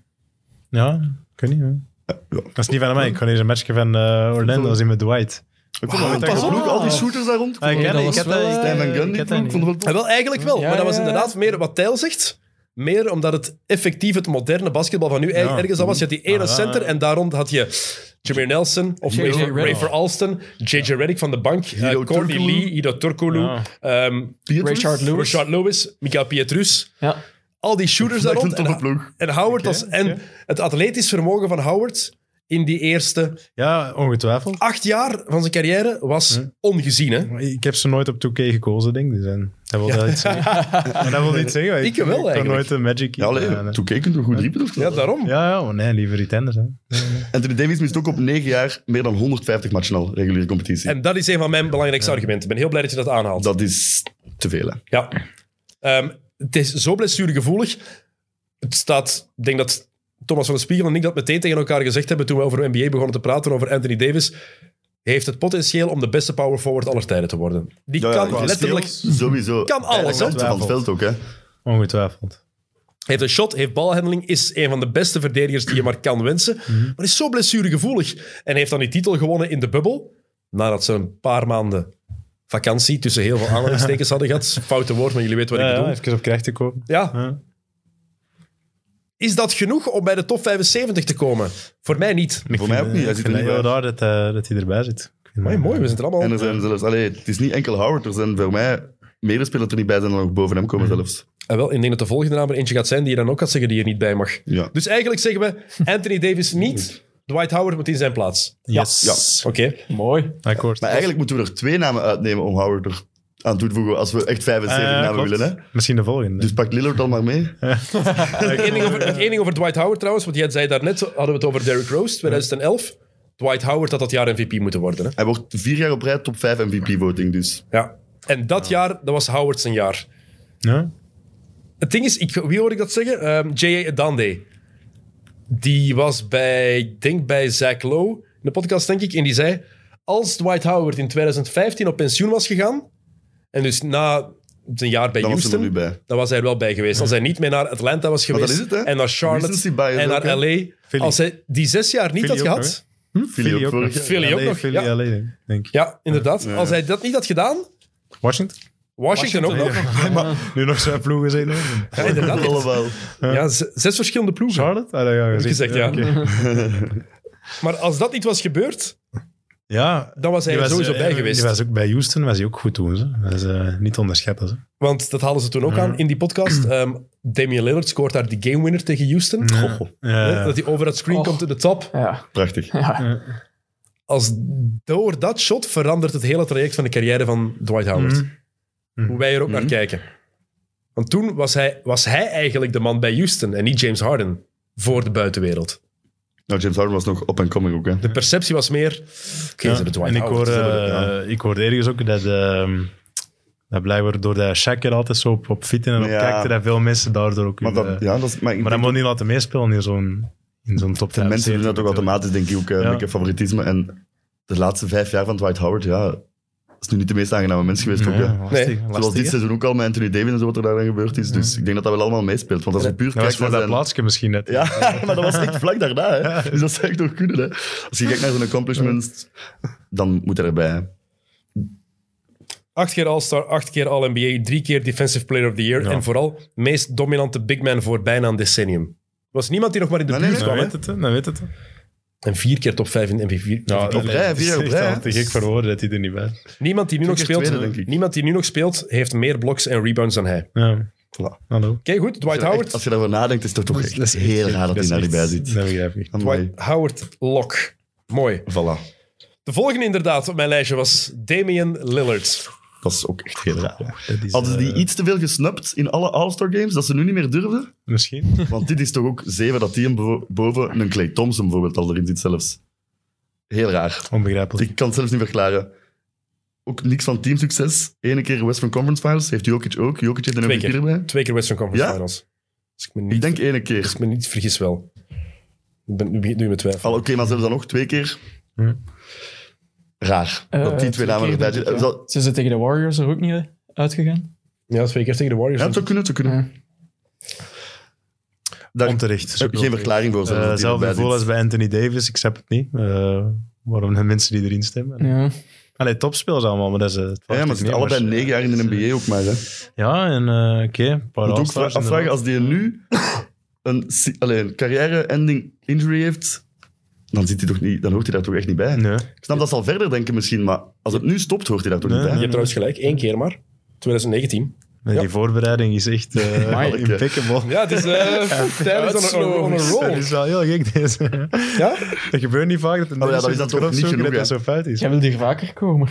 S6: Ja, ik weet niet. hè.
S5: gewoon- Ja.
S6: Dat is niet van mij. Ik kon eens een matchje van eh, Orlando zien met Dwight.
S5: Ik vond dat
S6: pas
S5: een
S6: op.
S5: ploeg, al die shooters daar rond.
S6: Ah, ik
S7: Nee,
S6: ken
S7: dat
S6: die, ik
S7: was
S6: ken
S7: wel,
S6: die,
S7: eh,
S5: Stijn van
S6: ik
S5: Gundy,
S6: ken
S5: ik
S6: die
S5: vond
S6: niet.
S5: het
S4: Ah,
S5: wel tof.
S4: wel, eigenlijk wel.
S7: Ja,
S4: maar dat was
S7: ja, ja.
S4: inderdaad meer wat Tijl zegt. Meer omdat het effectief het moderne basketbal van nu eigenlijk
S6: Ja.
S4: ergens al was. Je had die ene
S6: Ah, ja.
S4: center en daar rond had je Jameer Nelson of
S7: J.J.
S4: Ray-
S7: Redick.
S4: Rayford Alston, J.J. Redick van de bank, eh,
S5: Hido
S4: Courtney
S5: Turkoglu.
S4: Lee, Ido Turkoglu,
S6: Ja.
S4: ehm,
S5: Pietrus?
S7: Richard Lewis.
S4: Richard Lewis, Mikael Pietrus.
S7: Ja.
S4: Al die shooters daar
S5: Dat is
S4: rond.
S5: een toffe
S4: En,
S5: ploeg.
S4: en Howard was, en het atletisch vermogen van Howard in die eerste
S6: Ja, ongetwijfeld.
S4: acht jaar van zijn carrière was
S5: Hm.
S4: ongezien. Hè?
S6: Ik heb ze nooit op 2K gekozen, denk ik. Dus en, dat wil wel iets zeggen. maar dat wil niet zeggen. want
S4: Ik wel,
S6: Ik kan
S4: eigenlijk.
S6: nooit de Magic
S5: Ja, allee,
S6: ja, nee.
S5: toen keken we goed riepen. toch?
S4: Ja, daarom.
S6: ja, ja, maar nee, liever die tenders. Hè.
S5: Anthony Davis mist ook op negen jaar meer dan 150 matchen al, reguliere competitie.
S4: En dat is een van mijn belangrijkste argumenten. Ik ben heel blij dat je dat aanhaalt.
S5: dat is te veel, hè.
S4: Ja. Ehm, het is zo blessuregevoelig. Het staat, ik denk dat Thomas van der Spiegel en ik dat meteen tegen elkaar gezegd hebben toen we over de NBA begonnen te praten, over Anthony Davis. Heeft het potentieel om de beste power forward aller tijden te worden. Die
S5: Ja, ja,
S4: kan
S5: qua
S4: letterlijk...
S5: skills Sowieso.
S4: Kan alles, hè?
S5: Hij van het veld ook, hè?
S6: Ongetwijfeld.
S4: Heeft een shot, heeft balhandeling, is een van de beste verdedigers die je maar kan wensen. Maar is zo blessuregevoelig. En heeft dan die titel gewonnen in de bubbel. Nadat ze een paar maanden vakantie tussen heel veel aanhalingstekens hadden gehad. Foute woord, maar jullie weten wat
S6: Ja,
S4: ik
S6: ja,
S4: bedoel.
S6: even op krijg te kopen.
S4: Ja.
S6: Ja.
S4: Is dat genoeg om bij de top 75 te komen? Voor mij niet.
S5: Voor mij ook niet. Hij
S6: Ik
S5: zit
S6: vind
S5: er
S6: het
S5: niet
S6: heel
S5: bij.
S6: raar dat, eh, dat hij erbij zit. Ik vind
S4: Mooi,
S6: het-
S4: mooi, we zijn er allemaal.
S5: En er zijn zelfs... Allee, het is niet enkel Howard. Er zijn voor mij meerdere spelers er niet bij zijn dan ook boven hem komen zelfs.
S4: Ah, wel, ik denk dat de volgende naam er eentje gaat zijn die je dan ook gaat zeggen die er niet bij mag.
S5: Ja.
S4: Dus eigenlijk zeggen we Anthony Davis niet. Dwight Howard moet in zijn plaats.
S6: Yes.
S5: Ja.
S4: Oké.
S7: Mooi.
S6: eh, Akkoord.
S5: Maar eigenlijk moeten we er twee namen uitnemen om Howard er aan toe te voegen als we echt 75
S6: Eh,
S5: namen
S6: klopt.
S5: willen, hè?
S6: Misschien de volgende.
S5: Dus pak Lillard dan maar mee.
S4: Nog één ding over- nog één ding over Dwight Howard trouwens, want jij zei daarnet, hadden we het over Derrick Rose 2011. Dwight Howard had dat jaar MVP moeten worden. Hè?
S5: Hij wordt vier jaar op rij top 5 MVP-voting, dus...
S4: Ja. En dat jaar, dat was Howard zijn jaar.
S5: hm?
S6: Ja?
S4: Het ding is, ik, wie hoorde ik dat zeggen? Ehm J.A. Adande. Die was bij, ik denk bij Zach Lowe, in de podcast denk ik, en die zei, als Dwight Howard in 2015 op pensioen was gegaan, en dus na zijn jaar bij
S5: Dan was hij er
S4: Houston,
S5: nu bij.
S4: dan was hij er wel bij geweest. Als hij niet meer naar Atlanta was geweest,
S5: dat is het, hè?
S4: en naar Charlotte,
S5: Recency bias
S4: en naar
S5: ook, hè?
S4: L.A.,
S6: Philly.
S4: als hij die zes jaar niet
S6: Philly
S4: had
S6: ook
S4: gehad...
S6: nog,
S5: Philly ook vorig
S6: nog.
S5: jaar.
S4: Philly ook
S6: LA,
S4: nog,
S6: Philly,
S4: ja.
S6: LA, denk ik.
S4: Ja, inderdaad. Als hij dat niet had gedaan,
S6: Washington?
S4: Washington, ook nog.
S6: Nu nog zijn ploegen zijn. hè?
S4: Ja, inderdaad.
S5: Allemaal.
S4: Ja, z- zes verschillende ploegen.
S6: Charlotte? Ah, dat heb ik
S4: gezegd, ja.
S6: oké.
S4: Maar als dat niet was gebeurd,
S6: Ja.
S4: dan was hij
S6: Die
S4: er
S6: was,
S4: sowieso
S6: eh,
S4: bij
S6: Die
S4: geweest.
S6: was ook bij Houston, was hij ook goed toen. Ze. Dat is eh, niet te onderschatten. Ze.
S4: Want dat haalden ze toen ook aan
S6: Mhm.
S4: in die podcast. Ehm Damian Lillard scoort daar die game winner tegen Houston. Goh.
S6: Ja,
S4: Hè, Dat hij over dat screen
S7: Och.
S4: komt to de top.
S7: Ja.
S5: Prachtig.
S4: Als door dat shot verandert het hele traject van de carrière van Dwight Howard.
S6: Mhm.
S4: Hoe wij er ook naar kijken. Want toen was hij, was hij eigenlijk de man bij Houston en niet James Harden voor de buitenwereld.
S5: Nou, James Harden was nog op en coming ook, hè.
S4: De perceptie was meer... Oké,
S6: Ja,
S4: ze hebben Dwight
S6: en ik
S4: Howard.
S6: hoorde,
S4: Ze hebben- ja.
S6: eh, ik hoorde ergens ook dat, ehm dat blijkbaar door de Shaq er altijd zo op, op fieten en op
S5: Ja.
S6: kijkte, dat veel mensen daardoor ook...
S5: Maar
S6: hun,
S5: dat,
S6: eh,
S5: ja, dat is... Maar, ik
S6: maar dat
S5: denk
S6: moet niet laten meespelen in zo'n in zo'n top
S5: De
S6: 10
S5: mensen doen dat ook
S6: natuurlijk.
S5: automatisch, denk ik, ook eh,
S6: Ja.
S5: een beetje favoritisme. En de laatste vijf jaar van Dwight Howard, ja, is nu niet de meest aangename mens geweest. ook, hè.
S6: Ja, lastig,
S4: Nee.
S6: lastig,
S5: Zoals dit
S6: hè.
S5: seizoen ook al met Anthony Davis en zo wat er daarin gebeurd is. Dus ik denk dat dat wel allemaal meespeelt. Want als je puur
S6: Dat was
S5: kijkt
S6: voor
S5: naar
S6: dat
S5: zijn...
S6: plaatsje misschien net.
S5: Ja, maar dat was echt vlak daarna. Hè. Dus dat zou echt nog kunnen. Hè. Als je kijkt naar zijn accomplishments, dan moet hij erbij. hè.
S4: Acht keer All-Star, acht keer All-NBA, drie keer Defensive Player of the Year. En vooral meest dominante big man voor bijna een decennium. Er was niemand die nog maar in de
S5: Nee, nee,
S4: buurt
S5: nee.
S6: Dan
S4: kwam. hè?
S6: weet het, hè, dan weet het. hè.
S4: En vier keer top vijf in de MVP.
S6: Ja,
S5: op
S6: dat
S5: rij,
S6: is
S5: vier op
S6: echt
S5: rij,
S6: al
S5: hè.
S6: Te gek voor woorden dat hij er niet bij is.
S4: niemand, die nu nog
S5: Twee keer
S4: speelt,
S5: tweede, denk ik.
S4: niemand die nu nog speelt, heeft meer blocks en rebounds dan hij. Oké,
S6: Ja. Hallo.
S4: goed. Dwight
S5: Echt,
S4: Howard.
S5: als je daarover nadenkt, is het toch echt heel raar dat hij daar niet bij zit.
S6: Dat begrijp ik.
S5: Amai.
S4: Dwight Howard Lock. Mooi.
S5: Voilà.
S4: De volgende inderdaad op mijn lijstje was Damian Lillard.
S5: Dat is ook echt heel raar.
S6: Dat is,
S5: Hadden ze die
S6: eh,
S5: iets te veel gesnapt in alle All-Star Games, dat ze nu niet meer durfden?
S6: Misschien.
S5: Want dit is toch ook zeven dat die hem bevo- boven een Clay Thompson bijvoorbeeld al erin zit zelfs. Heel raar.
S6: Onbegrijpelijk.
S5: Ik kan het zelfs niet verklaren. Ook niks van teamsucces. Ene keer Western Conference Finals heeft Jokic ook. Jokic heeft een
S4: Twee
S5: MVP
S4: keer.
S5: erbij.
S4: Twee keer Western Conference
S5: Ja?
S4: Finals. Als ik me niet,
S5: Ik denk ene
S4: als
S5: keer.
S4: ik me niet vergis wel. Ik ben, nu begint nu met twijfel.
S5: Al oké, maar zelfs dan nog twee keer.
S6: Hm.
S5: Raar.
S7: Eh,
S5: dat die twee namen erbij zitten.
S7: Ze
S5: Zou-
S7: Zijn ze tegen de Warriors er ook niet eh, uitgegaan?
S4: Ja, twee keer tegen de Warriors.
S5: Ja, het zou kunnen, het zou kunnen. Daar heb
S6: Onterecht.
S5: ik geen verklaring voor. zelfs dat die
S6: Hetzelfde
S5: erbij
S6: Eh, gevoel
S5: zit.
S6: als bij Anthony Davis. Ik snap het niet. Eh, waarom de mensen die erin stemmen.
S7: Ja.
S6: Allee, topspelers allemaal, maar dat is eh, het.
S5: Ja, maar ze
S6: niet,
S5: zitten allebei
S6: maar-
S5: negen jaar in de NBA ook maar. Hè.
S6: Ja, en eh, oké, een paar
S5: Ik moet ook
S6: All-Stars
S5: vra- afvragen
S6: inderdaad.
S5: als die nu een, si- allee, een carrière-ending injury heeft, dan, zit hij toch niet, dan hoort hij daar toch echt niet bij.
S6: Nee.
S5: Ik snap dat ze al verder denken misschien, maar als het nu stopt, hoort hij daar toch
S6: Nee,
S5: niet bij.
S4: Je
S5: Ja.
S4: hebt trouwens gelijk, één keer maar. 2019.
S6: Nee, Die voorbereiding is echt eh,
S5: Amai.
S6: impeccable.
S4: Ja, het is eh, tijdens on, on, on a
S6: Dat
S4: roll.
S6: is wel heel gek, deze.
S4: Ja?
S6: Dat gebeurt niet vaak, dat een
S5: ja,
S6: mens
S5: dat is
S6: het
S5: dan toch
S6: kan
S5: niet
S6: opzoeken
S5: genoeg,
S6: dat dat zo fout is.
S7: Jij wil hier vaker komen.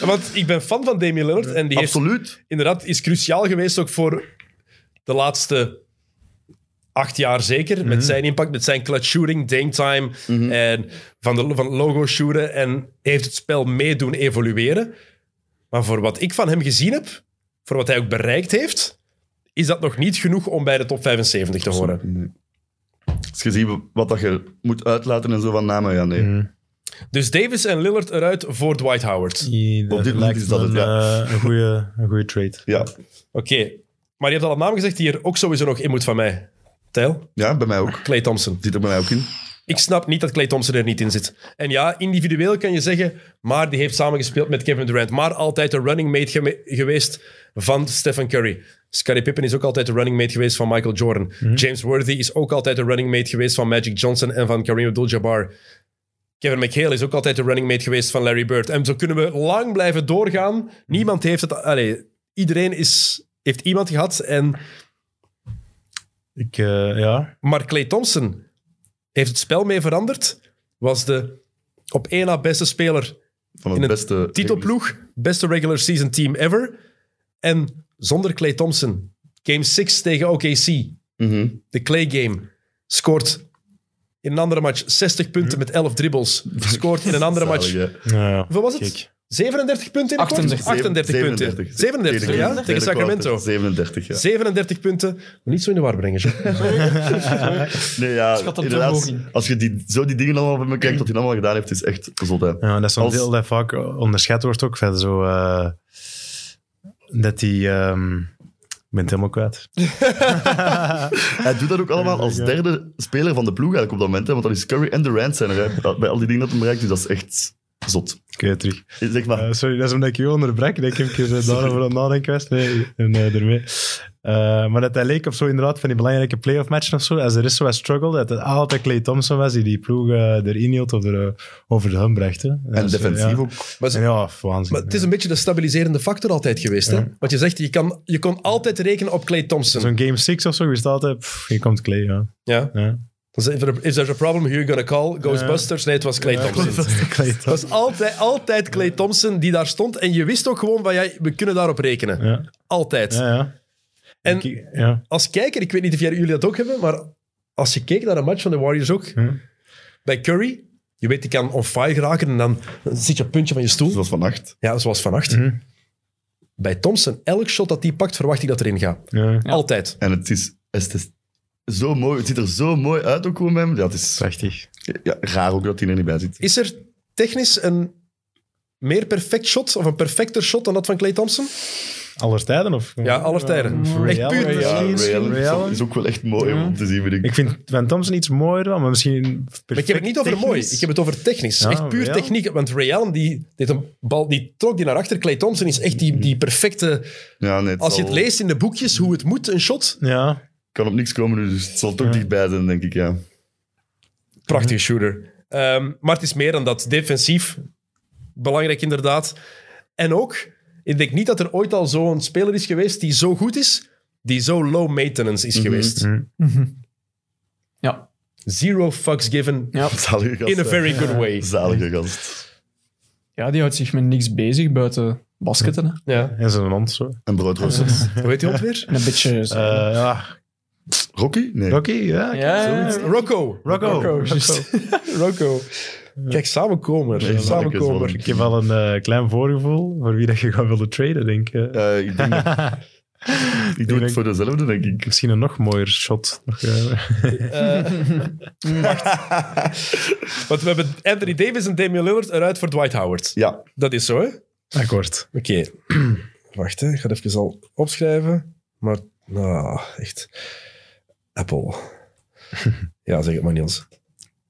S4: Want ik ben fan van Damian Lillard en die heeft
S5: Absoluut.
S4: inderdaad is cruciaal geweest ook voor de laatste acht jaar zeker. Met zijn impact, met zijn clutch shooting, Dame Time en van, de, van logo shooten. En heeft het spel meedoen evolueren. Maar voor wat ik van hem gezien heb, voor wat hij ook bereikt heeft, is dat nog niet genoeg om bij de top 75 te horen.
S5: Als je ziet wat dat je moet uitlaten en zo van namen, ja nee.
S6: Mm.
S4: Dus Davis en Lillard eruit voor Dwight Howard.
S6: Die-
S5: Op dit moment
S6: lijkt
S5: is dat
S6: me
S5: het,
S6: een,
S5: ja.
S6: eh, een goede- Een goede trade.
S5: Ja.
S4: Oké, maar je hebt al een naam gezegd die er ook sowieso nog in moet van mij. Tijl?
S5: ja, bij mij ook.
S4: Clay Thompson.
S5: Zit er bij mij ook in.
S4: Ik snap niet dat Clay Thompson er niet in zit. En ja, individueel kan je zeggen, maar die heeft samengespeeld met Kevin Durant. Maar altijd de running mate geme- geweest van Stephen Curry. Scottie Pippen is ook altijd de running mate geweest van Michael Jordan. James Worthy is ook altijd de running mate geweest van Magic Johnson en van Kareem Abdul-Jabbar. Kevin McHale is ook altijd de running mate geweest van Larry Bird. En zo kunnen we lang blijven doorgaan. Niemand heeft het... Allee, iedereen is, heeft iemand gehad. En,
S6: Ik, eh, ja.
S4: maar Clay Thompson heeft het spel mee veranderd. Was de op één na beste speler
S5: Van
S4: in
S5: het
S4: het
S5: beste...
S4: titelploeg. Beste regular season team ever. En zonder Clay Thompson. Game 6 tegen OKC.
S5: Mhm.
S4: De Clay game. Scoort in een andere match 60 punten met 11 dribbles. Scoort in een andere
S5: Zalig,
S4: match...
S5: hè.
S6: Nou ja.
S4: Hoeveel was het?
S6: Kijk.
S4: 37 punten in het kort?
S7: 38.
S4: 38 punten. 37, ja,
S5: Tweede
S4: tegen
S5: quarter.
S4: Sacramento.
S5: 37, ja.
S4: 37 punten. Maar niet zo in de war brengen. Jean.
S5: Nee, ja,
S7: Schat hem toch
S5: inderdaad.
S7: hoog in.
S5: Als je die, zo die dingen allemaal bij me kijkt, wat hij allemaal gedaan heeft, is echt zot, hè.
S6: Ja, dat is een
S5: Als-
S6: deel dat vaak eh, onderschat wordt ook. Verder zo, eh, dat die... ehm, ik ben het helemaal kwijt.
S5: Hij doet dat ook allemaal als derde speler van de ploeg eigenlijk op dat moment, hè, want dat is Curry en Durant zijn er, hè, bij al die dingen dat hij bereikt, dus dat is echt... Zot.
S6: Ik weet het terug.
S5: Zeg maar.
S6: Eh, sorry, dat is omdat ik jou onderbrak. Dat ik een keer eh, daarover aan het nadenken was. Nee, en, eh, ermee. Eh, maar dat hij leek op zo inderdaad van die belangrijke playoff matchen of zo. Als er is zo'n struggle, dat het altijd Clay Thompson was die die ploeg eh, erin hield of er, eh, over de hun bracht. hè.
S5: En
S6: Dus, eh,
S5: defensief
S6: ja.
S5: ook.
S4: Maar
S6: En
S4: ze-
S6: ja, waanzin.
S4: Maar het is een beetje de stabiliserende factor altijd geweest. Hè? Want je zegt, je, kan, je kon altijd rekenen op Clay Thompson.
S6: Zo'n game 6 of zo, je staat altijd, pff, hier komt Clay. Ja.
S4: Ja.
S6: Ja.
S4: Dus if there- if there's a problem, who you gonna call? Ghostbusters? Nee, het was Clay Thompson.
S6: Clay Thompson.
S4: Het was altijd, altijd Clay Thompson die daar stond. En je wist ook gewoon van, ja, we kunnen daarop rekenen.
S6: Ja,
S4: Altijd.
S6: ja, ja.
S4: En-
S6: Ik- ja.
S4: Als kijker, ik weet niet of jij- jullie dat ook hebben, maar als je keek naar een match van de Warriors ook,
S6: Ja.
S4: bij Curry, je weet, die kan on fire geraken en dan zit je op het puntje van je stoel.
S5: Zoals vannacht.
S4: Ja, zoals vannacht.
S6: Mhm.
S4: Bij Thompson, elk shot dat hij pakt, verwacht ik dat erin gaat.
S6: ja.
S4: Altijd.
S5: En het is, het is zo mooi. Het ziet er zo mooi uit ook gewoon bij hem. Ja, het is
S6: Prachtig.
S5: ja, raar ook dat hij er niet bij zit.
S4: Is er technisch een meer perfect shot of een perfecter shot dan dat van Clay Thompson?
S6: Aller tijden? Of, Mm,
S4: Ja, aller tijden.
S6: Ray
S4: Echt puur.
S5: Ja,
S6: Allen,
S5: Ray Allen
S6: misschien, Ray Allen.
S5: is ook- is ook wel echt mooi om te zien, vind ik.
S6: Ik vind Van Thompson iets mooier dan, maar misschien
S4: Maar ik heb het niet over mooi, ik heb het over technisch.
S6: Ja,
S4: echt puur
S6: Ray Allen.
S4: techniek. Want Ray Allen, die, deed een bal, die trok die naar achter. Clay Thompson is echt die, die perfecte...
S5: Ja, nee,
S4: Als je
S5: zal-
S4: het leest in de boekjes, hoe het moet, een shot.
S6: Ja,
S5: kan op niks komen, dus het zal toch dichtbij zijn, denk ik. Ja.
S4: Prachtige shooter. Mm. Ehm, maar het is meer dan dat. Defensief, belangrijk inderdaad. En ook, ik denk niet dat er ooit al zo'n speler is geweest die zo goed is, die zo low maintenance is geweest.
S7: Ja.
S4: Zero fucks given
S7: Ja.
S5: Zalige gast.
S4: in a
S5: hè.
S4: very good way.
S5: Zalige gast.
S7: ja, die houdt zich met niks bezig buiten basketten. hè.
S4: Ja.
S6: en zijn hond zo.
S5: En broodroosters.
S4: Hoe heet die hond weer?
S7: En een beetje... zo-
S6: Eh, ja.
S5: Rocky? Nee.
S6: Rocky, ja.
S7: ja, ja, ja.
S4: Rocco.
S6: Rocco.
S7: juist.
S4: Rocco. Kijk, samenkomer.
S5: Nee,
S4: samenkomer.
S5: mannetjes,
S6: Ik heb al een eh, klein voorgevoel voor wie dat je gaat willen traden, denk ik. Eh,
S5: Eh, ik, denk dat- ik doe het voor dezelfde, denk ik.
S6: Misschien een nog mooier shot. Nog, eh,
S4: Want we hebben Anthony Davis en Damian Lillard eruit voor Dwight Howard.
S5: Ja,
S4: Dat is zo, hè?
S6: akkoord.
S4: Oké. Wacht, hè. ik ga het even al opschrijven. Maar, nou, echt. Apple. Ja, zeg het maar, Niels.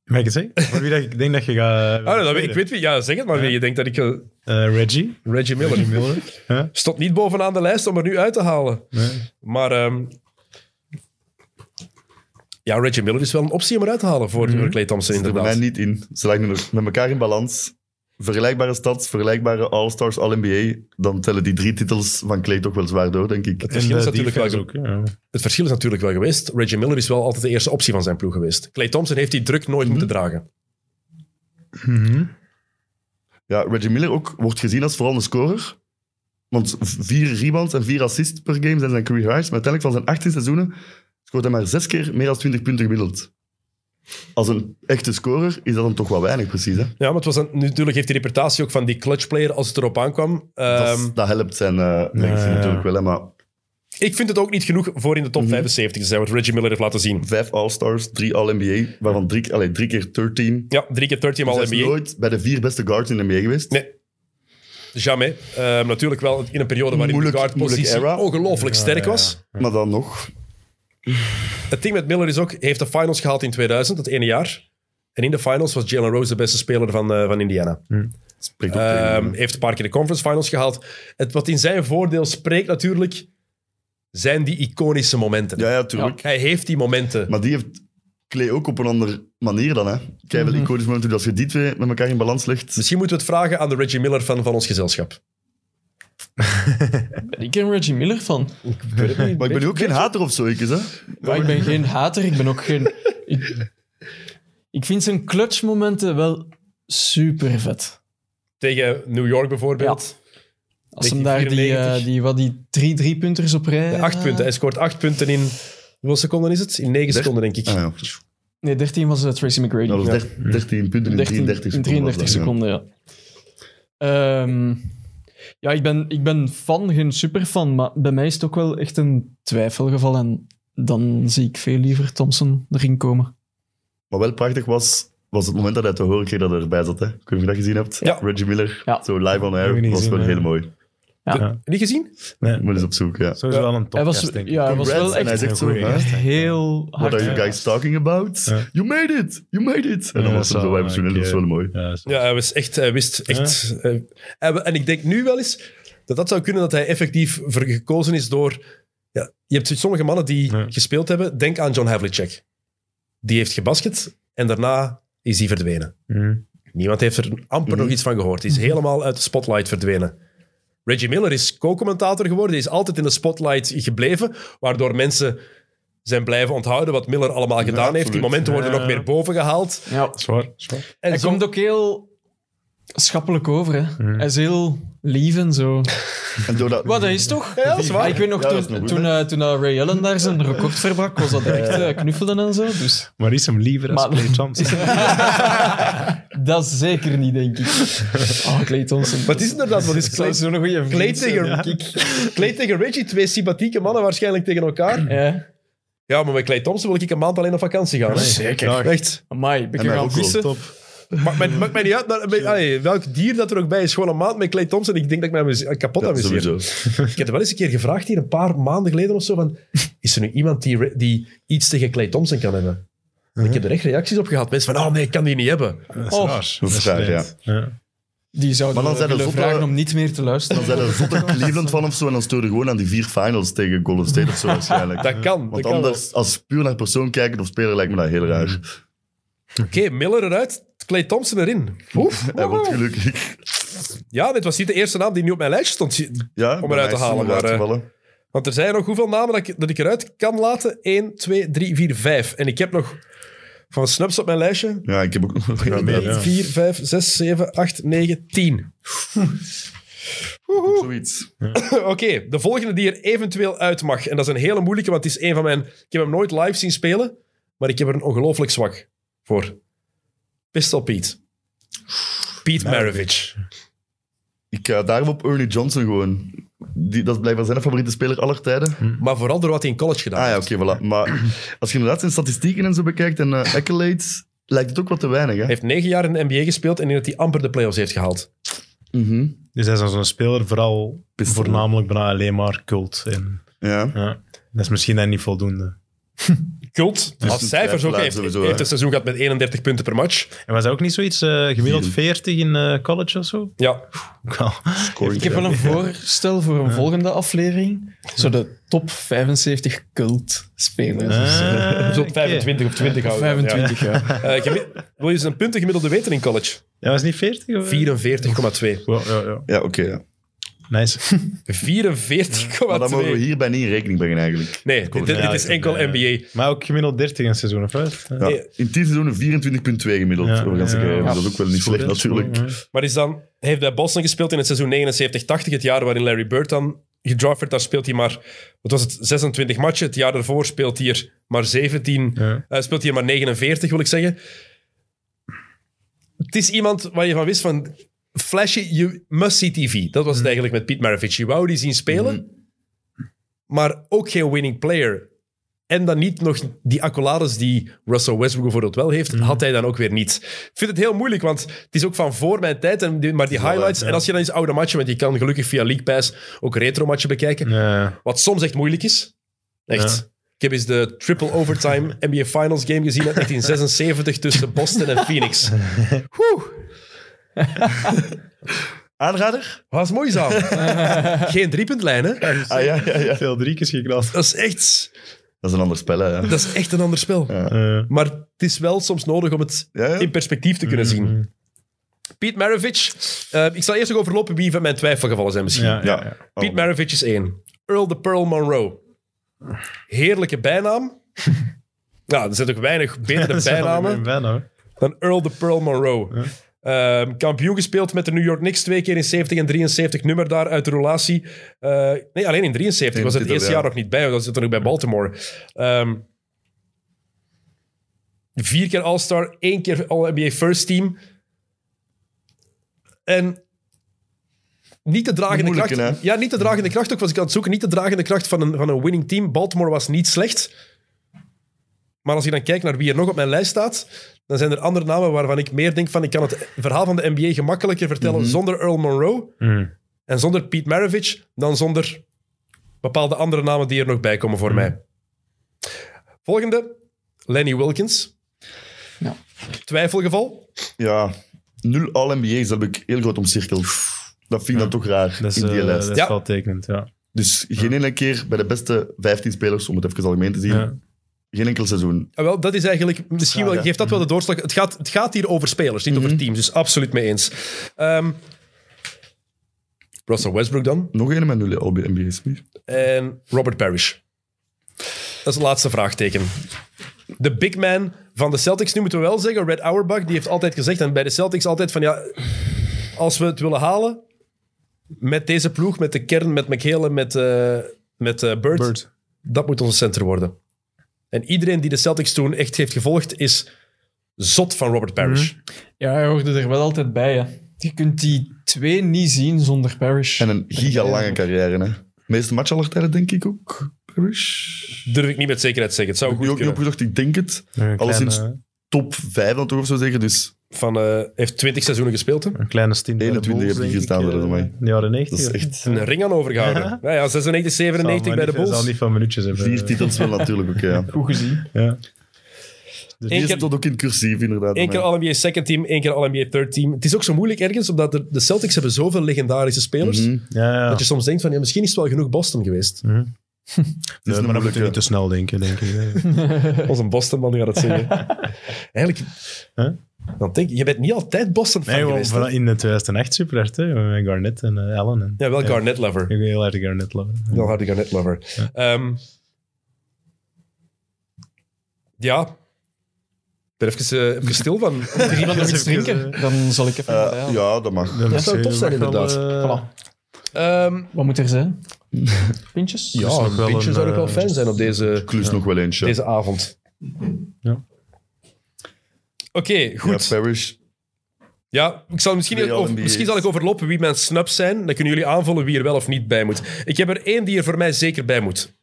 S6: Mag ik het zeggen? Voor wie dat ik denk dat je gaat...
S4: Ah, nee, dat
S6: willen
S4: weet- ik weet wie. Ja, zeg het maar. wie Je denkt dat ik... eh,
S6: traden. Eh, Reggie.
S4: Reggie Miller.
S6: Ja.
S4: Stond niet bovenaan de lijst om er nu uit te halen.
S6: Nee.
S4: Maar... ehm, ja, Reggie Miller is wel een optie om eruit te halen voor, voor Clay Thompson,
S5: er bij
S4: inderdaad.
S5: Mhm. mij niet in. Ze lijken er met elkaar in balans. Vergelijkbare stads, vergelijkbare All-Stars, All-NBA. Dan tellen die drie titels van Clay toch wel zwaar door, denk ik.
S4: Het verschil,
S6: En eh,
S4: is
S6: de
S4: natuurlijk wel,
S6: defense ja.
S4: het verschil is natuurlijk wel geweest. Reggie Miller is wel altijd de eerste optie van zijn ploeg geweest. Clay Thompson heeft die druk nooit
S5: Mhm.
S4: moeten dragen.
S5: Ja, Reggie Miller ook wordt gezien als vooral een scorer. Want v- vier rebounds en vier assists per game zijn zijn career highs. Maar uiteindelijk van zijn 18 seizoenen scoort hij maar zes keer meer dan 20 punten gemiddeld. Als een echte scorer is dat dan toch wel weinig, precies. Hè?
S4: Ja, maar het was een, natuurlijk heeft die reputatie ook van die clutch player als het erop aankwam.
S5: Dat,
S4: Ehm,
S5: dat helpt zijn eh legacy
S6: ja.
S5: natuurlijk wel. Hè? Maar
S4: ik vind het ook niet genoeg voor in de top
S5: Mhm.
S4: 75 te zijn, wat Reggie Miller heeft laten zien.
S5: vijf All-Stars, drie All-NBA, waarvan drie, allee, drie keer 13.
S4: Ja, drie keer 13
S5: Hij
S4: al
S5: is
S4: NBA.
S5: nooit bij de vier beste guards in de NBA geweest.
S4: Nee. Jamais. Ehm, natuurlijk wel in een periode waarin
S5: Moeilijk-
S4: de guardpositie
S5: moeilijke era.
S4: ongelooflijk sterk was.
S5: Maar dan nog,
S4: Het ding met Miller is ook, hij heeft de finals gehaald in 2000, dat ene jaar. En in de finals was Jalen Rose de beste speler van, eh, van Indiana.
S5: spreekt op tegen hem,
S4: Ehm,
S5: hè.
S4: heeft een paar keer de conference finals gehaald. Het, wat in zijn voordeel spreekt natuurlijk, zijn die iconische momenten.
S5: Ja, ja, tuurlijk.
S4: Hij heeft die momenten.
S5: Maar die heeft Clay ook op een andere manier dan, hè. Kijk,
S6: Mhm.
S5: wel iconisch moment als je die twee met elkaar in balans legt.
S4: Misschien moeten we het vragen aan de Reggie Miller van, van ons gezelschap.
S7: Ben ik een Reggie Miller van?
S5: Maar ik ben nu ook geen hater of zo, ik is, hè. Ah,
S7: Maar ik ben geen hater, ik ben ook geen... Ik, ik vind zijn clutch-momenten wel super vet.
S4: Tegen New York
S7: Ja.
S4: bijvoorbeeld.
S7: Als hem daar die, eh,
S4: 1994.
S7: die, wat, die drie driepunters op rij...
S4: Ja, Acht punten. Hij scoort acht punten in... Hoeveel seconden is het? In negen seconden, denk ik.
S5: Ah, ja. Nou,
S7: Nee, 13 was eh, Tracy McGrady.
S5: Dat was der- 13 punten in
S7: 13
S5: 33
S7: in
S5: seconden.
S7: 33
S5: was dat, ja.
S7: seconden, ja. Ehm, ja, ik ben, ik ben fan, geen superfan, maar bij mij is het ook wel echt een twijfelgeval. En dan zie ik veel liever Thompson erin komen.
S5: Maar wel prachtig was, was het moment dat hij te horen kreeg dat hij erbij zat, hè. Ik weet niet of je dat gezien hebt.
S4: Ja.
S5: Reggie Miller,
S7: Ja.
S5: zo live on
S6: Heb ik
S5: air,
S6: niet
S5: was
S6: gezien,
S5: wel
S6: nee.
S5: heel mooi.
S4: De- niet gezien?
S6: Nee,
S5: Moet eens op zoek, ja.
S6: sowieso wel een top.
S7: Hij was,
S6: denk ik.
S7: ja, hij was
S5: Congrats,
S7: wel
S5: en hij
S7: echt
S5: zegt zo,
S6: Goeie
S5: hè?
S6: gast.
S7: heel
S5: What
S7: hard.
S5: are you guys talking about?
S6: Ja.
S5: You made it! You made it! En dan
S6: Ja,
S5: was er
S6: zo,
S5: zo wij
S6: ja,
S5: zo, dus dat is wel mooi.
S6: Ja, dat is-
S4: Ja, hij, was echt, hij wist echt... eh, en, we- en ik denk nu wel eens dat dat zou kunnen dat hij effectief ver- gekozen is door... Ja, je hebt sommige mannen die
S6: Ja.
S4: gespeeld hebben. Denk aan John Havlicek. Die heeft gebasket en daarna is hij verdwenen.
S6: Mhm.
S4: Niemand heeft er amper
S7: Mm.
S4: nog iets van gehoord. Die
S6: Mm.
S4: is helemaal uit de spotlight verdwenen. Reggie Miller is co-commentator geworden. Die is altijd in de spotlight gebleven, waardoor mensen zijn blijven onthouden wat Miller allemaal gedaan heeft. Die
S5: absoluut.
S4: momenten worden
S6: Ja.
S4: nog meer boven gehaald.
S7: Ja.
S6: Zwaar, zwaar.
S4: En
S7: Hij
S4: zo-
S7: komt ook heel schappelijk over. Hè.
S6: Mhm.
S7: Hij is heel lief en zo.
S5: En door dat...
S7: Wat, dat is toch?
S4: Ja, dat is waar.
S7: Ik weet nog,
S5: Ja, dat is
S7: toen,
S5: nog goed,
S7: toen,
S5: hè?
S7: eh, toen eh, Ray Allen daar zijn record verbrak, was dat echt eh, knuffelen en zo. Dus
S6: Maar is hem liever als
S7: Maar-
S6: Clay Thompson?
S7: dat zeker niet, denk ik. Oh, Clay Thompson.
S4: Wat is het inderdaad? Wat is
S7: Dat zou
S4: Ah, Clay,
S7: zo'n goede
S4: Clay
S7: vriend zijn,
S4: tegen,
S7: denk ik.
S4: Clay tegen Reggie? Twee sympathieke mannen waarschijnlijk tegen elkaar.
S7: Ja.
S4: Ja, maar met Clay Thompson wil ik een maand alleen op vakantie gaan. hè.
S6: Zeker.
S4: Echt.
S7: Amai, ben
S5: En
S7: ik
S5: mij
S7: gaan
S5: ook wel.
S7: vissen?
S6: Top.
S4: Maakt mij, maakt mij niet uit. maar- maar- allee, welk dier dat er ook bij is, gewoon een maand met Clay Thompson. Ik denk dat ik mij amuse- kapot
S5: Ja,
S4: amuseer.
S5: sowieso.
S4: Ik heb er wel eens een keer gevraagd hier een paar maanden geleden of zo van, is er nu iemand die, die iets tegen Clay Thompson kan hebben? En Ik heb er echt reacties op gehad. Mensen van, oh nee, ik kan die niet hebben.
S6: Dat is
S7: Oh.
S6: raar.
S5: Uh-huh. Dat is raar,
S6: vreemd. ja.
S7: Die zouden
S5: Maar dan zijn er
S7: willen
S5: zotte-
S7: vragen om niet meer te luisteren.
S5: Dan zijn er zotte Cleveland van of zo en dan storen gewoon aan die vier finals tegen Golden State of zo waarschijnlijk.
S4: Dat kan. dat
S5: Want
S4: kan wel.
S5: anders, als puur naar persoon kijken of speler, lijkt me dat heel raar.
S4: Oké, Miller eruit, Clay Thompson erin. Oef. oh.
S5: Hij wordt gelukkig.
S4: Ja, dit was niet de eerste naam die nu op mijn lijstje stond.
S5: Ja,
S4: Om eruit te
S5: bij mij is het
S4: halen,
S5: eruit
S4: maar, eh,
S5: gevallen.
S4: Want er zijn nog hoeveel namen dat ik, dat ik eruit kan laten? 1, 2, 3, 4, 5. En ik heb nog van Snaps op mijn lijstje.
S5: Ja, ik heb ook nog...
S6: meer,
S5: inderdaad,
S6: ja.
S4: 4, 5, 6, 7, 8, 9, 10.
S5: ook Zoiets.
S4: Oké, de volgende die er eventueel uit mag. En dat is een hele moeilijke, want het is een van mijn... Ik heb hem nooit live zien spelen, maar ik heb er een ongelooflijk zwak voor. Pistol Pete. Pete Maravich.
S5: Ik ga daarom op Ernie Johnson gewoon. Die, dat is blijkbaar zijn favoriete speler aller tijden.
S4: Maar vooral door wat hij in college gedaan
S5: Ah ja,
S4: heeft.
S5: oké, voilà. Maar als je inderdaad zijn statistieken en zo bekijkt en eh, accolades, lijkt het ook wat te weinig, hè?
S4: Hij heeft negen jaar in de NBA gespeeld en in dat hij amper de playoffs heeft gehaald.
S5: Mhm.
S6: Dus hij is als een speler vooral
S5: Pistool.
S6: voornamelijk bijna alleen maar cult. En,
S5: Ja.
S6: ja. Dat is misschien dan niet voldoende.
S4: Kult. Als
S5: een
S4: cijfers ook
S5: twijfelaar
S4: heeft,
S5: sowieso,
S4: heeft
S5: hè.
S4: een seizoen gehad met 31 punten per match.
S6: En was dat ook niet zoiets eh, gemiddeld 40 in eh, college of zo?
S4: Ja,
S6: Ook wel.
S7: Ik heb wel een voorstel voor een volgende aflevering. Zo de top 75 cult-spelers. of zo.
S6: Ah,
S4: dus op
S6: oké.
S4: 25 of 20 houden. we dat,
S7: 25, ja.
S4: ja. Eh, gemi- wil je eens een punten gemiddelde weten in college?
S6: Dat was niet 40? Of?
S4: 44,2. 44,2.
S6: Wow, ja, ja.
S5: Ja, oké. ja.
S6: Nice.
S5: Maar dat mogen we hierbij niet in rekening brengen, eigenlijk.
S4: Nee, dit, dit
S6: Ja,
S4: is
S6: ik-
S4: enkel
S6: ja.
S4: NBA.
S6: Maar ook gemiddeld 30 een seizoen, of wat?
S5: Ja.
S4: Nee.
S5: In 10 seizoenen 24,2 gemiddeld.
S6: Ja,
S5: over de ganse
S6: ja,
S5: carrière.
S6: ja.
S5: Dat is ook wel niet slecht, natuurlijk.
S4: Maar is dan, hij heeft bij Boston gespeeld in het seizoen 79-80, het jaar waarin Larry Bird dan gedraft werd. Daar speelt hij maar, wat was het, 26 matchen. Het jaar daarvoor speelt hij er maar 17,
S6: Ja.
S4: eh, speelt hij er maar 49, wil ik zeggen. Het is iemand waar je van wist van, flashy, you must see TV. Dat was het eigenlijk met Pete Maravich. Je wou die zien spelen, maar ook geen winning player. En dan niet nog die accolades die Russell Westbrook bijvoorbeeld wel heeft, had hij dan ook weer niet. Ik vind het heel moeilijk, want het is ook van voor mijn tijd, en die- maar die highlights. En als je dan eens oude matchen, want je kan gelukkig via League Pass ook retro matchen bekijken,
S6: Ja.
S4: wat soms echt moeilijk is. Echt. Ik heb eens de triple overtime NBA Finals game gezien uit 1976 tussen Boston en Phoenix.
S5: Aanrader?
S4: Was moeizaam. Geen driepuntlijn, hè?
S5: Ah ja, ja, ja.
S6: Veel drie keer geknald.
S4: Dat is echt,
S5: Dat is een ander spel, hè. Ja.
S4: dat is echt een ander spel.
S6: Eh,
S4: Maar het is wel soms nodig om het
S5: Ja, ja.
S4: in perspectief te kunnen zien. Piet Maravich. eh, ik zal eerst nog overlopen wie van mijn twijfelgevallen zijn misschien.
S6: ja, ja,
S5: Ja.
S6: ja.
S5: Oh.
S4: Piet Maravich is één. Earl de Pearl Monroe. Heerlijke bijnaam. nou, er zijn toch weinig betere bijnamen
S6: Bijna, hoor.
S4: dan Earl de Pearl Monroe. Ehm, kampioen gespeeld met de New York Knicks twee keer in 70 en 73, nummer daar uit de relatie. Eh, nee, alleen in 73 was het
S5: titel,
S4: eerste
S5: ja.
S4: jaar nog niet bij, want dat zit dan ook bij Baltimore. Ehm, vier keer All-Star, één keer All-NBA First Team. En niet de dragende
S5: Moeilijke,
S4: kracht. Ja, niet de dragende kracht ook, was ik aan het zoeken. Niet de dragende kracht van een, van een winning team. Baltimore was niet slecht. Maar als je dan kijkt naar wie er nog op mijn lijst staat, dan zijn er andere namen waarvan ik meer denk van ik kan het verhaal van de NBA gemakkelijker vertellen zonder Earl Monroe. En zonder Piet Maravich dan zonder bepaalde andere namen die er nog bij komen voor mij. Volgende, Lenny Wilkins.
S7: Ja.
S4: Twijfelgeval.
S5: Ja, nul All-NBA's heb ik heel groot omcirkeld. Dat vind ik dan toch raar
S6: Dat is,
S5: in die
S6: eh,
S5: lijst.
S6: dat is
S4: Ja.
S6: wel tekenend, ja.
S5: Dus geen enkele keer bij de beste 15 spelers, om het even algemeen te zien,
S6: Ja.
S5: geen enkel seizoen.
S4: Ah, wel, dat is eigenlijk, misschien wel,
S5: Vragen.
S4: geeft dat wel de doorslag. Het gaat, het gaat hier over spelers, niet over teams, dus absoluut mee eens. Ehm, Russell Westbrook dan.
S5: Nog een met nul All-NBA's.
S4: En Ehm, Robert Parrish. Dat is het laatste vraagteken. De big man van de Celtics, nu moeten we wel zeggen, Red Auerbach, die heeft altijd gezegd, en bij de Celtics altijd van ja, als we het willen halen, met deze ploeg, met de kern, met McHale, en met, eh, met eh, Bird,
S6: Bird.
S4: dat moet onze center worden. En iedereen die de Celtics toen echt heeft gevolgd, is zot van Robert Parrish.
S6: Mhm.
S7: Ja, hij hoorde er wel altijd bij. Hè. Je kunt die twee niet zien zonder Parrish.
S5: En een gigalange carrière, hè. Meeste match aller tijden, denk ik ook. Parrish.
S4: Durf ik niet met zekerheid te zeggen. Het zou
S5: Ik heb
S4: goed
S5: ook niet
S4: kunnen.
S5: opgezocht, ik denk het.
S6: Een
S5: Alleszins
S6: kleine,
S5: top 5 dan toch, of zo zeggen. Dus
S4: Van, eh, heeft 20 seizoenen gespeeld. Hè?
S6: een kleine 10 bij de
S5: 21
S6: Bulls,
S5: heb je
S6: denk ik,
S5: gestaan,
S6: eh,
S5: dat is mooi.
S6: in de jaren 90.
S5: dat is
S6: ja.
S5: echt
S4: Een ring aan overgehouden. Nou ja, 96,
S6: Zal
S4: 97
S6: maar
S4: bij de
S6: niet-
S4: Bulls.
S6: zal niet van minuutjes hebben.
S5: vier titels wel natuurlijk ook, ja.
S7: Goed gezien.
S6: Ja.
S5: Die
S4: Eén
S5: is
S4: keer-
S5: dat ook in cursief, inderdaad.
S4: Eén keer
S5: Maar-
S4: All-NBA second team, één keer All-NBA third team. Het is ook zo moeilijk ergens, omdat er- de Celtics hebben zoveel legendarische spelers,
S5: Mhm.
S6: Ja, ja. Mhm.
S4: dat je soms denkt van, ja, misschien is het wel genoeg Boston geweest.
S5: Het is
S6: Nee,
S5: een
S6: maar dan moet je
S5: moeilijke.
S6: niet te snel denken, denk ik. Nee.
S4: Onze Boston-man gaat het zeggen. Eigenlijk,
S6: Huh?
S4: dan denk ik, je bent niet altijd Boston-fan
S6: Nee, gewoon
S4: geweest. hè?
S6: vooral in de 2008 superhard, hè, met Garnett en eh, Allen. En,
S4: Ja, wel Garnett-lover.
S6: Ik ben heel erg Garnett-lover.
S4: Wel harde Garnett-lover. Ehm, ja. Ik ben even, eh, even stil van.
S7: Drie van nog iets
S6: even,
S7: drinken, dan zal ik even...
S5: Eh, ja, dat mag.
S6: Dat eh,
S4: zou tof zijn, inderdaad.
S7: Voilà.
S4: Ehm,
S7: Wat moet er zijn? Pintjes?
S4: ja,
S6: nog
S4: een
S6: wel
S4: beetje
S6: een,
S4: zou ik wel
S6: eh,
S4: fijn zijn op deze,
S5: Klus nog wel eentje.
S4: deze avond.
S6: Ja.
S4: Oké, goed.
S5: Ja, Parrish.
S4: Ja, ik zal misschien,
S5: Twee
S4: of-
S5: All-NBA's.
S4: misschien zal ik overlopen wie mijn snubs zijn. Dan kunnen jullie aanvullen wie er wel of niet bij moet. Ik heb er één die er voor mij zeker bij moet.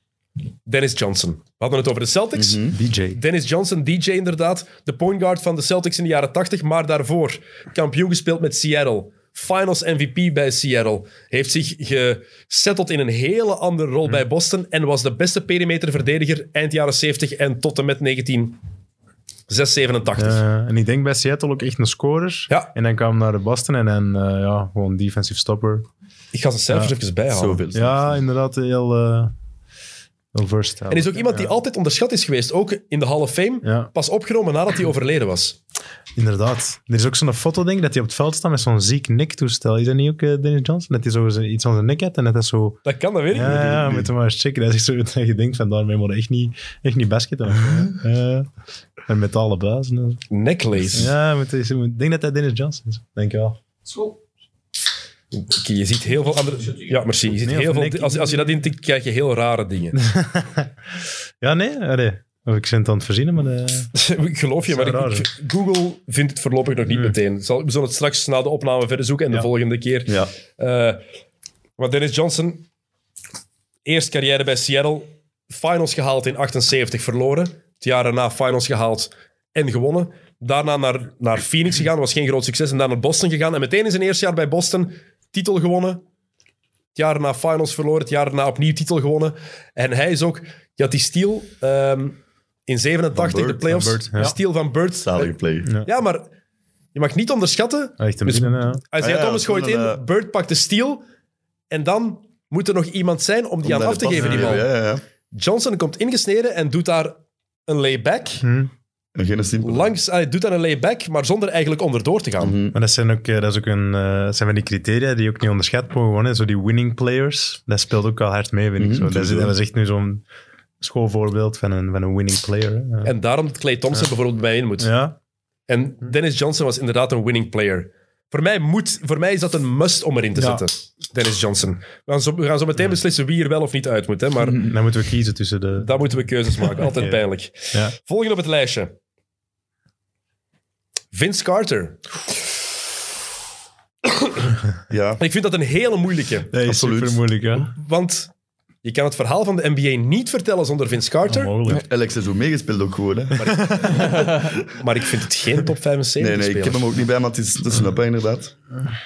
S4: Dennis Johnson. We hadden het over de Celtics.
S6: DJ.
S4: Dennis Johnson, DJ inderdaad. De point guard van de Celtics in de jaren 80. Maar daarvoor kampioen gespeeld met Seattle. Finals MVP bij Seattle. Heeft zich gesetteld in een hele andere rol bij Boston. En was de beste perimeterverdediger eind jaren 70 en tot en met 1987.
S6: Eh, en ik denk bij Seattle ook echt een scorer.
S4: Ja.
S6: En dan kwam naar de Boston en dan eh, ja, gewoon defensive stopper.
S4: Ik ga zijn cijfers even bijhalen.
S5: Zoveel.
S6: Ja, inderdaad, heel, eh heel versatile.
S4: En is ook iemand die altijd onderschat is geweest, ook in de Hall of Fame.
S6: Ja.
S4: Pas opgenomen nadat hij overleden was.
S6: Inderdaad. Er is ook zo'n foto, denk ik, dat hij op het veld staat met zo'n ziek nektoestel. Is dat niet ook eh, Dennis Johnson? Dat hij zo zijn- iets aan zijn nek had en dat dat zo...
S4: Dat kan, dat weet ik
S6: Ja,
S4: niet.
S6: ja, ja, moet je maar eens checken. Dat is zo dat je denkt van, daarmee moet je echt niet, echt niet basketten. Eh, en metalen buizen. en zo.
S4: Necklace.
S6: Ja, met deze, ik denk dat dat Dennis Johnson is. Denk je wel.
S4: Oké, je ziet heel veel andere... Ja, merci. Je ziet
S6: Nee, of
S4: heel
S6: Nick-
S4: veel... Als, als je dat intikt, krijg je heel rare dingen.
S6: Ja, nee? Allee. Of ik ben het aan het verzinnen, maar... eh,
S4: ik geloof je, maar
S6: Zou
S4: ik-
S6: raar
S4: ik- Google vindt het voorlopig nog niet meteen. Zal, we zullen het straks na de opname verder zoeken en de
S6: Ja.
S4: volgende keer.
S5: Ja.
S4: Eh, maar Dennis Johnson, eerst carrière bij Seattle, finals gehaald in 78, verloren. Het jaar daarna finals gehaald en gewonnen. Daarna naar, naar Phoenix gegaan, was geen groot succes. En dan naar Boston gegaan. En meteen in zijn eerste jaar bij Boston, titel gewonnen. Het jaar daarna finals verloren, het jaar daarna opnieuw titel gewonnen. En hij is ook, je had die steal ehm, in 87,
S5: Van Bird,
S4: de playoffs.
S6: van Bird, ja.
S4: De steal van Bird.
S5: Zalige play.
S4: Ja, maar je mag niet onderschatten
S6: Echt een
S4: Dus-
S6: binnen, hè.
S4: Isaiah
S5: Ah ja,
S4: Thomas
S5: dat is
S4: gooit in,
S5: gewoon een,
S4: Bird pakt de steal. En dan moet er nog iemand zijn om die
S5: Om
S4: aan
S5: daar
S4: af
S5: de
S4: te
S5: pas
S4: geven, die bal.
S5: Ja, ja, ja.
S4: Johnson komt ingesneden en doet daar een layback.
S6: Hm.
S5: En geen simpele.
S4: Langs, hij doet daar een layback, maar zonder eigenlijk onderdoor te gaan.
S6: Maar dat zijn ook, eh, dat is ook een, eh, dat zijn van die criteria die je ook niet onderschat mogen worden. hè. Zo die winning players, dat speelt ook wel hard mee, vind ik. Zo. Dat, is,
S5: sowieso.
S6: dat is echt nu zo'n schoolvoorbeeld van een, van een winning player. hè. Ja.
S4: En daarom dat Clay Thompson bijvoorbeeld bij in moet.
S6: ja,
S4: En Dennis Johnson was inderdaad een winning player. Voor mij, moet, voor mij is dat een must om erin te
S6: Ja.
S4: zetten, Dennis Johnson. We gaan, zo, we gaan zo meteen beslissen wie er wel of niet uit moet. Hè, maar
S6: dan moeten we kiezen tussen de...
S4: daar moeten we keuzes maken. Altijd
S6: Oké.
S4: pijnlijk.
S6: Mhm. Ja.
S4: Volgende op het lijstje. Vince Carter.
S5: Ja.
S4: Ik vind dat een hele moeilijke.
S6: Dat is
S5: Absoluut.
S6: super moeilijk, hè?
S4: Want Je kan het verhaal van de NBA niet vertellen zonder Vince Carter.
S6: Onmogelijk.
S5: Alex is ook meegespeeld ook gewoon. Hè.
S4: maar ik vind het geen top 75
S5: Nee, nee, ik heb hem ook niet bij, maar het is, het is een hè, inderdaad.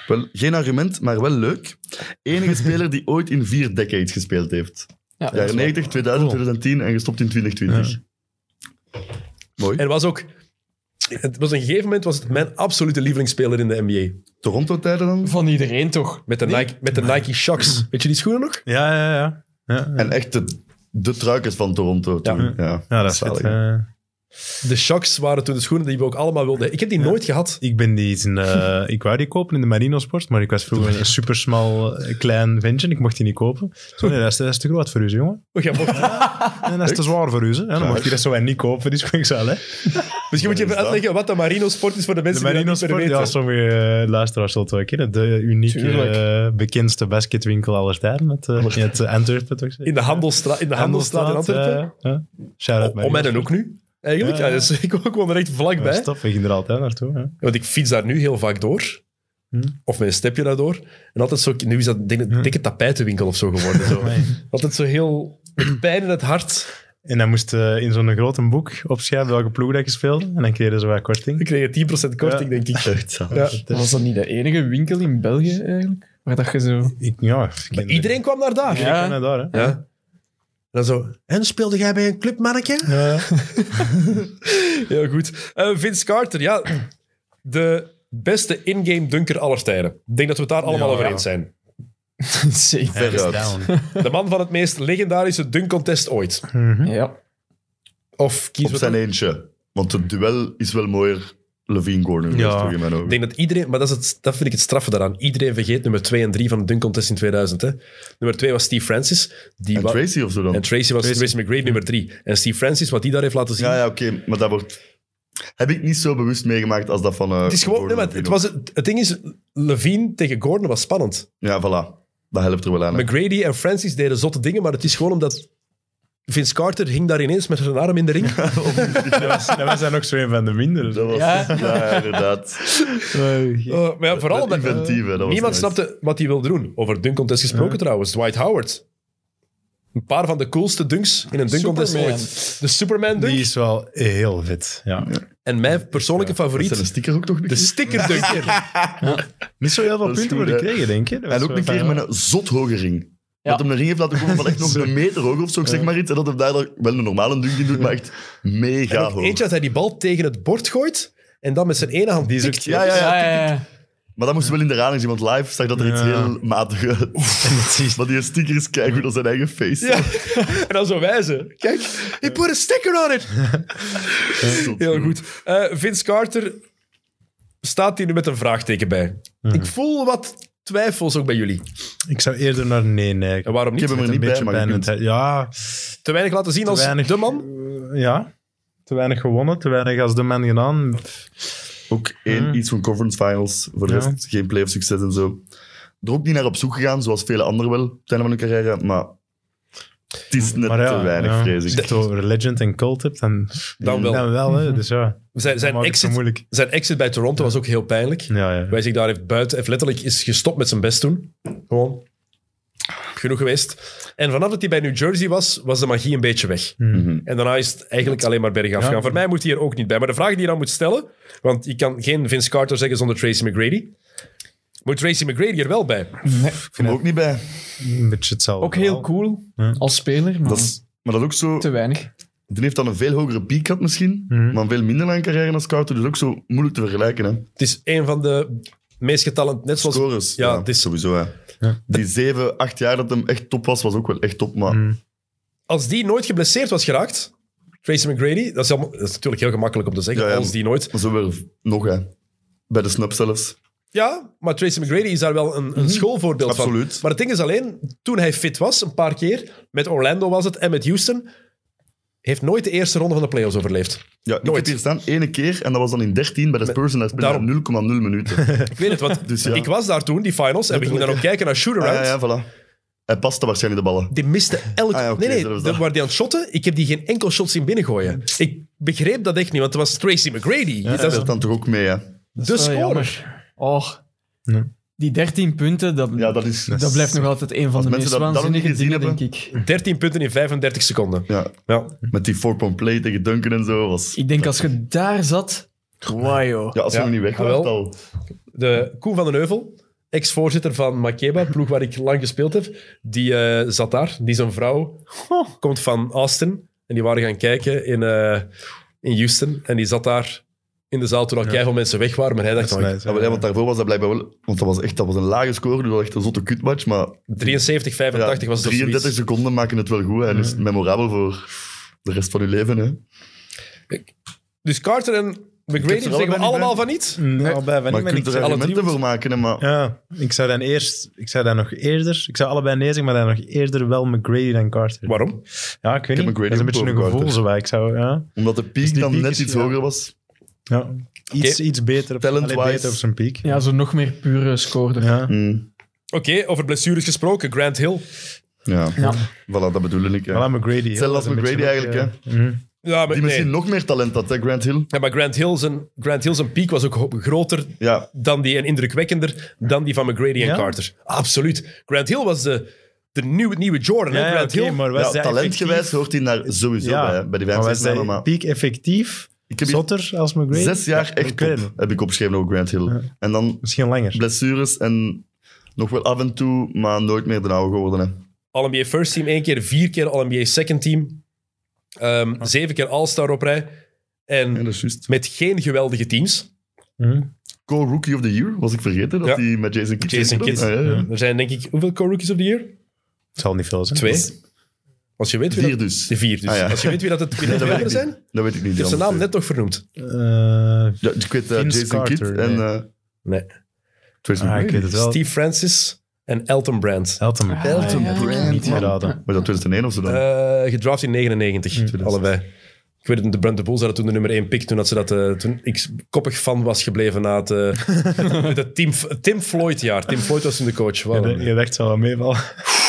S5: Wel, geen argument, maar wel leuk. Enige speler die ooit in vier decades gespeeld heeft.
S7: Ja, dat is
S5: Jaren 90, 2000, 2010 en gestopt in 2020. Mooi.
S4: Er was ook... Het was een gegeven moment was het mijn absolute lievelingsspeler in de NBA.
S5: Toronto-tijden dan?
S7: Van iedereen toch?
S4: Met de, Nike, met de Nike Shocks. Weet je die schoenen nog?
S6: Ja, ja, ja. Ja, ja.
S5: En echt de, de truikers van Toronto toen. Ja,
S6: ja dat is het.
S5: Zalig.
S6: eh.
S4: De Shocks waren toen de schoenen die we ook allemaal wilden. Ik heb die nooit gehad.
S6: Ik ben die in de, ik wou die kopen in de Marinosport, maar ik was vroeger een supersmal eh, klein ventje. en Ik mocht die niet kopen. Zo, nee, dat is, dat is te groot voor u, jongen.
S4: Oh, jij mocht-
S6: En dat is te zwaar voor u. hè. Ja, dan mocht je dat zo en niet kopen, die schoenzaal. hè.
S4: Misschien moet je even uitleggen wat de Marino Sport is voor de
S6: De
S4: mensen die dat niet
S6: Marinosport,
S4: meer
S6: ja,
S4: weten.
S6: sommige eh, luisteraars zullen het wel kennen. De unieke,
S7: Tuurlijk.
S6: eh, bekendste basketwinkel aller tijden. Met, eh, in het eh, Antwerpen toch? zeker?
S4: In de Handelstraat in, de Handelstraat in Antwerpen.
S6: eh, ja. Shout-out
S4: Om mij dan ook nu. Eigenlijk,
S6: Ja,
S4: ja,
S6: ja.
S4: dus ik woon er echt
S6: bij.
S4: vlakbij.
S6: Stop, we gingen er altijd naartoe. hè.
S4: Want ik fiets daar nu heel vaak door. Of met een stepje daardoor. En altijd zo, nu is dat ik denk een dikke tapijtenwinkel of zo geworden. Zo. altijd zo heel met pijn in het hart.
S6: En dan moest je in zo'n grote boek opschrijven welke ploeg dat je speelde. En dan kreeg je zo wat korting.
S4: Ik kreeg 10% korting, denk ik.
S5: Echt zalig.
S4: Ja.
S7: Was dat niet de enige winkel in België eigenlijk? Waar dat je zo...
S6: Ik, ja, ik ken-
S4: Iedereen kwam naar daar.
S7: Ja.
S6: ken dat daar, hè.
S4: Ja. En dan zo, en speelde jij bij een clubmannetje? Heel goed. Eh, Vince Carter, ja. De beste in-game dunker aller tijden. Ik denk dat we het daar allemaal
S6: Ja,
S4: over
S6: ja.
S4: eens zijn.
S7: Zeker.
S5: Veruit.
S6: Down.
S4: De man van het meest legendarische dunkcontest ooit.
S7: Ja.
S4: Of kies
S5: Op
S4: wat
S5: zijn
S4: dan-
S5: eentje. Want het duel is wel mooier Levine Gordon.
S6: Ja.
S5: Ja. Toch in mijn ogen.
S4: Ik denk dat iedereen, maar dat, is het, dat vind ik het straffe daaraan. Iedereen vergeet nummer 2 en 3 van de Dunk Contest in 2000. Hè. Nummer 2 was Steve Francis. Die
S5: en
S4: wa-
S5: Tracy of zo dan?
S4: en Tracy was
S6: Tracy.
S4: Tracy McGrady nummer 3. En Steve Francis, wat die daar heeft laten zien.
S5: Ja, ja oké, maar dat wordt... Heb ik niet zo bewust meegemaakt als dat van... eh,
S4: Het is gewoon, nee,
S5: Gordon
S4: maar
S5: Levine
S4: het, was, het het ding is, Levine tegen Gordon was spannend.
S5: Ja, voilà. Dat helpt er wel aan. hè.
S4: McGrady en Francis deden zotte dingen, maar het is gewoon omdat Vince Carter hing daar ineens met zijn arm in de ring.
S6: Dat was, dat was dan ook zo een van de mindere.
S5: Dat was,
S7: Ja.
S5: ja. inderdaad.
S4: Eh, maar ja, vooral
S5: Dat
S4: omdat
S5: inventieve, dat was
S4: niemand
S5: nice.
S4: snapte wat hij wilde doen. Over dunk contest gesproken trouwens, Dwight Howard. Een paar van de coolste dunks in een dunk contest
S7: Superman.
S4: ooit. De Superman dunk
S6: Die is wel heel vet. Ja.
S4: en mijn persoonlijke
S5: Is er een
S4: favoriet,
S5: sticker ook nog niet?
S4: de sticker dunk.
S6: Niet zo heel veel
S5: Dat is goed,
S6: punten worden
S5: hè.
S6: gekregen, denk je. Dat was
S5: en ook
S6: wel
S5: een keer
S6: fijn,
S5: met een zot hoge ring.
S7: Ja.
S5: Dat hem een ring heeft laten komen van echt nog een meter hoog of zo, ik zeg maar iets. En dat hem daar dan wel een normale dunk in doet, maar echt
S4: En
S5: mega
S4: ook
S5: hoog.
S4: eentje dat hij die bal tegen het bord gooit en dan met zijn ene hand
S6: Die is ook-
S4: tikt.
S5: Ja, ja, ja.
S7: Ja, ja, ja.
S5: Maar dat moest wel in de radar zien, want live zag dat er iets
S6: Ja.
S5: heel matig uit. Maar die sticker is keigoed als zijn eigen face.
S4: Ja. En dan zo wijzen. Kijk, he put a sticker on it.
S5: Zot
S4: Heel goed. Eh, Vince Carter staat hier nu met een vraagteken bij.
S5: Mhm.
S4: Ik voel wat twijfels ook bij jullie.
S6: Ik zou eerder naar nee neigen.
S4: En waarom
S5: Ik
S4: niet?
S5: heb hem er
S6: Een
S5: niet bij,
S6: beetje
S5: maar je
S6: pijn in
S5: kunt-
S6: het hart. Ja,
S4: Te weinig laten zien
S6: te
S4: als
S6: weinig.
S4: de man.
S6: eh, ja, te weinig gewonnen, te weinig als de man gedaan.
S5: Ook één iets van conference finals. Voor de
S6: Hmm. Ja.
S5: rest geen playoff succes en zo. Er ook niet naar op zoek gegaan, zoals vele anderen wel, op het einde van hun carrière. Maar het is net
S6: Maar ja,
S5: te weinig,
S6: ja.
S5: vrees
S6: Als
S5: ik.
S6: je het over Legend en Cult hebt, dan,
S4: Dan wel.
S6: Dan wel hè. Dus ja,
S4: Zijn,
S6: dat
S4: zijn,
S6: maakt het zo
S4: exit,
S6: moeilijk.
S4: zijn exit bij Toronto was ook heel pijnlijk.
S6: Ja, ja.
S4: Wij zich daar heeft buiten, heeft letterlijk is gestopt met zijn best doen. Gewoon. Genoeg geweest. En vanaf dat hij bij New Jersey was, was de magie een beetje weg.
S6: Hmm.
S5: Mhm.
S4: En daarna is het eigenlijk alleen maar bergaf gaan. Voor mij moet hij er ook niet bij. Maar de vraag die je dan moet stellen, want je kan geen Vince Carter zeggen zonder Tracy McGrady. Moet Tracy McGrady er wel bij?
S5: Ik vind hem ook niet bij.
S6: Een beetje hetzelfde.
S7: Ook heel
S6: verhaal.
S7: cool als speler, maar
S5: Dat is, maar dat is ook zo...
S7: te weinig.
S5: Die heeft dan een veel hogere piek gehad misschien,
S6: Hmm.
S5: maar een veel minder lange carrière als Carter. Dus ook zo moeilijk te vergelijken. Hè.
S4: Het is een van de meest getalent, net zoals...
S5: Scores.
S4: Ja,
S5: Ja,
S4: het is-
S5: sowieso. Hè. Die zeven, acht jaar dat hem echt top was, was ook wel echt top. Maar
S6: Hmm.
S4: Als die nooit geblesseerd was geraakt, Tracy McGrady, dat is, allemaal- dat is natuurlijk heel gemakkelijk om te zeggen,
S5: Ja, ja.
S4: als die nooit.
S5: zo weer nog, hè. Bij de snap zelfs.
S4: Ja, maar Tracy McGrady is daar wel een, een schoolvoorbeeld van.
S5: Absoluut.
S4: Maar het ding is alleen, toen hij fit was, een paar keer, met Orlando was het en met Houston, heeft nooit de eerste ronde van de playoffs overleefd.
S5: Ja, ik
S4: Nooit.
S5: heb hier staan, ene keer, en dat was dan in 13 bij de Spurs, en daar speelde
S4: daarom.
S5: hij 0,0 minuten.
S4: Ik weet het, want
S5: Dus ja.
S4: ik was daar toen, die finals, en we gingen dan ook kijken naar
S5: Ah, ja,
S4: shoot-around.
S5: ja, voilà. Hij paste waarschijnlijk de ballen.
S4: Die miste elke...
S5: Ah ja, oké,
S4: nee,
S5: dat
S4: nee,
S5: was
S4: de-
S5: dat.
S4: waar die aan het shotten, ik heb die geen enkel shot zien binnengooien. Ik begreep dat echt niet, want het was Tracy McGrady. dat
S5: Dat
S4: is
S5: speelt dan toch ook mee, hè?
S4: de
S7: wel
S4: scorer.
S7: jammer. Oh, die 13 punten, dat,
S5: Ja, dat is...
S7: dat blijft nog altijd een van de
S5: mensen
S7: meest
S5: dat- dat nog
S7: waanzinnige
S5: niet gezien
S7: dingen, denk ik.
S4: 13 punten in 35 seconden.
S5: Ja,
S4: Ja.
S5: met die four-point play tegen Duncan en zo was...
S7: Ik denk als je daar zat... Wow,
S5: Ja, als je
S4: Ja,
S5: hem niet weg
S4: jawel.
S5: was al...
S4: De Koen van den Heuvel, ex-voorzitter van Makeba, ploeg waar ik lang gespeeld heb, die eh, zat daar. Die zijn vrouw komt van Austin. En die waren gaan kijken in, eh, in Houston. En die zat daar in de zaal toen al keihard veel mensen weg waren. Maar hij dacht,
S6: Dat is
S4: van,
S6: nice,
S5: Ja, maar ja, want daarvoor was dat blijkbaar wel... Want dat was echt dat was een lage score, dus dat was echt een zotte kutmatch, maar...
S4: 73,
S5: ja,
S4: 85 was het of
S5: 33
S4: zoiets.
S5: seconden maken het wel goed hè, en is memorabel voor de rest van je leven. Hè.
S4: Dus Carter en
S5: heb
S4: McGrady
S5: ze
S4: zeggen we
S5: allebei niet
S4: allemaal van niet.
S6: Nee. bij
S5: Maar je kunt er
S4: alle
S5: argumenten
S4: drie
S5: voor maken, hè, maar...
S6: Mm, Ja, ik zou dan eerst, ik zou dan nog eerder, ik zou allebei nee zeggen, maar dan nog eerder wel McGrady dan Carter.
S4: Waarom?
S6: Ja, ik weet
S5: heb
S6: niet.
S5: McGrady
S6: Dat is een beetje een
S5: boven
S6: gevoel,
S5: Carter.
S6: zo waar ik zou, ja.
S5: Omdat de piek
S6: die
S5: dan
S6: piek
S5: net
S6: is-
S5: iets
S6: ja.
S5: hoger was.
S6: ja. Iets, iets beter, op,
S5: Talent-wise.
S6: allee, beter op zijn piek.
S7: ja, zo nog meer pure scoorder.
S6: Ja.
S5: Mm.
S4: Oké, over blessures gesproken. Grant Hill.
S5: Ja.
S7: Ja.
S5: voilà, dat bedoel ik. Ja.
S6: Voilà, McGrady.
S5: Hetzelfde als McGrady eigenlijk, hè.
S6: hè.
S4: Ja, maar,
S5: Die misschien
S4: nee.
S5: nog meer talent had, hè, Grant Hill.
S4: Ja, maar Grant Hill zijn, Grant Hill zijn piek was ook ho- groter
S5: Ja,
S4: dan die en indrukwekkender dan die van McGrady en
S6: Ja?
S4: Carter. Absoluut. Grant Hill was de, de nieuwe, nieuwe Jordan. hè?
S6: Ja, ja,
S4: Grant
S6: oké,
S4: Hill.
S6: maar was
S5: ja
S6: hij
S5: talentgewijs
S6: effectief?
S5: hoort hij daar sowieso bij, hè, bij die
S6: maar was
S5: 65
S6: hij
S5: mannen, maar...
S6: piek effectief
S5: Ik heb hier
S6: zotter als McGrady?
S5: zes jaar
S6: Ja,
S5: echt
S6: ik weet
S5: top,
S6: het.
S5: heb ik opgeschreven over Grant Hill. En dan
S6: Misschien langer.
S5: blessures en nog wel af en toe, maar nooit meer de oude geworden. Hè.
S4: All-NBA First Team één keer, vier keer All-NBA Second Team. Ehm, Zeven keer All-Star op rij.
S5: Ja,
S4: En
S5: dat is juist.
S4: met geen geweldige teams.
S6: Hm?
S5: Co-rookie of the year, was ik vergeten dat
S4: Ja.
S5: hij met Jason Kidd
S4: Jason
S5: ging
S4: Kidd.
S5: doen. Ah, ja, ja.
S4: Er zijn denk ik, hoeveel co-rookies of the year?
S6: Het zal niet veel zijn.
S4: Twee. Als je weet wie
S5: Vier
S4: dat...
S5: dus.
S4: De vier dus.
S5: Ah, ja.
S4: Als je weet wie dat het wie dat
S5: dat
S4: de
S5: weet ik
S4: anderen zijn.
S5: niet.
S4: Ik
S5: Dat weet ik niet.
S4: heb zijn
S5: die
S4: naam
S5: andere
S4: net nog vernoemd.
S6: Eh,
S5: twee. Ja, ik weet eh,
S6: Vince
S5: Jason
S6: Carter,
S5: Kidd en
S6: nee.
S5: eh
S4: Nee.
S5: Tracy
S6: ah, ik
S5: McGrady.
S6: weet het wel.
S4: Steve Francis en Elton Brand.
S6: Elton McGrady.
S5: Elton
S7: Ah, ja.
S5: Brand,
S6: Niet
S5: man.
S6: geraden.
S5: Was dat 2001 of zo dan?
S4: Eh, gedraft in 99, allebei. Ik weet het, de Brent de Bulls hadden toen de nummer 1 pick, toen, dat ze dat, eh, toen ik koppig fan was gebleven na het, eh, het Tim, Tim Floyd-jaar. Tim Floyd was toen de coach. Wow.
S6: Je- Je dacht wel meevallen.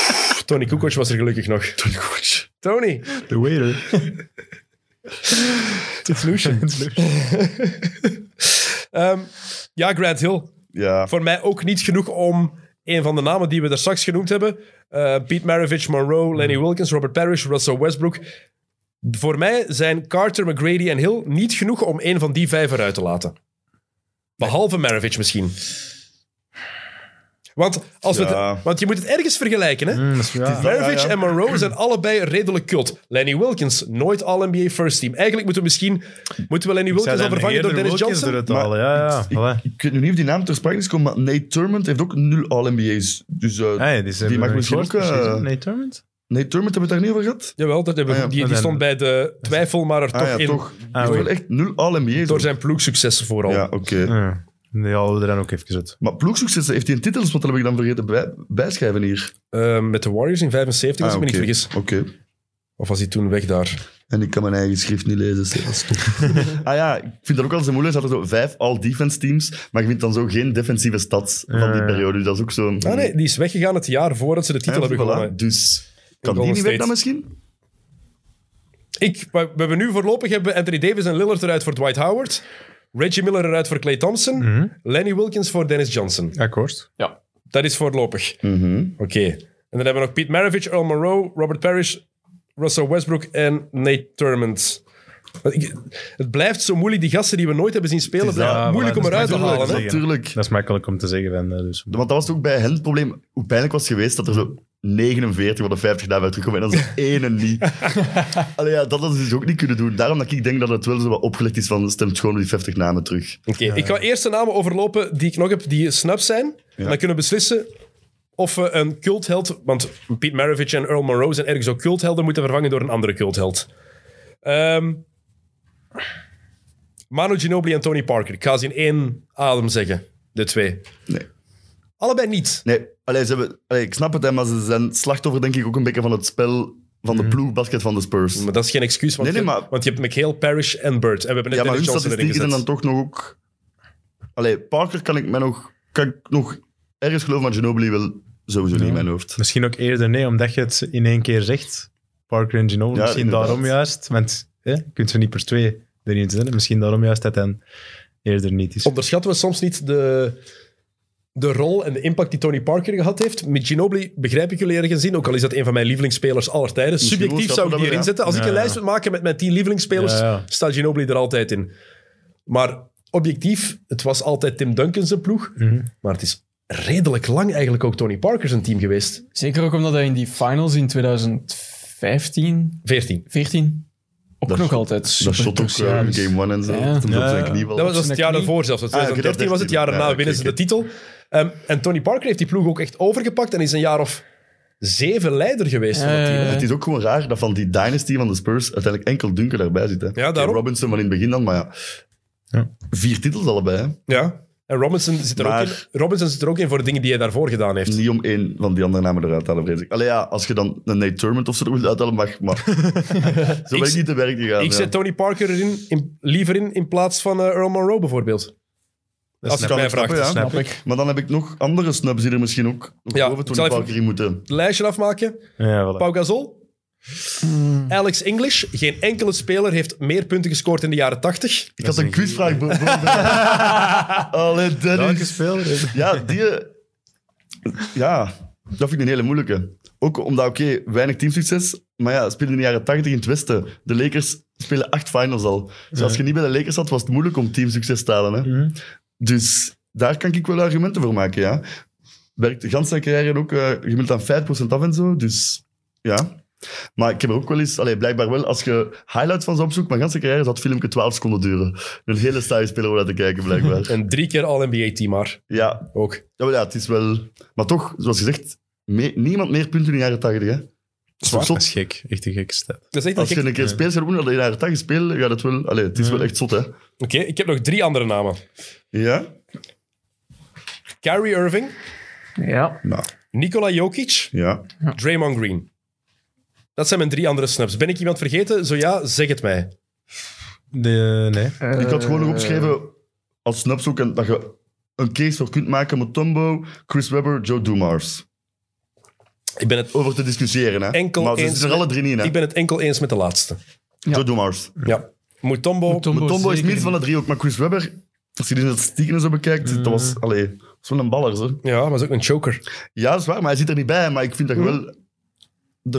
S4: Tony Kukoc was er gelukkig nog. Tony Kukoc. Tony,
S6: The waiter.
S4: it's Lucian. Ehm, ja, Grant Hill.
S5: ja.
S4: Voor mij ook niet genoeg om een van de namen die we daar straks genoemd hebben. eh, Pete Maravich, Monroe,
S5: Hmm.
S4: Lenny Wilkins, Robert Parrish, Russell Westbrook. Voor mij zijn Carter, McGrady en Hill niet genoeg om een van die vijf eruit te laten. Behalve Maravich misschien. Want, als we
S5: Ja. Hmm.
S4: het- want je moet het ergens vergelijken. Hè? Maravich
S5: Ja, ja.
S4: en Monroe zijn allebei redelijk cult. Lenny Wilkins, nooit All-NBA First Team. Eigenlijk moeten we misschien moeten we Lenny Wilkins al vervangen door Dennis Johnson.
S5: Maar
S6: ja, ja.
S5: Ik,
S6: voilà.
S5: ik weet nu niet of die naam ter sprake is gekomen, maar Nate Turmond heeft ook nul All-NBA's. Dus eh,
S6: Ah, ja, die zijn
S5: die mag
S6: nog
S5: misschien
S6: kort
S5: ook, eh,
S6: precies, hè? Nee, Torment?
S5: Nate Turmond hebben we het daar niet over gehad?
S4: Jawel, dat hebben we,
S5: Ah, ja.
S4: die, die
S6: Maar
S4: stond bij
S6: dan-
S4: de twijfel, maar er
S5: Ah
S4: toch
S5: ja,
S4: in.
S5: toch. Die
S6: Ah,
S5: heeft
S6: oei.
S5: wel echt nul All-NBA's.
S4: Door
S5: ook.
S4: zijn ploegsuccessen vooral.
S5: Ja, oké.
S6: Ja. Die halen we er dan ook even uit.
S5: Maar ploegsuccessen, heeft hij een titels? Want dat heb ik dan vergeten bij, bijschrijven hier.
S4: Eh, met de Warriors in 75, als
S5: Ah,
S4: ik me
S5: oké.
S4: niet vergis.
S5: Oké.
S4: Of was hij toen weg daar?
S5: En ik kan mijn eigen schrift niet lezen. zeg, Dat is top. ah ja, ik vind dat ook al zo moeilijk. Ze hadden zo vijf all-defense teams, maar je vindt dan zo geen defensieve stads van die
S6: Ja.
S5: periode. Dus dat is ook zo...
S4: Ah nee, die is weggegaan het jaar voordat ze de titel hebben gewonnen.
S5: Dus kan die
S4: Golden
S5: niet weg
S4: State.
S5: dan misschien?
S4: Ik, we, we hebben nu voorlopig hebben Anthony Davis en Lillard eruit voor Dwight Howard. Reggie Miller eruit voor Clay Thompson.
S6: Mhm.
S4: Lenny Wilkins voor Dennis Johnson.
S6: Akkoord.
S7: Ja.
S4: Dat is voorlopig. Oké. En dan hebben we nog Pete Maravich, Earl Monroe, Robert Parrish, Russell Westbrook en Nate Thurmond. Ik- Het blijft zo moeilijk. Die gasten die we nooit hebben zien spelen,
S5: Het is dat.
S4: blijft
S6: Ja,
S4: moeilijk
S6: voilà,
S4: om
S6: dat
S4: eruit
S6: is
S4: te
S6: makkelijk
S4: halen.
S6: te
S4: hè.
S6: zeggen.
S5: Tuurlijk.
S6: Dat is makkelijk om te zeggen. En, eh, dus.
S5: Want dat was ook bij hen het probleem. Hoe pijnlijk was het geweest dat er zo 49 van de 50 daarbij terugkomen en dan zo'n ene niet. Allee, ja, dat hadden ze dus ook niet kunnen doen. Daarom dat ik denk dat het wel zo wat opgelegd is van stemt gewoon die 50 namen terug.
S4: Oké, ik ga eerst de namen overlopen die ik nog heb, die snap zijn. En dan kunnen we beslissen of we een cultheld... Want Pete Maravich en Earl Monroe zijn ergens ook culthelden, moeten vervangen door een andere cultheld. Ehm Manu Ginobili en Tony Parker. Ik ga ze in één adem zeggen, de twee.
S5: Nee.
S4: Allebei niet.
S5: Nee, allee, ze hebben, allee, ik snap het, hè, maar ze zijn slachtoffer denk ik ook een beetje van het spel van
S4: Mm.
S5: de ploegbasket van de Spurs.
S4: Maar dat is geen excuus, want,
S5: Nee, nee,
S4: je,
S5: maar-
S4: want je hebt McHale, Parrish en Bird. En we hebben net
S5: ja, maar hun
S4: Dennis Johnson erin
S5: statistieken zijn
S4: gezet.
S5: dan toch nog ook... Allee, Parker kan ik mij nog, kan ik nog ergens geloven, maar Ginobili wil sowieso niet in mijn hoofd.
S6: Misschien ook eerder nee, omdat je het in één keer zegt. Parker en Ginobili,
S5: Ja,
S6: misschien
S5: inderdaad.
S6: daarom juist. Want hè, je kunt ze niet per twee erin zetten. Misschien daarom juist dat dan eerder niet is.
S4: Onderschatten we soms niet de, de rol en de impact die Tony Parker gehad heeft. Met Ginobili begrijp ik jullie ergens in, ook al is dat een van mijn lievelingsspelers aller tijden. Subjectief
S5: jongens,
S4: zou ik
S5: dat
S4: die
S5: we
S4: erin
S5: dat-
S4: zetten. Als ik
S6: Ja.
S4: een lijst moet maken met mijn tien lievelingsspelers,
S6: Ja, ja.
S4: staat Ginobili er altijd in. Maar objectief, het was altijd Tim Duncan zijn ploeg.
S5: Mhm.
S4: Maar het is redelijk lang eigenlijk ook Tony Parker zijn team geweest.
S7: Zeker ook omdat hij in die finals in 2015,
S4: 14.
S7: 14 ook
S5: Dat
S7: nog
S5: shot-
S7: altijd
S5: Dat
S7: super
S5: shot ook
S7: cruciaal
S5: eh,
S4: dus-
S7: is.
S5: game one en zo.
S7: Ja.
S5: Toen op
S6: Ja,
S5: zijn
S6: ja.
S5: knie wel.
S4: Dat was, dat was
S7: zijn
S4: het jaar
S7: knie.
S4: ervoor zelfs. Dat was
S5: Ah, oké, dat
S4: 2013 was het, het jaar
S5: 13.
S4: daarna
S5: Ja,
S4: winnen ze
S5: oké,
S4: de titel. Ehm, en Tony Parker heeft die ploeg ook echt overgepakt en is een jaar of zeven leider geweest van dat team.
S7: Eh,
S5: Het is ook gewoon raar dat van die dynasty van de Spurs uiteindelijk enkel Duncan daarbij zit. Hè. Oké,
S4: daarom.
S5: Robinson van in het begin dan, maar ja.
S6: Ja.
S5: Vier titels allebei. hè.
S4: Ja. En Robinson zit, er ook
S5: Maar-
S4: in, Robinson zit er ook in voor de dingen die hij daarvoor gedaan heeft.
S5: Niet om één van die andere namen eruit te halen, vrees ik. Allee ja, als je dan een Nate Tournament of zo er wilt uithalen, mag. Maar zo
S4: Ik
S5: ben
S4: z-
S5: ik niet te werk gegaan.
S4: Ik
S5: ja.
S4: zet Tony Parker erin, in, liever in in plaats van eh, Earl Monroe bijvoorbeeld. Als je
S5: snap
S4: het mij
S5: ik,
S4: vraagt.
S5: snap ik, ja.
S7: Snap ik.
S5: Maar dan heb ik nog andere snubs die er misschien ook
S4: Ja,
S5: ja, boven
S4: ik zal
S5: Tony
S4: even-
S5: Parker in moeten.
S4: Het lijstje afmaken.
S6: Ja, voilà.
S4: Pau Gasol.
S5: Hmm.
S4: Alex English. Geen enkele speler heeft meer punten gescoord in de jaren 80.
S5: Ik had een quizvraag. bo- bo- Allee,
S6: Welke
S5: Dennis.
S6: speler?
S5: Ja, die... eh, Ja, dat vind ik een hele moeilijke. Ook omdat, oké, weinig teamsucces, maar ja, speelde in de jaren 80 in het Westen. De Lakers spelen acht finals al. Dus als je niet bij de Lakers zat, was het moeilijk om teamsucces te halen. Hè?
S6: Mhm.
S5: Dus daar kan ik wel argumenten voor maken, ja. Werkt de ganse carrière ook eh, gemiddeld aan 5% af en zo, dus ja. Maar ik heb er ook wel eens, allee, blijkbaar wel, als je highlights van zou opzoeken, mijn ganse carrière zou het filmpje 12 seconden duren. Een hele saaie speler om naar te kijken, blijkbaar.
S4: En drie keer All-NBA-team maar
S5: ja,
S4: ook.
S5: ja, maar ja, het is wel... Maar toch, zoals gezegd, me- niemand meer punten in de jaren 80, hè. Zot,
S6: Dat
S5: zot.
S6: is gek. Echt een gekke stat.
S4: Dat is echt een
S5: Als je
S4: gek-
S5: een keer speelt gaat doen, dat je in de jaren 80 spelen, gaat het wel... Allee, het is wel echt zot, hè.
S4: Oké, ik heb nog drie andere namen.
S5: Ja?
S4: Kyrie Irving,
S7: Ja.
S5: Nou,
S4: Nikola Jokic,
S5: ja.
S4: Draymond Green. Dat zijn mijn drie andere snaps. Ben ik iemand vergeten? Zo ja, zeg het mij.
S6: De, nee.
S5: Ik had gewoon nog opgeschreven, als snapzoek, en dat je een case voor kunt maken met Tombo, Chris Webber, Joe Dumars.
S4: Ik ben het,
S5: Over te discussiëren, hè.
S4: Enkel
S5: maar ze
S4: eens
S5: zitten er
S4: met-
S5: alle drie niet in, hè.
S4: ik ben het enkel eens met de laatste.
S5: Joe Dumars.
S4: Ja. Mutombo.
S7: Mutombo.
S5: Maar Tombo is
S7: zeker
S5: minst van de drie ook, maar Chris Webber, als je die statistieken en zo bekijkt, dat was... Allee, dat was wel een baller, hè.
S4: Ja, maar is ook een choker.
S5: Ja, dat is waar, maar hij zit er niet bij. Maar ik vind
S6: Hm.
S5: dat je wel...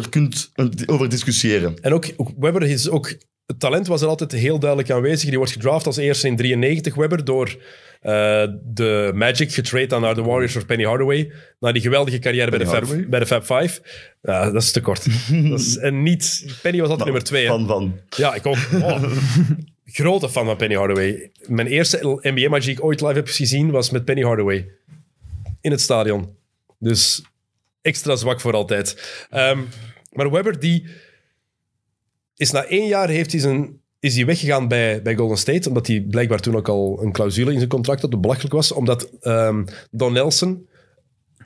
S5: Er kunt een- over discussiëren.
S4: En ook, ook Webber is ook... Het talent was er altijd heel duidelijk aanwezig. Die wordt gedraft als eerste in 93, Webber, door eh, de Magic, getrade aan naar de Warriors voor Penny Hardaway. Na die geweldige carrière bij de,
S5: Penny
S4: Fab,
S5: Hardaway?
S4: bij de Fab Five. Ja, dat is te kort. dat is, en niet... Penny
S5: Nou,
S4: was altijd nummer twee. hè.
S5: Van, van.
S4: Ja, ik ook. Oh. Grote fan van Penny Hardaway. Mijn eerste NBA-match die ik ooit live heb gezien was met Penny Hardaway. In het stadion. Dus extra zwak voor altijd. Ehm, maar Webber, die is na één jaar heeft hij zijn, is hij weggegaan bij, bij Golden State. Omdat hij blijkbaar toen ook al een clausule in zijn contract had, dat belachelijk was. Omdat ehm, Don Nelson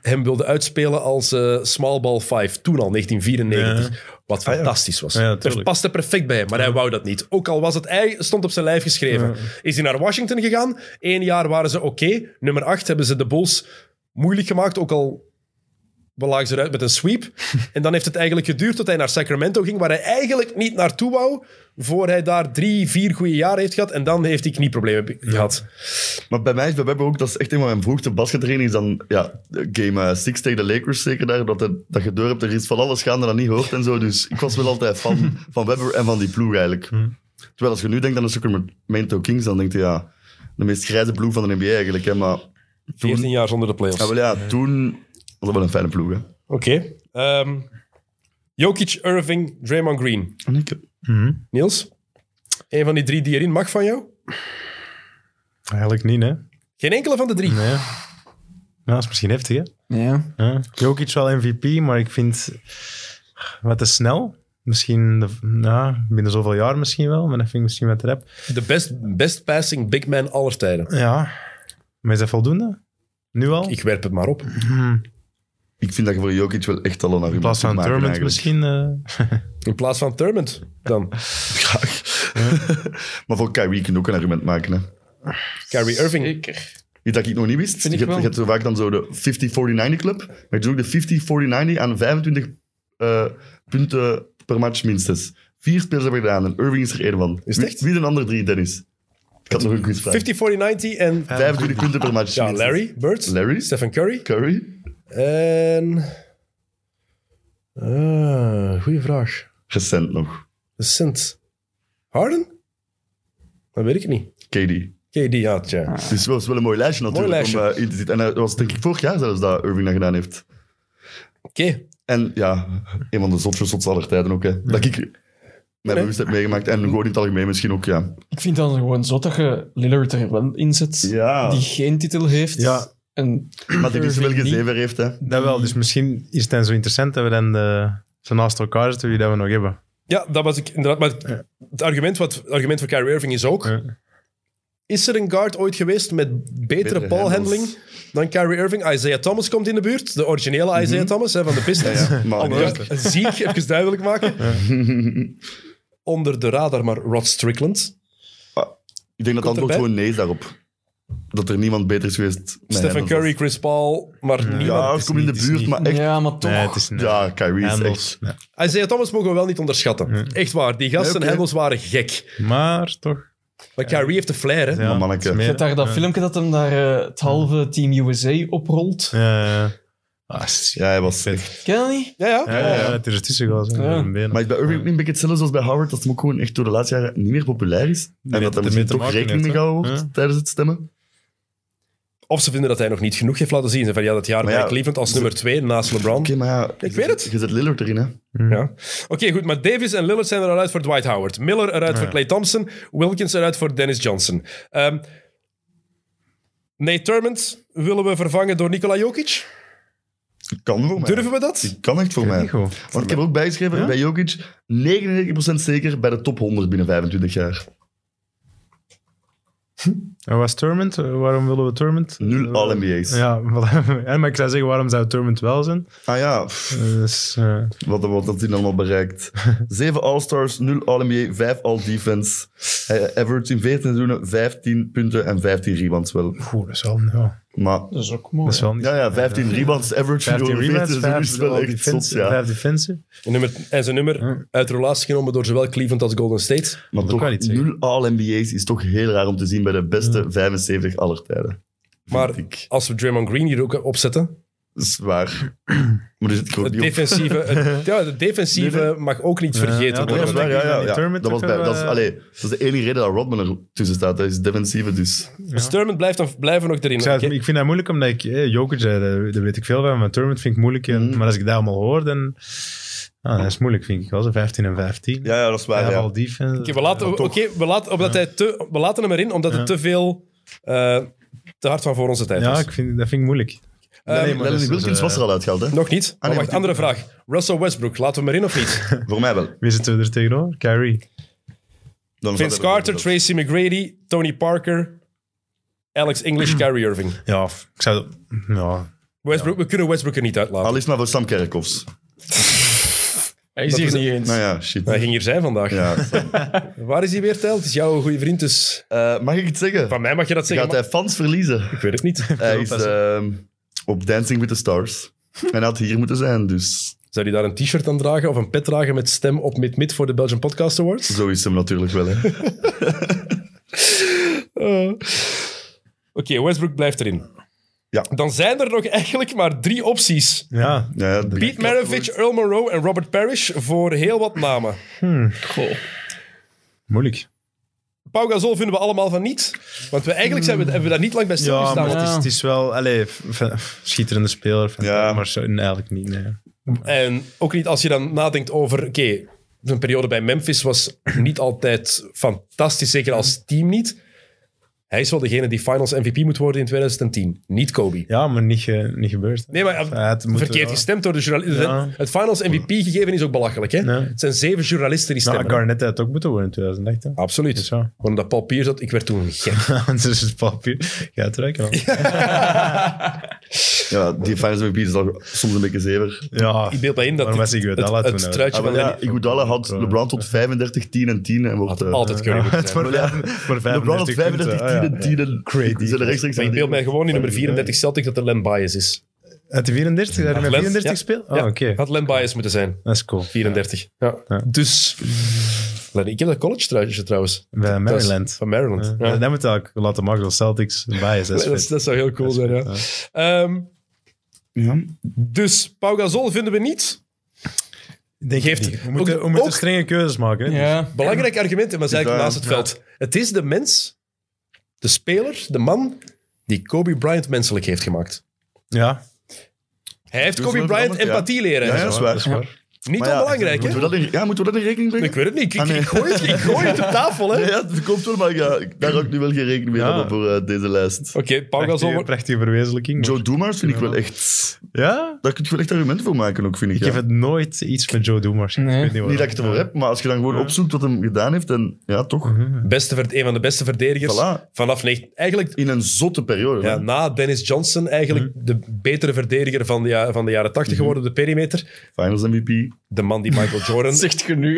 S4: hem wilde uitspelen als eh, small ball 5. Toen al, 1994. Wat fantastisch was.
S6: Ja,
S4: Het
S6: natuurlijk.
S4: paste perfect bij hem, maar hij wou dat niet. Ook al was het, hij stond op zijn lijf geschreven. Is hij naar Washington gegaan. Eén jaar waren ze oké. Nummer acht hebben ze de Bulls moeilijk gemaakt, ook al we lagen ze eruit met een sweep. En dan heeft het eigenlijk geduurd tot hij naar Sacramento ging, waar hij eigenlijk niet naartoe wou, voor hij daar drie, vier goede jaren heeft gehad. En dan heeft hij knieproblemen be- gehad.
S5: Maar bij mij is bij Webber ook... Dat is echt een van mijn vroegste baskettraining. Is dan ja, game 6 tegen de Lakers zeker daar. Dat, het- dat je door hebt. Er is van alles gaande dat niet hoort en zo. Dus ik was wel altijd fan van Webber en van die ploeg eigenlijk.
S6: Hm.
S5: Terwijl als je nu denkt aan de Sacramento Kings, dan denk je ja... De meest grijze ploeg van de NBA eigenlijk. Hè, maar
S4: 14 jaar zonder de
S5: ja,
S4: playoffs.
S5: wel, ja, toen was dat wel een fijne ploeg. Hè.
S4: Oké. Ehm, Jokic, Irving, Draymond Green.
S5: En ik-
S4: Niels, een van die drie die erin mag van jou?
S6: Eigenlijk niet, hè?
S4: Geen enkele van de drie.
S6: Nee. Nou, dat is misschien heftig, hè?
S7: Ja.
S6: Ja. Jokic wel MVP, maar ik vind wat te snel. Misschien de, nou, binnen zoveel jaar misschien wel, maar dat vind ik misschien wat rap.
S4: De best, best passing big man aller tijden.
S6: Ja. Maar is dat voldoende? Nu al?
S4: Ik werp het maar op.
S5: Ik vind dat je voor Jokic wel echt al een argument
S6: in plaats van
S5: kunt maken
S6: Tournament
S5: eigenlijk.
S6: misschien? eh,
S4: In plaats van Thurmond dan.
S5: Maar voor Kyrie kun je ook een argument maken. Hè.
S4: Kyrie Irving.
S7: Zeker.
S5: Iets dat ik nog niet wist.
S7: Vind ik
S5: je, hebt,
S7: wel.
S5: je hebt zo vaak dan zo de 50-40-90 club. Maar je doet ook de 50-40-90 aan 25 eh, punten per match minstens. Vier spelers hebben we gedaan en Irving is er één van.
S4: Is het echt?
S5: Wie, wie de andere drie, Dennis? Ik had nog een quiz
S4: 50, 40, 90 en...
S5: 25 punten per match.
S4: Ja,
S5: minstens.
S4: Larry Bird.
S5: Larry?
S4: Stephen Curry.
S5: Curry?
S4: En... eh goeie vraag.
S5: Recent nog.
S4: Recent. Harden? Dat weet ik niet.
S5: KD.
S4: KD, ja, tja.
S5: Dus het is wel, het is wel een mooi lijstje natuurlijk.
S4: lijstje.
S5: Om, eh, in te zitten. En eh, dat was denk ik vorig jaar zelfs dat Irving dat gedaan heeft.
S4: Oké.
S5: En ja, een van de zotste shots aller tijden ook. Hè. Dat ik mijn bewust heb meegemaakt. En gewoon in het algemeen misschien ook, ja.
S7: Ik vind dan gewoon zo dat je Lillard er wel inzet,
S5: Ja.
S7: die geen titel heeft.
S6: Ja.
S7: En
S5: Maar die dus wel
S7: Irving niet.
S5: gezever heeft, hè.
S6: Dat wel, dus misschien is het dan zo interessant dat we dan eh, zo naast elkaar zitten wie dat we nog hebben.
S4: Ja, dat was ik inderdaad. Maar het- het, argument wat, het argument van Kyrie Irving is ook...
S6: Ja.
S4: Is er een guard ooit geweest met betere,
S5: Betere
S4: ballhandling
S5: handles.
S4: dan Kyrie Irving? Isaiah Thomas komt in de buurt. De originele Isaiah Thomas hè, van de Pistons.
S5: Mhm. Ja, Oh, ja.
S4: Al-
S5: Maar
S4: ja, Zie ik, even duidelijk maken. Onder de radar, maar Rod Strickland.
S5: ik denk dat het antwoord
S4: erbij?
S5: gewoon nee is daarop. Dat er niemand beter is geweest. met
S4: Stephen
S5: handles.
S4: Curry, Chris Paul, maar niemand.
S5: Ja,
S6: het
S5: ik
S6: is
S5: kom in de
S6: niet- het is
S5: buurt,
S6: niet.
S5: maar echt...
S7: ja, maar toch.
S6: Nee, het is een
S5: Ja, Kyrie is echt...
S6: handels.
S4: Isaiah Thomas mogen we wel niet onderschatten. Echt waar, die gasten
S5: Nee, oké.
S4: handels waren gek.
S6: Maar toch.
S4: Maar Kyrie heeft de flair, hè.
S6: Ja,
S5: manneke.
S6: het is
S7: Je hebt daar dat filmpje dat hem daar eh, het halve Team USA oprolt.
S6: Ja, ja, ja. Ah, shit.
S5: Ja, hij was
S6: Vet.
S5: echt...
S7: Ken je dat niet?
S4: Ja, ja.
S6: Ja, ja, ja, het is ertussen gegaan. zo,
S7: Ja.
S6: met mijn benen.
S5: Maar is bij Irving ook niet een beetje hetzelfde zoals bij Howard, dat hem ook gewoon echt door de laatste jaren niet meer populair is. En
S6: Met-
S5: dat er
S6: met
S5: misschien
S6: te
S5: toch
S6: maken
S5: rekening
S6: heeft,
S5: mee
S6: hè?
S5: gehouden wordt
S6: Ja.
S5: tijdens het stemmen.
S4: Of ze vinden dat hij nog niet genoeg heeft laten zien. Ze Van ja, dat jaar
S5: Maar
S4: bij
S5: ja,
S4: Cleveland als nummer twee naast LeBron.
S5: Oké, maar ja...
S4: Ik weet het.
S5: Je zet Lillard erin, hè.
S6: Hm.
S4: Ja. Oké, goed. Maar Davis en Lillard zijn eruit voor Dwight Howard. Miller eruit voor Clay Thompson. Wilkins eruit voor Dennis Johnson. Ehm Nate Turmond willen we vervangen door Nikola Jokic.
S5: Kan voor mij.
S4: Durven we dat?
S5: Die kan echt voor mij.
S6: niet goed.
S5: Want ik heb ook bijgeschreven bij Jokic 99% zeker bij de top 100 binnen 25 jaar.
S6: En was Torment? Eh, Waarom willen we Torment?
S5: Nul All-NBA's.
S6: Ja, voilà. En maar ik zou zeggen, waarom zou Torment wel zijn?
S5: Ah ja, pff,
S6: Eh, Dus, eh,
S5: wat wat dat hij dan allemaal bereikt. 7 All-Stars, 0 All-NBA, 5 All-Defense. Hij average in 14 seizoenen 15 punten en 15 rebounds wel.
S6: goed, dat is wel, ja,
S5: Maar
S7: Dat is ook mooi.
S6: dat is wel niet...
S5: ja, ja 15 rebounds average
S6: 15
S5: over 14
S6: rebounds,
S5: seizoenen is
S6: 5
S5: wel echt zot,
S6: defensie.
S5: ja.
S6: 5 defensie.
S4: En, nummer, en zijn nummer uit relatie genomen door zowel Cleveland als Golden State.
S5: Maar
S6: Dat kan
S5: toch,
S6: niet zeggen.
S5: 0 All-NBA's is toch heel raar om te zien bij de beste 75 aller tijden.
S4: Maar
S5: Vind ik.
S4: als we Draymond Green hier ook opzetten.
S5: Dat is waar. Maar er zit gewoon
S4: Het
S5: niet op.
S4: defensieve, het- ja, het defensieve mag ook niet
S6: ja,
S4: vergeten
S5: Ja, dat
S6: dat
S4: worden.
S5: is waar,
S6: denk
S5: ja,
S6: ik
S5: ja,
S6: dat die
S5: ja.
S6: Thurman
S5: Dat, was
S6: toch,
S5: bij,
S6: eh,
S5: dat, is, allee, dat is de enige reden dat Rodman er tussen staat. Dat is defensieve, dus...
S4: Dus Turmond blijft dan, blijven nog erin.
S6: Ik, zou het-
S4: Oké.
S6: ik vind dat moeilijk, omdat ik... Eh, Jokic, eh, daar daar weet ik veel van, maar Torment vind ik moeilijk. en- Maar als ik dat allemaal hoor, dan... Ah, dat is moeilijk, vind ik wel. Zo 15 en 15.
S5: Ja, ja, dat is waar,
S6: Vijf
S5: ja.
S6: al defense.
S4: Oké, we laten,
S6: Ja,
S4: oké,
S6: toch.
S4: we, laten, omdat hij te, we laten hem erin omdat het te veel, eh, te hard van voor onze tijd
S6: Ja,
S4: was.
S6: ik vind, dat vind ik moeilijk.
S5: Lenny
S6: dat is-
S5: Wilkins
S6: eh,
S5: was er al uitgehaald, hè?
S4: Nog niet? Maar
S5: nee,
S4: wacht, andere
S5: want
S4: vraag. Russell Westbrook, laten we hem erin of niet?
S5: Voor mij wel.
S6: Wie zitten we er tegenover? Kyrie.
S5: Dan
S4: Vince Carter, Tracy McGrady, Tony Parker, Alex English, Kyrie Irving.
S6: Ja, ik zou... Ja.
S4: Westbrook, we kunnen Westbrook er niet uitlaten.
S5: Al is Ah, maar voor Sam Kerkhoffs.
S7: Hij is hier niet eens.
S5: Nou ja, shit.
S4: Hij ging hier zijn vandaag.
S5: Ja, Sam.
S4: Waar is hij weer, Tijl? Het is jouw goede vriend, dus...
S5: Eh, mag ik het zeggen?
S4: Van mij mag je dat zeggen,
S5: Gaat
S4: maar
S5: hij fans verliezen?
S4: ik weet het niet.
S5: Hij is ehm, op Dancing with the Stars. En had hier moeten zijn, dus
S4: Zou hij daar een t-shirt aan dragen of een pet dragen met stem op mid-mid voor de Belgian Podcast Awards?
S5: zo is hem natuurlijk wel. Hè.
S4: Eh. Oké, Westbrook blijft erin.
S5: Ja.
S4: Dan zijn er nog eigenlijk maar drie opties.
S6: Ja,
S5: Ja, de-
S4: Pete Maravich, Earl Monroe en Robert Parrish voor heel wat namen.
S6: moeilijk.
S4: Pau Gasol vinden we allemaal van niet. Want we, eigenlijk zijn we, hebben we daar niet lang bij
S6: Ja,
S4: stilgestaan.
S6: maar het
S4: gestaan.
S6: is, het is wel... Allee, f- f- schitterende speler. van-
S5: Ja.
S6: Maar zo, nee, eigenlijk niet, nee.
S4: En ook niet als je dan nadenkt over... Oké, zijn periode bij Memphis was niet altijd fantastisch. Zeker als team niet. Hij is wel degene die Finals MVP moet worden in 2010. Niet Kobe.
S6: Ja, maar niet, ge- niet gebeurd.
S4: Nee, maar eh,
S6: Ja, het moet
S4: verkeerd
S6: wel.
S4: gestemd door de journalisten.
S6: Ja.
S4: Het Finals MVP gegeven is ook belachelijk. Hè?
S6: Ja.
S4: Het zijn zeven journalisten die
S6: Nou,
S4: stemmen.
S6: Garnett had het ook moeten worden in 2008. hè.
S4: Absoluut.
S6: Is zo.
S4: Gewoon dat Paul Pierce had, ik werd toen gek.
S6: Anders is Dus het papier. Ja, terug. Ja.
S5: Ja, die fans MVP is al soms een beetje zever.
S6: ja.
S4: Ik beeld mij in dat
S6: Waarom
S4: dit-
S6: was ik weer dat
S4: het,
S6: laat
S4: het
S6: doen, hè?
S4: truitje
S5: Ah, maar
S4: van
S5: ja, Iguodala had LeBron tot 35, 10 en 10 en wordt...
S4: had
S5: eh,
S4: altijd Curry moeten
S6: Het
S4: zijn.
S6: wordt
S5: Ja.
S6: maar 35
S5: LeBron had 35, 10
S6: punten. Ah, ja.
S5: en 10 en... Crazy. Zijn er rechtstreeks
S4: Maar ik beeld mij gewoon in nummer 34 Celtic dat er Len Bias is.
S6: Uit de 34? Daar met
S4: Lens,
S6: 34
S4: ja.
S6: speel? Oh,
S4: Ja,
S6: oké.
S4: Had Len Bias moeten zijn.
S6: Dat is cool.
S4: 34. Ja.
S6: Ja.
S4: Dus Lenny. Ik heb dat college truitje trouwens.
S6: Bij
S4: Dat is
S6: Maryland.
S4: Van Maryland.
S6: Ja.
S4: Ja.
S6: Dat moet ook laten maken dat Celtics bij is. Dat is
S4: Nee, dat,
S6: vet.
S4: dat zou heel cool zijn, ja. Ehm, dus Pau Gasol vinden we niet.
S6: Denk
S4: Geeft-
S6: ik niet. we moeten, we
S4: ook-
S6: moeten
S4: ook-
S6: strenge keuzes maken. Hè?
S7: Ja.
S4: Belangrijk argument, maar zei ik
S5: Ja,
S4: naast het
S5: ja.
S4: veld. Het is de mens, de speler, de man, die Kobe Bryant menselijk heeft gemaakt.
S6: Ja.
S4: Hij heeft
S5: Dus
S4: Kobe
S5: dat is
S4: Bryant
S5: allemaal- ja.
S4: empathie leren.
S5: Ja, ja, dat is waar.
S4: Niet
S5: Maar ja,
S4: onbelangrijk,
S5: moeten
S4: hè?
S5: we dat in, ja, moeten we dat in rekening brengen?
S4: Ik weet het niet. Ik,
S5: Ah, nee.
S4: ik, gooi het, ik gooi het op tafel, hè?
S5: Ja, ja, dat komt wel, maar ik ga- ik- daar ga ik nu wel geen rekening mee
S6: Ja.
S5: hebben voor eh, deze lijst.
S4: Oké, Pau Gasol...
S6: Prachtige,
S4: wordt-
S6: prachtige verwezenlijking.
S5: Joe Doemars vind ik wel echt...
S6: Ja?
S5: Daar kun je wel echt argumenten voor maken ook, vind ik.
S6: Ik
S5: ja.
S6: heb het nooit iets met Joe Doemers.
S7: Nee.
S5: Niet dat ik het ervoor heb, maar als je dan gewoon opzoekt wat hem gedaan heeft, en ja, toch.
S4: Beste, verd- een van de beste verdedigers
S5: Voilà.
S4: vanaf... negen- Eigenlijk
S5: In een zotte periode.
S4: Ja,
S5: hè.
S4: na Dennis Johnson eigenlijk
S5: Mhm.
S4: de betere verdediger van de, ja- van de jaren 80 geworden op de perimeter.
S5: Finals MVP.
S4: De man die Michael Jordan...
S7: Zegt je nu.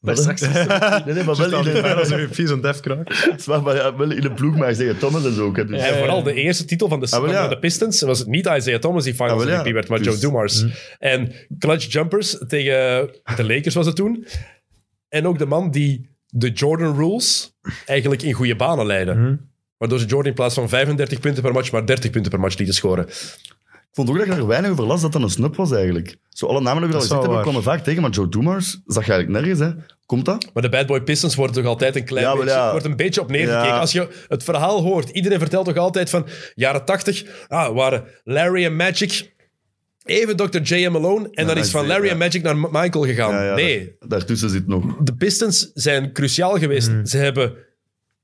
S5: Wat, hè? Nee, nee, maar wel in
S6: Wel,
S5: een,
S6: als een vies aan def kraakt.
S5: het is waar, maar ja, wel in een ploeg, maar zeggen Thomas en zo ook. hè, Dus.
S4: En vooral de eerste titel van de,
S5: Ah, wel, ja.
S4: van de Pistons was het niet Isaiah Thomas die Finals
S5: Ah, wel, ja.
S4: MVP werd, maar
S5: Dus-
S4: Joe Dumars. En clutch jumpers tegen de Lakers was het toen. En ook de man die de Jordan rules eigenlijk in goede banen leidde.
S5: Mm.
S4: Waardoor ze Jordan in plaats van 35 punten per match maar 30 punten per match lieten scoren.
S5: Ik vond ook dat ik er weinig over las dat dat een snub was eigenlijk. Zo, alle namen die we al
S6: Dat is wel
S5: gezegd hebben, kwamen
S6: waar.
S5: vaak tegen, maar Joe Doemars zag je eigenlijk nergens. Hè. Komt dat?
S4: Maar de Bad Boy Pistons wordt toch altijd een klein
S5: Ja, wel
S4: beetje,
S5: ja.
S4: wordt een beetje op neergekeken.
S5: Ja.
S4: Als je het verhaal hoort, iedereen vertelt toch altijd van jaren 80, ah, waren Larry en Magic, even Dr. J.M. Malone, en dan
S5: dat
S4: is
S5: is
S4: van
S5: het,
S4: Larry
S5: ja.
S4: en Magic naar M- Michael gegaan.
S5: Ja, ja,
S4: nee,
S5: daar- daartussen zit nog.
S4: de Pistons zijn cruciaal geweest. Ze hebben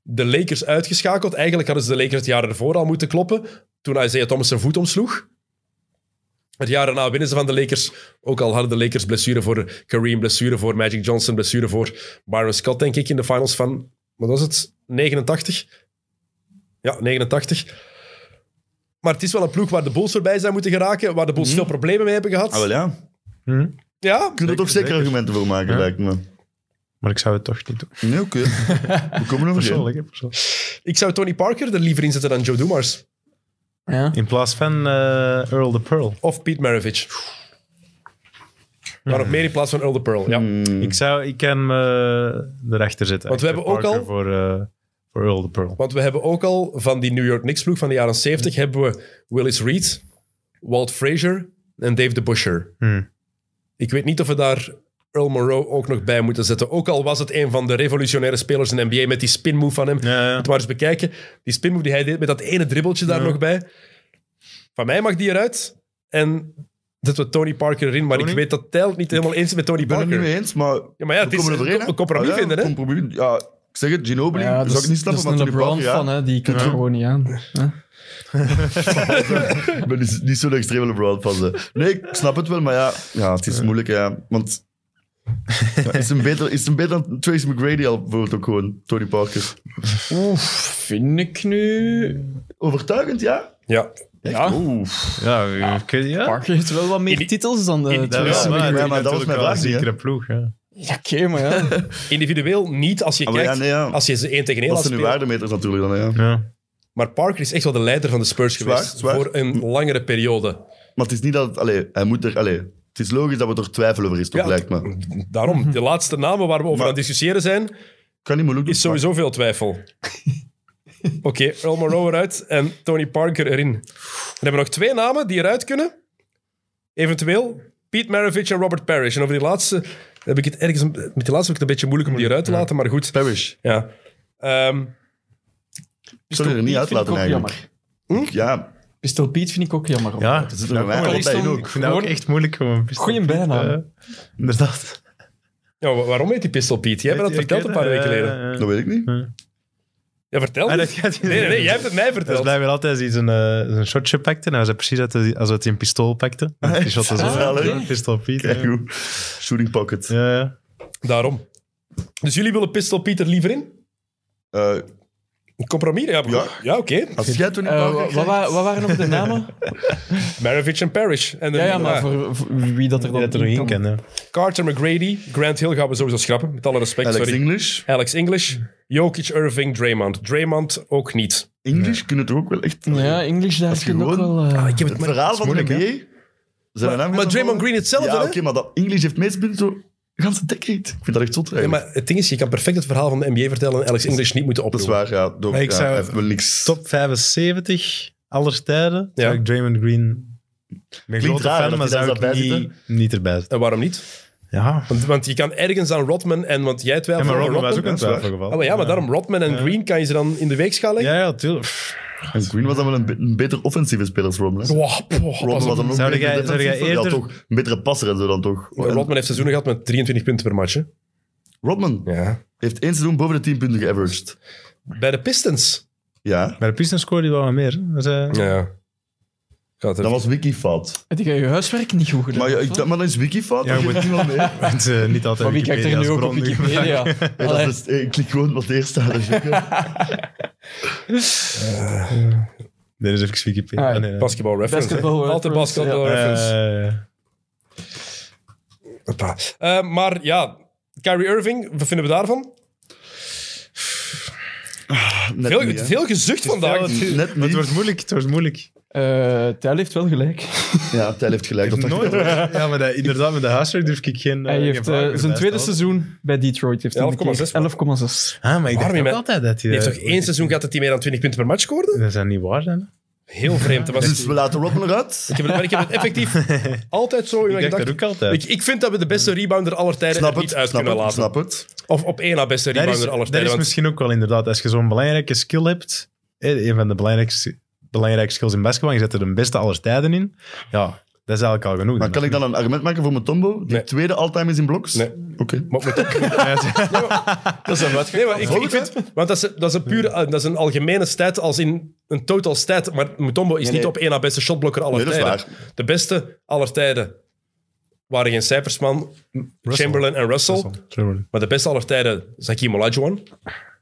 S4: de Lakers uitgeschakeld. Eigenlijk hadden ze de Lakers het jaar ervoor al moeten kloppen, toen Isaiah Thomas zijn voet omsloeg. Het jaar daarna winnen ze van de Lakers. Ook al hadden de Lakers blessure voor Kareem, blessure voor Magic Johnson, blessure voor Byron Scott, denk ik, in de finals van, wat was het, 89? Ja, 89. Maar het is wel een ploeg waar de Bulls voorbij zijn moeten geraken, waar de Bulls veel problemen mee hebben gehad.
S5: Ah, wel ja.
S4: ja,
S5: Je kunt er toch zeker argumenten voor maken, lijkt me.
S6: Maar ik zou het toch niet doen.
S5: Nee, oké. We komen er voor.
S6: Persoonlijk, hè, persoonlijk.
S4: ik zou Tony Parker er liever in zetten dan Joe Dumars.
S7: Ja.
S6: In plaats van eh, Earl the Pearl.
S4: of Pete Maravich. Maar nog meer in plaats van Earl the Pearl. Ja.
S5: Hmm.
S6: Ik zou, ik kan me erachter zitten.
S4: Want we hebben ook
S6: Parker
S4: al-
S6: Voor, eh, voor Earl the Pearl.
S4: Want we hebben ook al van die New York Knicks ploeg van de jaren 70 hebben we Willis Reed, Walt Frazier en Dave de Busher.
S6: Hmm.
S4: Ik weet niet of we daar Earl Monroe ook nog bij moeten zetten. Ook al was het een van de revolutionaire spelers in de NBA met die spin move van hem.
S6: Ja, ja.
S4: Het maar eens bekijken. Die spin move die hij deed met dat ene dribbeltje daar nog bij. Van mij mag die eruit. En dat we Tony Parker erin. Maar ik
S6: Tony?
S4: weet dat Tijl het niet helemaal eens is met Tony
S5: Ik ben het
S4: Parker.
S5: niet mee eens, maar,
S4: Ja, maar ja, het
S5: we
S4: is
S5: komen
S4: een
S5: overeen.
S4: co-
S5: hè.
S4: een compromis
S5: Ah, ja,
S4: vinden, hè?
S5: compromis. Ja, ik zeg het, Ginobili,
S7: Ja,
S5: dat zou ik niet snappen.
S7: dat is een
S5: maar Tony
S7: LeBron
S5: Parker,
S7: van,
S5: ja.
S7: hè, die kunt er gewoon niet aan. hè.
S5: Ik ben dus niet zo'n extreme LeBron van ze. Nee, ik snap het wel, maar ja, ja het is moeilijk, ja. Want ja, is hem beter, is hem beter dan Tracy McGrady al bijvoorbeeld ook gewoon, Tony Parker?
S7: Oeh, vind ik nu...
S5: Overtuigend, ja?
S4: Ja,
S7: Ja,
S5: Oeh.
S6: Ja, ik weet- ja.
S7: Parker heeft wel wat meer titels dan de...
S6: Dat is
S5: Ah, Ja, maar
S6: waar, die
S5: dat was
S6: heeft natuurlijk
S5: mijn
S6: wel
S5: vraag
S6: een
S5: niet, hè.
S6: zekere ploeg. Ja.
S7: Ja, oké, maar ja.
S4: Individueel niet als je
S5: Ah, maar
S4: kijkt,
S5: ja, nee, ja.
S4: als je ze één tegen één
S5: Dat
S4: laat
S5: zijn nu
S4: spelen.
S5: waardemeters natuurlijk dan, ja.
S6: Ja.
S4: Maar Parker is echt wel de leider van de Spurs
S5: Zwaar,
S4: geweest
S5: zwaar. Mm.
S4: voor een langere periode.
S5: Maar het is niet dat... Het, allee, hij moet er... Allee, het is logisch dat we er twijfel over is, toch,
S4: Ja,
S5: lijkt me. Ik
S4: Daarom, de laatste namen waar we over
S5: Maar-
S4: aan het discussiëren zijn,
S5: kan niet moeilijk doen.
S4: is sowieso veel twijfel. Oké, Earl Monroe eruit en Tony Parker erin. Dan hebben we nog twee namen die eruit kunnen. Eventueel Pete Maravich en Robert Parrish. En over die laatste heb ik het ergens... een- Met die laatste vind ik het een beetje moeilijk om die eruit te laten, maar goed.
S5: Parrish.
S4: Ja. Ehm,
S5: Ik zou die er niet uit
S7: Vind ik
S5: laten,
S7: ook
S5: eigenlijk.
S7: jammer.
S5: Ja,
S7: Pistol Pete vind ik ook jammer.
S6: Ja,
S5: dat zit er bij mij
S7: kom maar,
S5: altijd in
S7: Liston.
S5: ook.
S6: Ik vind dat ook
S7: Gewoon-
S6: echt moeilijk. Gewoon.
S7: Goeie bijnaam.
S6: Eh, inderdaad.
S4: ja, wa- waarom heet die Pistol Pete? Jij hebt me dat verteld een paar weken geleden.
S6: Eh, eh.
S5: Dat weet ik niet.
S4: Ja, vertel
S6: Ah,
S4: het.
S6: dat gaat niet.
S4: Nee, nee, nee, jij hebt het mij
S6: Dat is
S4: verteld.
S6: blijkbaar altijd als hij zijn, eh, zijn shotje pakte. Nou, hij zei precies dat hij, als dat hij een pistool pakte. Die shot was
S5: Ah,
S6: zo.
S5: leuk.
S6: Een pistool Piet.
S5: Kijk
S6: ja.
S5: hoe. Shooting pocket.
S6: Ja, ja.
S4: Daarom. Dus jullie willen Pistol Pieter liever in?
S5: Eh,
S4: Een compromis? Ja, ja.
S5: Ja.
S4: oké.
S5: als jij Tony
S7: Eh,
S5: Parker
S7: wa-
S5: krijgt-
S7: wat, wa- wat waren nog de namen?
S4: Maravich en Parrish. En de-
S7: Ja, ja
S4: ah,
S7: maar voor, voor wie dat er dan
S6: Die dat er nog in
S7: kan.
S6: kan. Ja.
S4: Carter McGrady, Grant Hill gaan we sowieso schrappen. Met alle respect,
S5: Alex
S4: sorry.
S5: English.
S4: Alex English, Jokic, Irving, Draymond. Draymond ook niet.
S5: English kunnen toch ook wel echt...
S7: Ja, English daar
S5: Als je
S7: vind ik ook
S5: gewoon-
S7: wel... eh,
S4: heb
S5: Het verhaal van de NBA... Zijn we nou
S4: Maar
S5: weer-
S4: Draymond Green
S5: Ja,
S4: hetzelfde,
S5: oké,
S4: hè?
S5: maar dat English heeft meest punten ganse dekriet. Ik vind dat echt zot
S4: Nee,
S5: eigenlijk.
S4: maar het ding is, je kan perfect het verhaal van de NBA vertellen en Alex English niet moeten
S5: dat is
S4: opdoen.
S5: waar, ja. Door,
S6: Maar ik
S5: ja,
S6: zou-
S5: hij heeft wel niks.
S6: Top 75 aller tijden.
S4: Ja.
S6: Zou ik Draymond Green... Ik ben een grote
S5: raar
S6: fan,
S5: dat
S6: maar
S5: hij daar
S6: zou
S5: zou
S6: ik
S5: bij
S6: niet, niet erbij zitten.
S4: En waarom niet?
S6: Ja.
S4: Want, want je kan ergens aan Rodman en... Want jij
S6: ja,
S4: twijfelt
S6: maar
S4: aan
S6: Robin was ook
S4: Rodman.
S6: een
S5: dat is waar.
S6: twijfelgeval.
S4: Ah, maar ja, maar daarom Rodman en
S6: Ja.
S4: Green kan je ze dan in de week gaan leggen?
S6: Ja, ja, tuurlijk. Pff,
S5: En Green was dan wel een, be- een beter offensieve speler als Robin. hè?
S4: Wow, poh,
S5: Robin
S4: pas op.
S5: was dan ook
S6: Zou
S5: beter
S6: jij- zou
S5: defensief.
S6: jij eerder-
S5: Ja, toch. Een betere passer en zo dan toch. En
S4: Rodman heeft seizoenen gehad met 23 punten per match. hè.
S5: Rodman
S4: Ja.
S5: heeft één seizoen boven de 10 punten geaveraged.
S4: Bij de Pistons.
S5: Ja,
S6: Bij de Pistons scoorde hij wel wat meer. hè. Dus, eh,
S4: Ja. Gaat er.
S5: dat was Wiki fout.
S7: Heb jij je huiswerk niet goed gedaan?
S5: Maar, ja, ik,
S7: of
S5: dacht,
S7: wat?
S5: maar dat is Wiki fout.
S6: Ja,
S5: dat
S6: goed.
S5: weet niemand meer. Hey,
S6: het, eh, niet altijd
S7: Van wie kijkt er nu ook op Wikipedia?
S5: dat
S7: Allee.
S5: is- hey, ik klik gewoon wat eerst staat. dat is ook, hè.
S6: Dit is even Wikipedia.
S7: Ah,
S6: Ah,
S7: ja.
S6: nee,
S4: Basketball reference. hè.
S7: Basketball
S4: Altijd
S7: reference,
S4: basketball
S6: Eh,
S4: reference. Hoppa. Eh, maar ja, Kyrie Irving, wat vinden we daarvan?
S5: Net
S4: Veel,
S5: niet, hè.
S4: veel gezucht vandaag.
S5: Net
S6: het wordt
S5: niet.
S6: moeilijk, het wordt moeilijk.
S7: Eh, Tijl heeft wel gelijk.
S5: Ja, Tijl heeft gelijk. Dat dacht ik
S6: Nooit. Ja, maar dat, inderdaad, met de huiswerk durf ik geen... eh,
S7: Hij
S6: geen
S7: heeft eh,
S6: vragen meer
S7: zijn
S6: bij
S7: tweede
S6: stellen.
S7: seizoen bij Detroit. heeft hij
S4: 11,6
S7: een keer- 11,6.
S6: Ah, maar ik
S4: Waarom
S6: dacht ook
S4: je met-
S6: altijd dat hij...
S4: Die heeft
S6: dat-
S4: toch één seizoen gehad dat hij meer dan 20 punten per match scoorde?
S6: Dat zou niet waar zijn. hè?
S4: Heel vreemd. Dat was
S5: Dus we laten Rodman eruit.
S4: Ik heb, het, maar ik heb het effectief altijd zo in
S6: Ik
S4: mijn
S6: dacht dat
S4: gedachten.
S6: ook altijd.
S4: Ik, ik vind dat we de beste rebounder aller tijden
S5: Mm. Snap
S4: er niet
S5: het,
S4: uit
S5: snap
S4: kunnen
S5: het,
S4: laten.
S5: snap het.
S4: Of op één na beste
S6: Dat
S4: rebounder
S6: is,
S4: aller
S6: dat
S4: tijden.
S6: is
S4: want-
S6: misschien ook wel inderdaad. Als je zo'n belangrijke skill hebt, eh, een van de belangrijkste, belangrijkste skills in basketbal, je zet er de beste aller tijden in. Ja, dat is eigenlijk al genoeg.
S5: Maar kan ik dan een argument maken voor mijn Tombo? Die
S4: Nee.
S5: tweede all-time is in bloks?
S4: Nee.
S5: Oké.
S4: Maar moet ook-
S7: Dat is een
S4: nee, maar ik, ik vind, want dat is, dat is een puur,
S5: Mm.
S4: dat is een algemene stat als in een total stat. Maar Mutombo is
S5: Nee, nee.
S4: niet op één na beste shotblokker aller
S5: Nee, dat is
S4: tijden.
S5: waar.
S4: De beste aller tijden waren geen cijfers, man. Chamberlain en Russell. Maar de beste aller tijden is Hakim Olajuwon.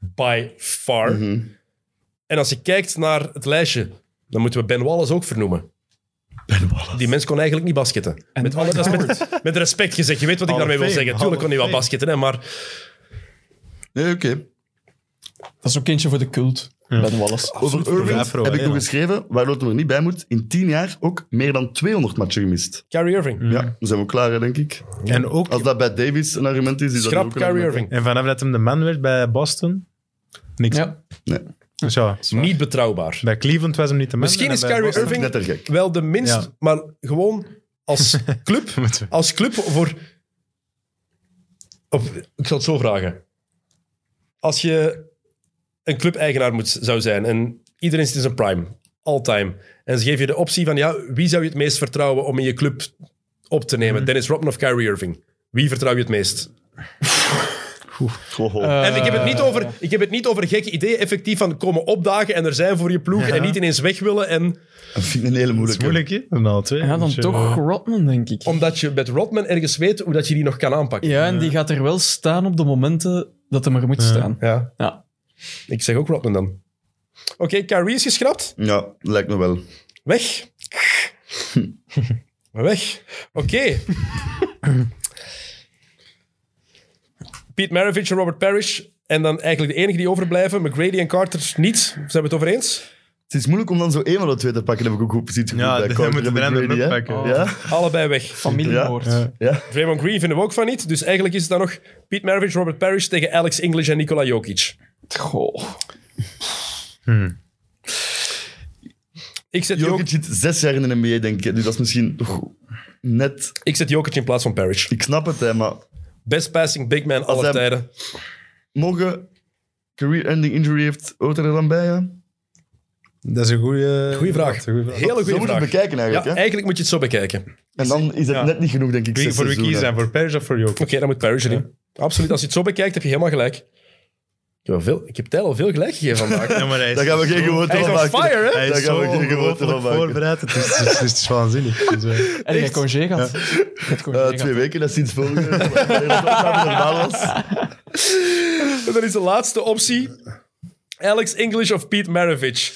S4: By far. En als je kijkt naar het lijstje, dan moeten we Ben Wallace ook vernoemen. Die mens kon eigenlijk niet basketten. Met, alle, dat is met, met respect gezegd. Je weet wat ik
S6: Hall of
S4: daarmee wil
S6: Fame,
S4: zeggen.
S6: Hall
S4: Tuurlijk kon hij wel
S6: of Fame.
S4: basketten, hè, maar
S5: Nee, oké.
S7: Dat is ook eentje voor de cult. Ben Wallace.
S5: Over Irving
S6: Ja, vooral,
S5: heb ik
S6: hè,
S5: nog
S6: man.
S5: geschreven, waar Lotto er niet bij moet, in tien jaar ook meer dan 200 matchen gemist.
S4: Kyrie Irving.
S6: Mhm.
S5: Ja, dan zijn we klaar, hè, denk ik.
S6: En ook...
S5: Als dat bij Davis een argument is, is
S4: Schrap
S5: dat ook een
S4: Kyrie
S5: argument.
S4: Irving.
S6: En vanaf dat hem de man werd bij Boston, niks.
S7: Ja.
S5: Nee.
S6: Dus ja,
S4: Niet betrouwbaar.
S6: bij Cleveland was hem niet de man.
S4: Misschien
S6: en
S4: is
S6: bij
S4: Kyrie
S6: Boston-
S4: Irving
S5: Net er gek.
S4: wel de minst,
S6: Ja.
S4: maar gewoon als club,
S6: Moeten we-
S4: als club voor... Of, ik zal het zo vragen. Als je een club-eigenaar moet, zou zijn en iedereen zit in zijn prime, all-time, en ze geven je de optie van ja, wie zou je het meest vertrouwen om in je club op te
S6: Hmm.
S4: nemen? Dennis Rodman of Kyrie Irving? Wie vertrouw je het meest?
S5: Ho, ho.
S4: En ik heb, het niet
S6: Eh.
S4: over, ik heb het niet over gekke ideeën, effectief van komen opdagen en er zijn voor je ploeg en niet ineens weg willen. En
S5: dat vind ik een hele
S6: Dat is
S5: moeilijke.
S6: moeilijk, hè? Dan al twee.
S7: Ja, dan
S6: Dus, eh,
S7: toch Rodman, denk ik.
S4: omdat je met Rodman ergens weet hoe dat je die nog kan aanpakken.
S7: Ja, en die gaat er wel staan op de momenten dat hem er moet staan.
S4: Ja.
S7: Ja.
S4: Ik zeg ook Rodman dan. Oké, Kyrie is geschrapt.
S5: Ja, lijkt me wel.
S4: Weg. Weg. Oké. Pete Maravich en Robert Parrish. En dan eigenlijk de enige die overblijven, McGrady en Carter niet. Zijn we het over eens?
S5: Het is moeilijk om dan zo één van de twee te pakken, heb ik ook goed precies gevoeld.
S6: Ja,
S5: bij
S6: dan
S5: Carter
S6: moeten we
S5: en
S6: de random
S5: McGrady, hè.
S6: oppakken.
S5: Ja?
S4: Allebei weg.
S7: Familiemoord.
S6: Ja.
S4: Draymond Green vinden we ook van niet. Dus eigenlijk is het dan nog Pete Maravich, Robert Parrish tegen Alex English en Nikola Jokic. Hmm.
S7: Goh.
S4: Ik zet Jokic,
S5: Jokic zit zes jaar in de NBA, denk ik. Dus dat is misschien toch net...
S4: ik zet Jokic in plaats van Parrish.
S5: Ik snap het, hè, maar
S4: Best passing big man aller
S5: hij-
S4: tijden.
S5: morgen career-ending injury heeft, hoort er dan bij, ja?
S6: Dat is een goede
S4: Goeie vraag. Hele
S5: Zo
S4: goede
S5: moet je
S4: vraag.
S5: het bekijken
S4: Ja,
S5: eigenlijk, hè?
S4: eigenlijk moet je het zo bekijken. Oké,
S5: En dan is het
S6: Ja.
S5: net niet genoeg, denk ik.
S6: Wie,
S5: zes
S6: voor wie
S5: seizoenen.
S6: kiezen zijn? Voor Paris of voor Jokic?
S4: dan moet Parrish erin. Absoluut, als je het zo bekijkt heb je helemaal gelijk. Ik heb, wel veel, ik heb Tijl al veel gelijk gegeven vandaag.
S6: Ja, maar hij is-
S5: Daar gaan we geen gewoonte
S4: Hij is
S5: van
S4: on
S5: maken.
S4: fire, hè?
S6: Hij
S5: Daar
S6: is
S5: gaan
S6: zo
S5: we geen gewoonte van
S6: ongelooflijk
S5: maken.
S6: voorbereid. Het is, het is, het is waanzinnig. Dus, eh,
S7: En jij congé gehad. Je hebt congé
S5: Eh,
S7: gehad.
S5: twee weken, dat is sinds vorige week. Dat het opname normaal was.
S4: En dan is de laatste optie Alex English of Pete Maravich.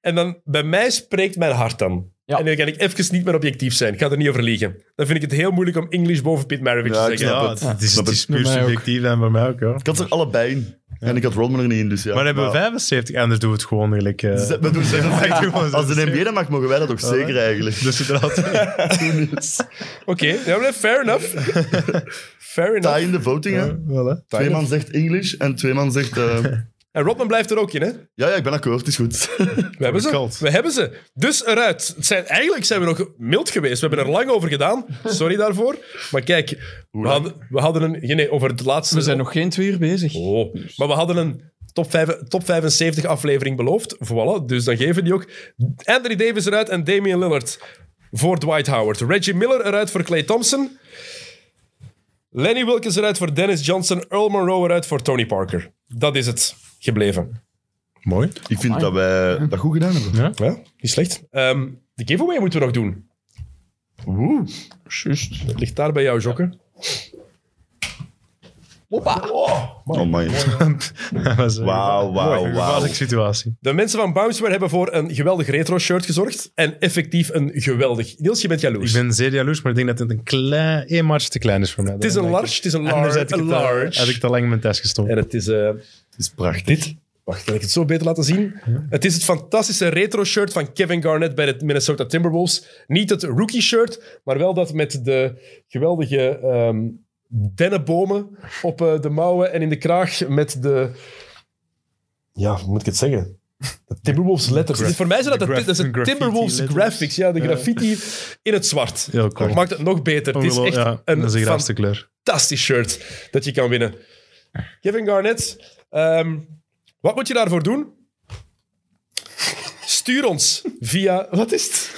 S4: En dan, bij mij spreekt mijn hart dan.
S7: Ja.
S4: En dan kan ik even niet meer objectief zijn. Ik ga er niet over liegen. Dan vind ik het heel moeilijk om English boven Pete Maravich
S5: Ja,
S4: te
S5: ik
S4: zeggen.
S5: snap
S6: ja,
S5: het.
S6: het, is,
S5: Snap
S6: het
S5: het.
S6: is puur
S7: Bij mij ook.
S6: subjectief en voor mij ook. Ja.
S5: Ik had ze er allebei in. En ik had Rodman er niet in, dus ja.
S6: Maar dan hebben we 75, anders doen we het gewoon gelijk... eh,
S5: Zet- we doen-
S6: echt gewoon zo.
S5: Als de NBA dat mag, mogen wij dat toch zeker eigenlijk.
S6: Dus inderdaad,
S4: Oké, ja, maar fair enough. fair enough.
S5: Tie in de voting, hè.
S6: voilà.
S5: Twee man zegt English en twee man zegt... eh,
S4: En Rodman blijft er ook in, hè?
S5: ja, ja, ik ben akkoord, het is goed.
S4: We hebben ze.
S6: Cult.
S4: We hebben ze. Dus eruit. Het zijn, eigenlijk zijn we nog mild geweest. We hebben er lang over gedaan. Sorry daarvoor. Maar kijk, we hadden, we hadden een... Nee, over het laatste...
S7: We zijn nog geen twee uur bezig.
S4: Oh, maar we hadden een top, vijf- top 75 aflevering beloofd. Voilà, dus dan geven die ook. Anthony Davis eruit en Damian Lillard voor Dwight Howard. Reggie Miller eruit voor Clay Thompson. Lenny Wilkins eruit voor Dennis Johnson. Earl Monroe eruit voor Tony Parker. Dat is het gebleven.
S6: Mooi.
S5: Ik vind dat wij dat goed gedaan hebben.
S4: Ja, niet slecht. Ehm, de giveaway moeten we nog doen.
S5: Oeh.
S4: Dat ligt daar bij jou, Jokke.
S5: Oh my.
S6: Dat was, eh,
S5: Wauw, wauw,
S6: een
S5: wauw.
S6: gevaarlijke situatie.
S4: De mensen van Bounceware hebben voor een geweldig retro-shirt gezorgd. En effectief een geweldig... Niels, je bent jaloers.
S6: Ik ben zeer jaloers, maar ik denk dat het een klein, één maatje te klein is voor mij.
S4: Het is een large, het is een large,
S6: heb ik,
S4: een
S6: het, eh,
S4: large.
S6: had ik het al lang in mijn test gestopt.
S4: En het is... eh,
S5: Het is prachtig.
S4: Dit? Wacht, kan ik het zo beter laten zien? Het is het fantastische retro-shirt van Kevin Garnett bij de Minnesota Timberwolves. Niet het rookie-shirt, maar wel dat met de geweldige ehm, dennenbomen op eh, de mouwen en in de kraag met de... Ja, hoe moet ik het zeggen? De Timberwolves letters.
S6: Graf-
S4: voor mij zijn dat
S6: de
S4: de,
S6: graf-
S4: dat is de
S6: graffiti
S4: Timberwolves
S6: letters.
S4: graphics. Ja, de graffiti in het zwart.
S6: Heel cool.
S4: Dat maakt het nog beter. Het is echt
S6: ja,
S4: een,
S6: dat is een
S4: fan-
S6: graafste kleur.
S4: fantastisch shirt dat je kan winnen. Kevin Garnett, ehm, wat moet je daarvoor doen? Stuur ons via... Wat is het?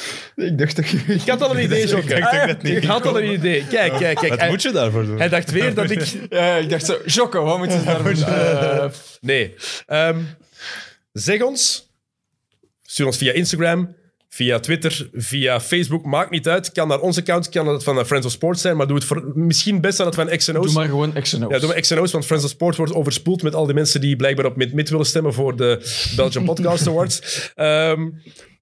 S7: Ik dacht dat je...
S4: Ik had al een idee, Jokke.
S6: ik dacht dat niet
S4: Ik had al een idee. Kijk, kijk, kijk. Hij,
S6: je daarvoor doen?
S4: hij dacht weer dat ik...
S7: Ja, ik dacht zo, Jocko, wat moeten ze daarvoor doen? Eh,
S4: Nee. Ehm, zeg ons. Stuur ons via Instagram, via Twitter, via Facebook. Maakt niet uit. Kan naar onze account, kan dat van eh, Friends of Sports zijn. Maar doe het voor, misschien best aan dat van X&O's.
S7: Doe maar gewoon action
S4: Ja, doe maar X en O's, want Friends of Sport wordt overspoeld met al die mensen die blijkbaar op mid-mid willen stemmen voor de Belgian Podcast Awards. Ehm,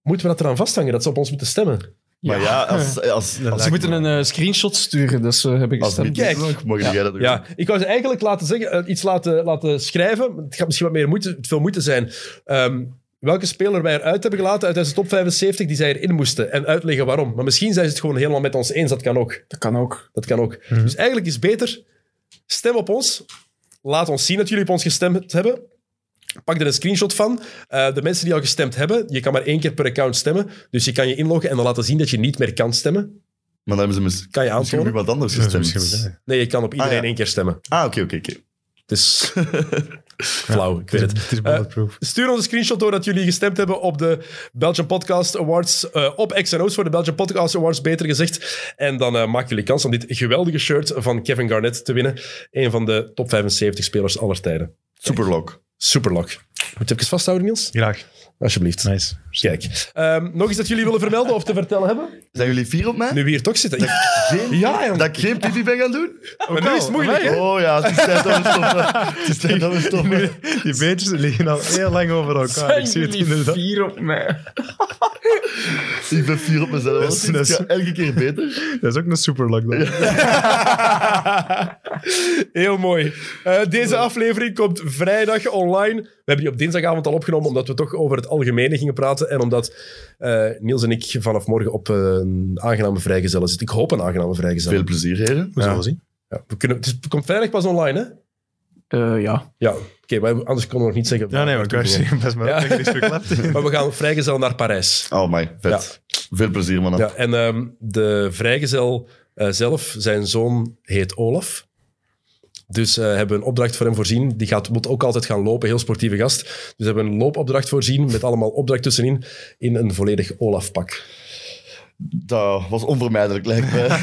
S4: moeten we dat eraan vasthangen, dat ze op ons moeten stemmen?
S5: Maar ja, als... als, als,
S7: Ze moeten een eh, screenshot sturen, dat ze hebben
S5: als
S7: gestemd.
S5: dit
S4: Kijk.
S5: is, nog, mogen jij dat doen.
S4: Ja, ik wou ze eigenlijk laten zeggen, eh, iets laten, laten schrijven. Het gaat misschien wat meer moeite, het veel moeite zijn. Ehm, welke speler wij eruit hebben gelaten uit onze top 75 die zij erin moesten. En uitleggen waarom. Maar misschien zijn ze het gewoon helemaal met ons eens, dat kan ook.
S7: Dat kan ook.
S4: Dat kan ook.
S5: Mhm.
S4: Dus eigenlijk is het beter, stem op ons. Laat ons zien dat jullie op ons gestemd hebben. Pak er een screenshot van. Eh, de mensen die al gestemd hebben, je kan maar één keer per account stemmen. Dus je kan je inloggen en dan laten zien dat je niet meer kan stemmen.
S5: Maar dan hebben ze mis,
S4: Kan je
S5: misschien nog
S4: aantonen?
S5: wat anders
S6: Dat is
S5: gestemd.
S6: misschien wel leuk.
S4: Nee, je kan op iedereen
S5: Ah, ja.
S4: één keer stemmen.
S5: ah, oké, oké, oké.
S4: Het is flauw, ik weet
S6: Het
S4: het.
S6: Eh,
S4: Eh,
S6: is- het is bulletproof.
S4: Stuur ons een screenshot door dat jullie gestemd hebben op de Belgian Podcast Awards. eh, op X&O's voor de Belgian Podcast Awards, beter gezegd. En dan eh maken jullie kans om dit geweldige shirt van Kevin Garnett te winnen. Een van de top 75 spelers aller tijden.
S5: Superlock.
S4: Superlok. Moet je het even vasthouden, Niels?
S6: Graag.
S4: Alsjeblieft.
S6: Nice.
S4: Kijk. Ehm, nog iets dat jullie willen vermelden of te vertellen hebben?
S5: Zijn jullie vier op mij?
S4: Nu we hier toch zitten. Ik-
S5: Geen-
S4: Ja, jong.
S5: Dat ik geen pipi ben gaan doen?
S4: Maar nu is het moeilijk, hè?
S5: Oh ja, het is tijd dat we stoppen. Het is tijd dat we stoppen.
S6: Die beentjes liggen al heel lang over elkaar. Ik zie het inderdaad.
S7: vier op mij?
S5: Ik ben vier op mezelf.
S6: Dat is-
S5: Het
S6: dat is-
S5: gaat elke keer beter.
S6: Dat is ook een super lockdown.
S4: Heel mooi. Eh, deze aflevering komt vrijdag online. We hebben die op dinsdagavond al opgenomen, omdat we toch over het algemene gingen praten. En omdat eh, Niels en ik vanaf morgen op een aangename vrijgezel zitten. Ik hoop een aangename vrijgezel.
S5: Veel plezier, heren.
S6: We zullen zien.
S4: Ja, we kunnen, het, is- het komt vrijdag pas online, hè?
S7: Eh, ja.
S4: Ja, oké. wij- anders konden we nog niet zeggen.
S6: Ja, nee, maar ik wou zeggen, best wel.
S4: Ja.
S6: Ik heb niks verklapt.
S4: Maar we gaan vrijgezel naar Parijs.
S5: Oh my, vet. Veel plezier, man.
S4: Ja, en ehm, de vrijgezel eh, zelf, zijn zoon heet Olaf. Dus eh, hebben we een opdracht voor hem voorzien. Die gaat, moet ook altijd gaan lopen, heel sportieve gast. Dus hebben we een loopopdracht voorzien met allemaal opdracht tussenin in een volledig Olaf-pak.
S5: Dat was onvermijdelijk, lijkt mij.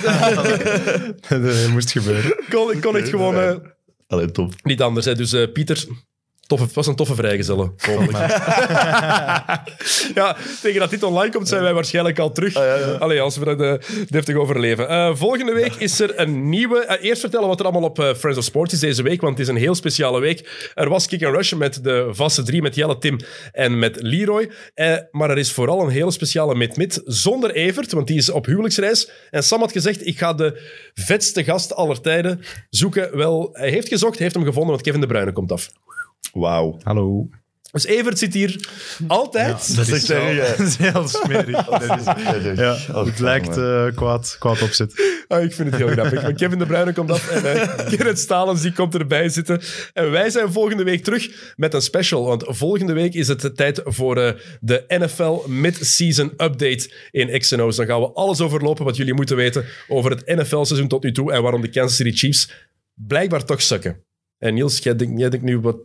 S6: Dat moest gebeuren.
S4: Kon, ik kon het gewoon eh,
S5: Allee, top.
S4: niet anders. Hè. Dus eh, Pieter, toffe, het was een toffe vrijgezelle. ja, tegen dat dit online komt zijn wij waarschijnlijk al terug. Allee, als we dat eh, deftig overleven. Eh, volgende week is er een nieuwe... eh, eerst vertellen wat er allemaal op eh, Friends of Sports is deze week, want het is een heel speciale week. Er was Kick and Rush met de vaste drie, met Jelle, Tim en met Leroy. Eh, maar er is vooral een hele speciale mid-mid zonder Evert, want die is op huwelijksreis. En Sam had gezegd, ik ga de vetste gast aller tijden zoeken. Wel, hij heeft gezocht, heeft hem gevonden, want Kevin De Bruyne komt af.
S5: Wauw.
S6: Hallo.
S4: Dus Evert zit hier altijd.
S5: Dat is
S6: wel-
S5: erg, hè?
S6: dat is heel smerig. Dat is- ja,
S5: Oh,
S6: het lijkt eh, kwaad, kwaad opzet.
S4: Ah, ik vind het heel grappig. Want Kevin De Bruyne komt af en eh, Gerrit Stalens die komt erbij zitten. En wij zijn volgende week terug met een special. Want volgende week is het tijd voor eh, de NFL Mid-Season Update in XNO's. Dan gaan we alles overlopen wat jullie moeten weten over het NFL-seizoen tot nu toe en waarom de Kansas City Chiefs blijkbaar toch sukken. En Niels, jij denkt, jij denkt nu, wat,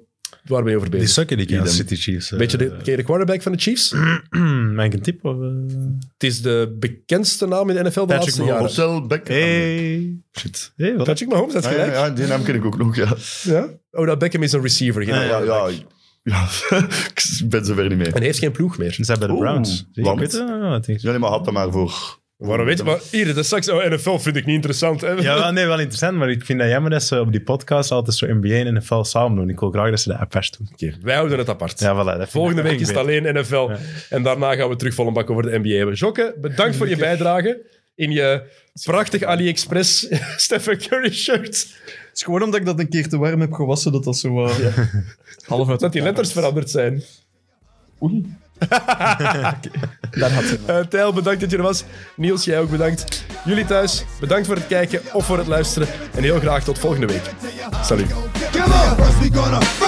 S4: waar ben je over
S6: Die
S4: bezig?
S6: sukken, die Kansas
S5: dan-
S6: City Chiefs. eh.
S4: Beetje de, ken je de quarterback van de Chiefs? Het
S6: Hmm, Mijn tip? Of, eh?
S4: is de bekendste naam in de NFL de
S6: Patrick
S4: laatste
S6: Mahomes.
S4: jaren.
S5: Hotel Beckham.
S6: Hey.
S5: Shit.
S6: Hey, wat?
S4: Patrick Mahomes, dat is
S5: Ah, ja,
S4: gelijk.
S5: ja, die naam ken ik ook nog, ja.
S4: Ja? Oh, dat Beckham is een receiver. geen
S5: Ja, ja, ja.
S6: leuk.
S5: Ja, ik ben zover niet mee.
S4: En hij heeft geen ploeg meer.
S6: Ze zijn bij de
S5: Oeh,
S6: Browns. Zie je, ik
S5: want-
S6: weet het, ah, het is-
S5: Ja, nee, maar had dat maar voor.
S4: Waarom weet je? Maar hier, dat straks... Oh, NFL vind ik niet interessant. Hè?
S6: Ja, wel, nee, wel interessant, maar ik vind dat jammer dat ze op die podcast altijd zo NBA en NFL samen doen. Ik wil graag dat ze dat apart doen.
S4: Oké, wij houden het apart.
S6: Ja, voilà, dat vind ik
S4: Volgende
S6: ook
S4: week is het
S6: beter.
S4: alleen NFL. En daarna gaan we terug vol een bak over de NBA hebben. Jokke, bedankt voor je bijdrage. In je prachtig AliExpress Stephen Curry shirt.
S7: Het is gewoon omdat ik dat een keer te warm heb gewassen, dat dat zo eh, half uit...
S4: Dat die letters veranderd zijn.
S7: Oei. Daar had ze
S4: Eh Tijl, bedankt dat je er was. Niels, jij ook bedankt. Jullie thuis, bedankt voor het kijken of voor het luisteren. En heel graag tot volgende week. Salut.
S3: Come on. First we gonna.